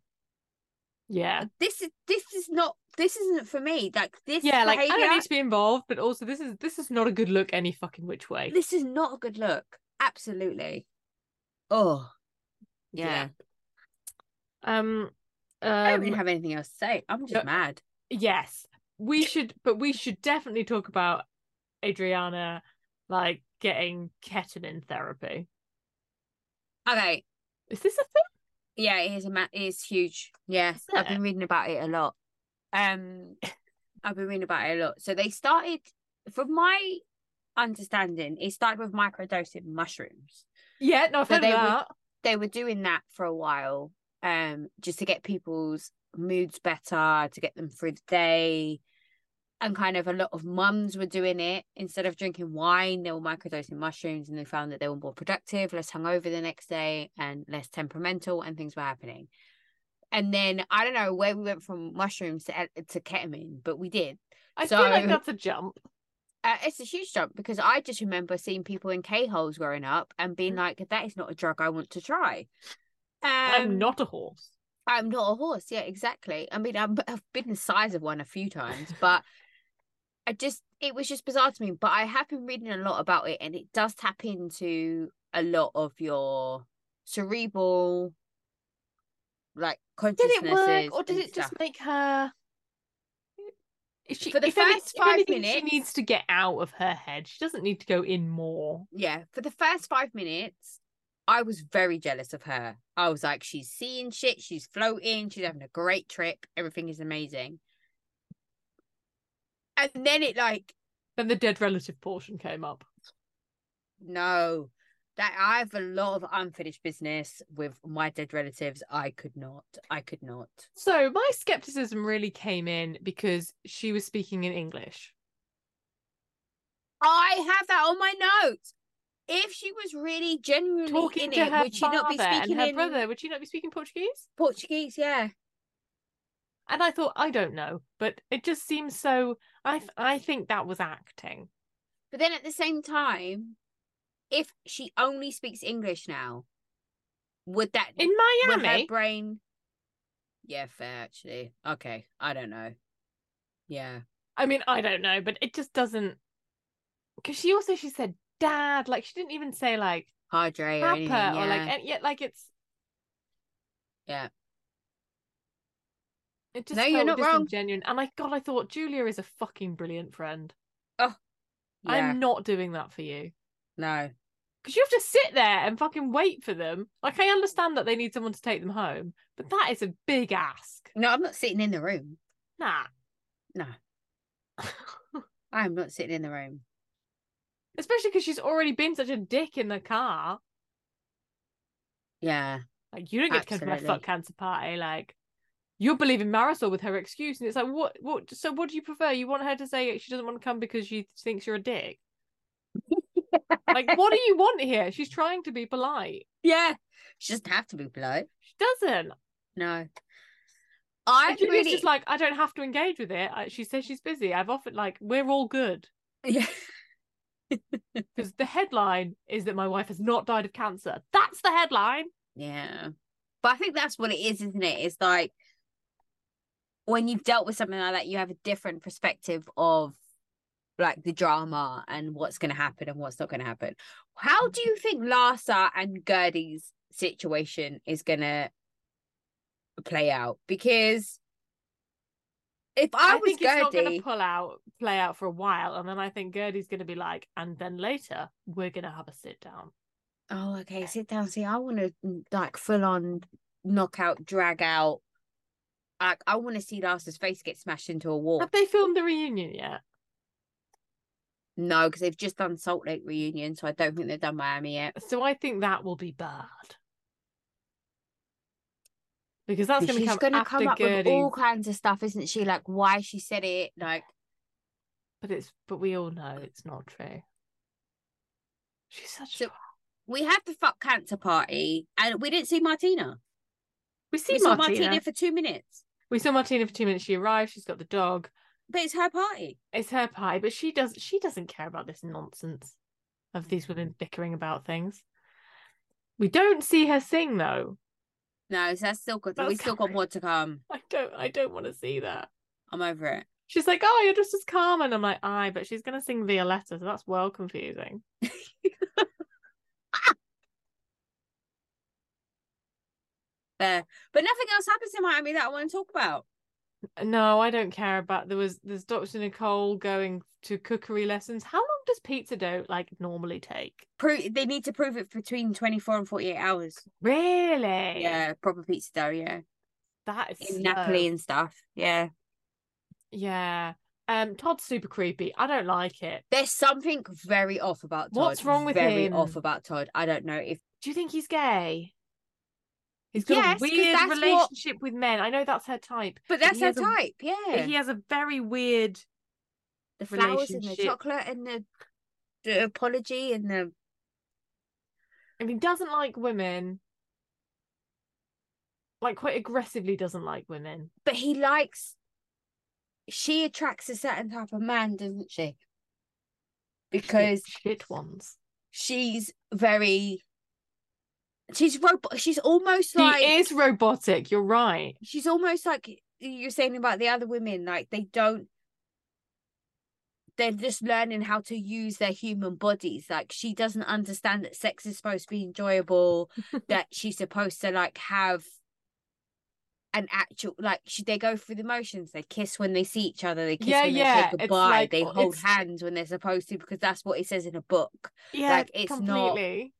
Speaker 1: Yeah.
Speaker 3: This is this is not. This isn't for me. Like this.
Speaker 1: Yeah, like I
Speaker 3: behaviour-
Speaker 1: don't need to be involved, but also this is this is not a good look any fucking which way.
Speaker 3: this is not a good look. Absolutely. Oh, yeah.
Speaker 1: Um
Speaker 3: I don't really
Speaker 1: um
Speaker 3: have anything else to say. I'm just
Speaker 1: Yeah.
Speaker 3: mad.
Speaker 1: yes. We should but we should definitely talk about Adriana like getting ketamine therapy.
Speaker 3: Okay.
Speaker 1: Is this a
Speaker 3: Yeah, it is a ma- it is huge. Yeah,
Speaker 1: Is
Speaker 3: I've
Speaker 1: it?
Speaker 3: been reading about it a lot. Um, I've been reading about it a lot. So they started, from my understanding, it started with microdosing mushrooms.
Speaker 1: thing? Yeah, no, I've
Speaker 3: So
Speaker 1: heard of
Speaker 3: they would-
Speaker 1: that.
Speaker 3: They were doing that for a while, um, just to get people's moods better, to get them through the day. and kind of a lot of mums were doing it instead of drinking wine they were microdosing mushrooms and they found that they were more productive less hungover the next day and less temperamental and things were happening and then i don't know where we went from mushrooms to, e- to ketamine but we did
Speaker 1: I feel like
Speaker 3: so-
Speaker 1: that's a jump.
Speaker 3: uh, it's a huge jump because i just remember seeing people in k-holes growing up and being like that is not a drug i want to try um,
Speaker 1: I'm not a horse.
Speaker 3: I'm not a horse. Yeah, exactly. I mean, I'm, I've been the size of one a few times, but I just, it was just bizarre to me. But I have been reading a lot about it and it does tap into a lot of your cerebral, like
Speaker 1: Did
Speaker 3: consciousness.
Speaker 1: it work or did it just make her if she,
Speaker 3: For the
Speaker 1: if any-
Speaker 3: first
Speaker 1: if
Speaker 3: five
Speaker 1: anything, she
Speaker 3: minutes-
Speaker 1: needs to get out of her head. She doesn't need to go in more.
Speaker 3: yeah, for the first five minutes, I was very jealous of her. I was like, she's seeing shit, she's floating, she's having a great trip, everything is amazing. And then it like
Speaker 1: Then the dead relative portion came up.
Speaker 3: No, that I have a lot of unfinished business with my dead relatives. I could not. I could not.
Speaker 1: So my skepticism really came in because she was speaking in English.
Speaker 3: I have that on my notes. If she was really genuinely
Speaker 1: Talking
Speaker 3: in
Speaker 1: to
Speaker 3: it,
Speaker 1: her
Speaker 3: would she
Speaker 1: father
Speaker 3: not be
Speaker 1: and
Speaker 3: speaking
Speaker 1: her
Speaker 3: in
Speaker 1: brother, would she not be speaking Portuguese?
Speaker 3: Portuguese? Yeah.
Speaker 1: And I thought, I don't know, but it just seems so. I I think that was acting.
Speaker 3: But then at the same time, if she only speaks English now, would that
Speaker 1: In
Speaker 3: would her
Speaker 1: Miami,
Speaker 3: brain? Yeah, fair actually. Okay, I don't know. Yeah.
Speaker 1: I mean, I don't know, but it just doesn't. Because she also she said dad, like she didn't even say like
Speaker 3: Padre or
Speaker 1: papa
Speaker 3: anything,
Speaker 1: or
Speaker 3: yeah.
Speaker 1: like and yet like it's
Speaker 3: Yeah.
Speaker 1: It just
Speaker 3: No,
Speaker 1: felt
Speaker 3: you're not wrong.
Speaker 1: disingenuine. And I God, I thought Julia is a fucking brilliant friend.
Speaker 3: yeah.
Speaker 1: I'm not doing that for you.
Speaker 3: No.
Speaker 1: Because you have to sit there and fucking wait for them. Like I understand that they need someone to take them home, but that is a big ask.
Speaker 3: No, I'm not sitting in the room.
Speaker 1: Nah.
Speaker 3: No. I am not sitting in the room.
Speaker 1: Especially because she's already been such a dick in the car.
Speaker 3: Yeah.
Speaker 1: Like you don't get to come to my
Speaker 3: Absolutely.
Speaker 1: fuck cancer party. Like you're believing Marisol with her excuse, and it's like, what? What? So what do you prefer? You want her to say she doesn't want to come because she thinks you're a dick? like what do you want here? She's trying to be polite.
Speaker 3: Yeah. She doesn't have to be polite.
Speaker 1: She doesn't.
Speaker 3: No. I
Speaker 1: And Julia's
Speaker 3: really
Speaker 1: just like, I don't have to engage with it. I, she says she's busy. I've offered, like, we're all good.
Speaker 3: yeah.
Speaker 1: Because the headline is that my wife has not died of cancer. That's the headline.
Speaker 3: yeah. But I think that's what it is, isn't it? It's like when you've dealt with something like that, you have a different perspective of like the drama and what's going to happen and what's not going to happen. How do you think Larsa and Gertie's situation is going to play out? Because if I, was
Speaker 1: think it's not going
Speaker 3: Gertie,
Speaker 1: to pull out, play out for a while. And then I think Gertie's going to be like, and then later, we're going to have a sit down.
Speaker 3: Oh, okay. mm, Sit down. See, I want to like full on knockout, drag out, Like I want to see Lars's face get smashed into a wall.
Speaker 1: Have they filmed the reunion yet?
Speaker 3: No, because they've just done Salt Lake reunion, so I don't think they've done Miami yet.
Speaker 1: So I think that will be bad. Because that's going to
Speaker 3: she's
Speaker 1: come
Speaker 3: going to
Speaker 1: after
Speaker 3: come up
Speaker 1: Gertie's.
Speaker 3: with all kinds of stuff, isn't she? Like why she said it, like
Speaker 1: But it's but we all know it's not true. She's such.
Speaker 3: So- we have the fuck cancer party and we didn't see Martina.
Speaker 1: we see
Speaker 3: we saw
Speaker 1: Martina.
Speaker 3: Martina for two minutes.
Speaker 1: We saw Martina for two minutes. She arrived. She's got the dog.
Speaker 3: But it's her party.
Speaker 1: It's her pie, but she does. She doesn't care about this nonsense of these women
Speaker 3: Mm.
Speaker 1: bickering about things. We don't see her sing though.
Speaker 3: No, so that's still good.
Speaker 1: That's
Speaker 3: we still got
Speaker 1: coming.
Speaker 3: more to come.
Speaker 1: I don't. I don't want to see that.
Speaker 3: I'm over it.
Speaker 1: She's like, "Oh, you're just as calm," and I'm like, "Aye," but she's gonna sing Violetta, so that's well confusing.
Speaker 3: There. But nothing else happens in Miami that I want to talk about.
Speaker 1: No, I don't care about. There was there's Doctor Nicole going to cookery lessons. How long does pizza dough like normally take?
Speaker 3: Pro- they need to prove it between 24 and 48 hours.
Speaker 1: Really?
Speaker 3: Yeah, proper pizza dough, yeah.
Speaker 1: That is
Speaker 3: In
Speaker 1: slow.
Speaker 3: Napoli and stuff. Yeah.
Speaker 1: Yeah. Um, Todd's super creepy. I don't like it.
Speaker 3: There's something very off about Todd.
Speaker 1: What's wrong with
Speaker 3: very
Speaker 1: him?
Speaker 3: off about Todd. I don't know if
Speaker 1: Do you think he's gay? He's got
Speaker 3: Yes,
Speaker 1: a
Speaker 3: 'cause
Speaker 1: weird
Speaker 3: that's what-
Speaker 1: relationship with men. I know that's her type.
Speaker 3: But
Speaker 1: But
Speaker 3: that's
Speaker 1: he
Speaker 3: her
Speaker 1: has a-
Speaker 3: type, yeah.
Speaker 1: but He has a very weird.
Speaker 3: the flowers and the
Speaker 1: relationship.
Speaker 3: chocolate and the, the apology and the
Speaker 1: If he doesn't like women, like quite aggressively doesn't like women.
Speaker 3: but he likes she attracts a certain type of man, doesn't she? Because
Speaker 1: shit, shit ones.
Speaker 3: she's very she's robot she's almost
Speaker 1: He
Speaker 3: like
Speaker 1: is robotic. You're right.
Speaker 3: she's almost like you're saying about the other women like they don't they're just learning how to use their human bodies like she doesn't understand that sex is supposed to be enjoyable that she's supposed to like have an actual like she, they go through the motions they kiss when they see each other they kiss
Speaker 1: Yeah,
Speaker 3: when
Speaker 1: yeah,
Speaker 3: they say
Speaker 1: it's
Speaker 3: goodbye
Speaker 1: like- oh,
Speaker 3: they hold
Speaker 1: it's-
Speaker 3: hands when they're supposed to because that's what it says in a book
Speaker 1: Yeah,
Speaker 3: Like, it's not-
Speaker 1: completely.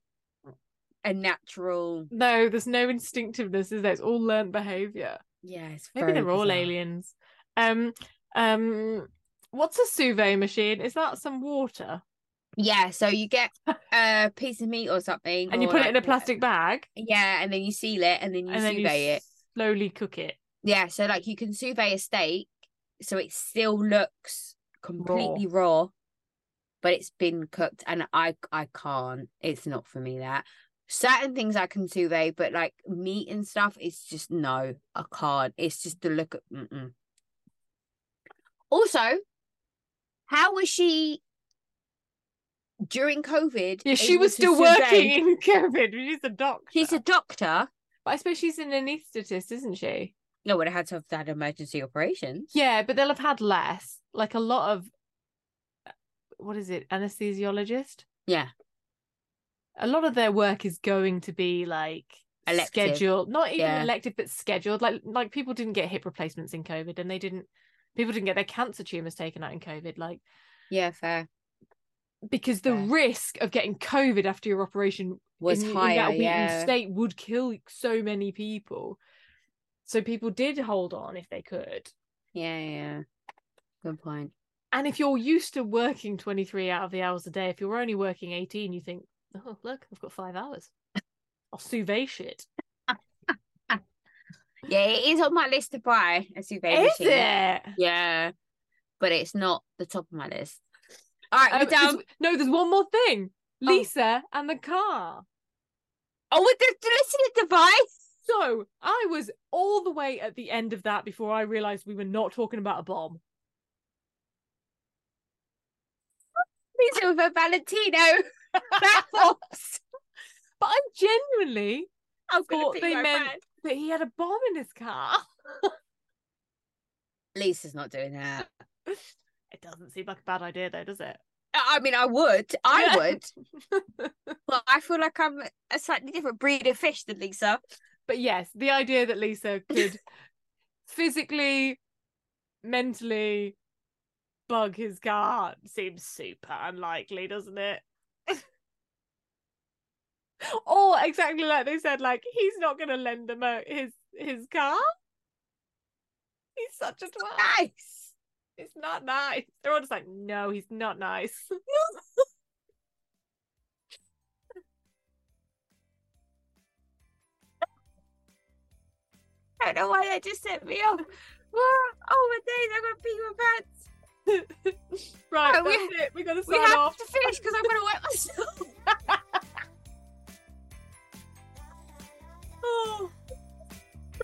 Speaker 3: a natural
Speaker 1: No, there's no instinctiveness. Is there? It's all learned behavior.
Speaker 3: yeah it's
Speaker 1: Maybe
Speaker 3: very
Speaker 1: they're all
Speaker 3: bizarre.
Speaker 1: aliens. Um, um, what's a suve machine? Is that some water?
Speaker 3: Yeah, so you get a piece of meat or something,
Speaker 1: And you
Speaker 3: or,
Speaker 1: put it in a
Speaker 3: like, wha-
Speaker 1: plastic bag,
Speaker 3: Yeah, and then you seal it, and then you
Speaker 1: and then
Speaker 3: sous
Speaker 1: you
Speaker 3: vide it.
Speaker 1: slowly cook it.
Speaker 3: Yeah, so like you can sous vide a steak, so it still looks completely raw, but it's been cooked, and I I can't. It's not for me that. Certain things I can sous vide, but like meat and stuff, it's just no, I can't. It's just the look. Of, mm-mm. Also, how was she during COVID?
Speaker 1: Yeah, she
Speaker 3: able
Speaker 1: was
Speaker 3: to
Speaker 1: still
Speaker 3: sous vide?
Speaker 1: working in COVID. She's a doctor.
Speaker 3: She's a doctor.
Speaker 1: But I suppose she's an anaesthetist, isn't she?
Speaker 3: No, would have had to have had emergency operations.
Speaker 1: Yeah, but they'll have had less. Like a lot of what is it? Anesthesiologist.
Speaker 3: Yeah.
Speaker 1: A lot of their work is going to be like
Speaker 3: Elective.
Speaker 1: scheduled, not even
Speaker 3: Yeah.
Speaker 1: elective, but scheduled. Like like people didn't get hip replacements in COVID, and they didn't. People didn't get their cancer tumors taken out in COVID, like
Speaker 3: Yeah, fair.
Speaker 1: because the
Speaker 3: Fair.
Speaker 1: risk of getting COVID after your operation
Speaker 3: Was
Speaker 1: in, in
Speaker 3: higher.
Speaker 1: that beaten
Speaker 3: yeah.
Speaker 1: state would kill so many people. So people did hold on if they could.
Speaker 3: yeah, yeah. Good point.
Speaker 1: And if you're used to working 23 out of the hours a day, if you're only working 18, you think, oh, look, I've got five hours. I'll sous vide shit.
Speaker 3: Yeah, it is on my list to buy a sous vide
Speaker 1: Is
Speaker 3: machine.
Speaker 1: it?
Speaker 3: Yeah, but it's not the top of my list. All right,
Speaker 1: Um,
Speaker 3: we're down.
Speaker 1: there's- no, there's one more thing.
Speaker 3: Oh.
Speaker 1: Lisa and the car.
Speaker 3: Oh, with the the listening device.
Speaker 1: So I was all the way at the end of that before I realized we were not talking about a bomb.
Speaker 3: Lisa with a Valentino backbox.
Speaker 1: But I genuinely
Speaker 3: I'm gonna
Speaker 1: Thought
Speaker 3: pick
Speaker 1: they
Speaker 3: my
Speaker 1: meant-
Speaker 3: friend.
Speaker 1: that he had a bomb in his car.
Speaker 3: Lisa's not doing that.
Speaker 1: It doesn't seem like a bad idea, though, does it?
Speaker 3: I I mean, I would, I
Speaker 1: Yeah.
Speaker 3: would, but I feel like I'm a slightly different breed of fish than Lisa.
Speaker 1: But yes, the idea that Lisa could physically, mentally bug his car seems super unlikely, doesn't it? or exactly like they said, like he's not going to lend them out his his car. He's such a twat.
Speaker 3: Nice.
Speaker 1: It's not nice. They're all just like, no, he's not nice.
Speaker 3: I don't know why that just set me off. What? Oh my days, I'm gonna pee my pants.
Speaker 1: Right,
Speaker 3: Oh, we-
Speaker 1: that's it. We gotta
Speaker 3: We
Speaker 1: sign
Speaker 3: have
Speaker 1: off.
Speaker 3: to finish because I'm gonna wet myself.
Speaker 1: Oh.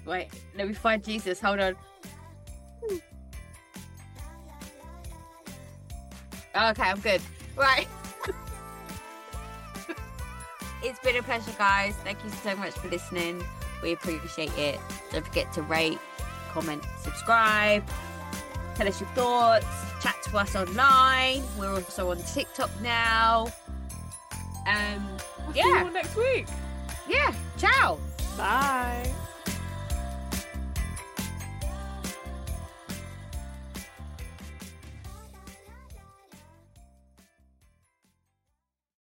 Speaker 3: Wait, let me find Jesus. Hold on. Okay, I'm good. Right. it's been a pleasure, guys. Thank you so much for listening. We appreciate it. Don't forget to rate, comment, subscribe. Tell us your thoughts. Chat to us online. We're also on TikTok now. Um,
Speaker 1: We'll see you
Speaker 3: yeah,
Speaker 1: all next week.
Speaker 3: yeah. Ciao.
Speaker 1: Bye.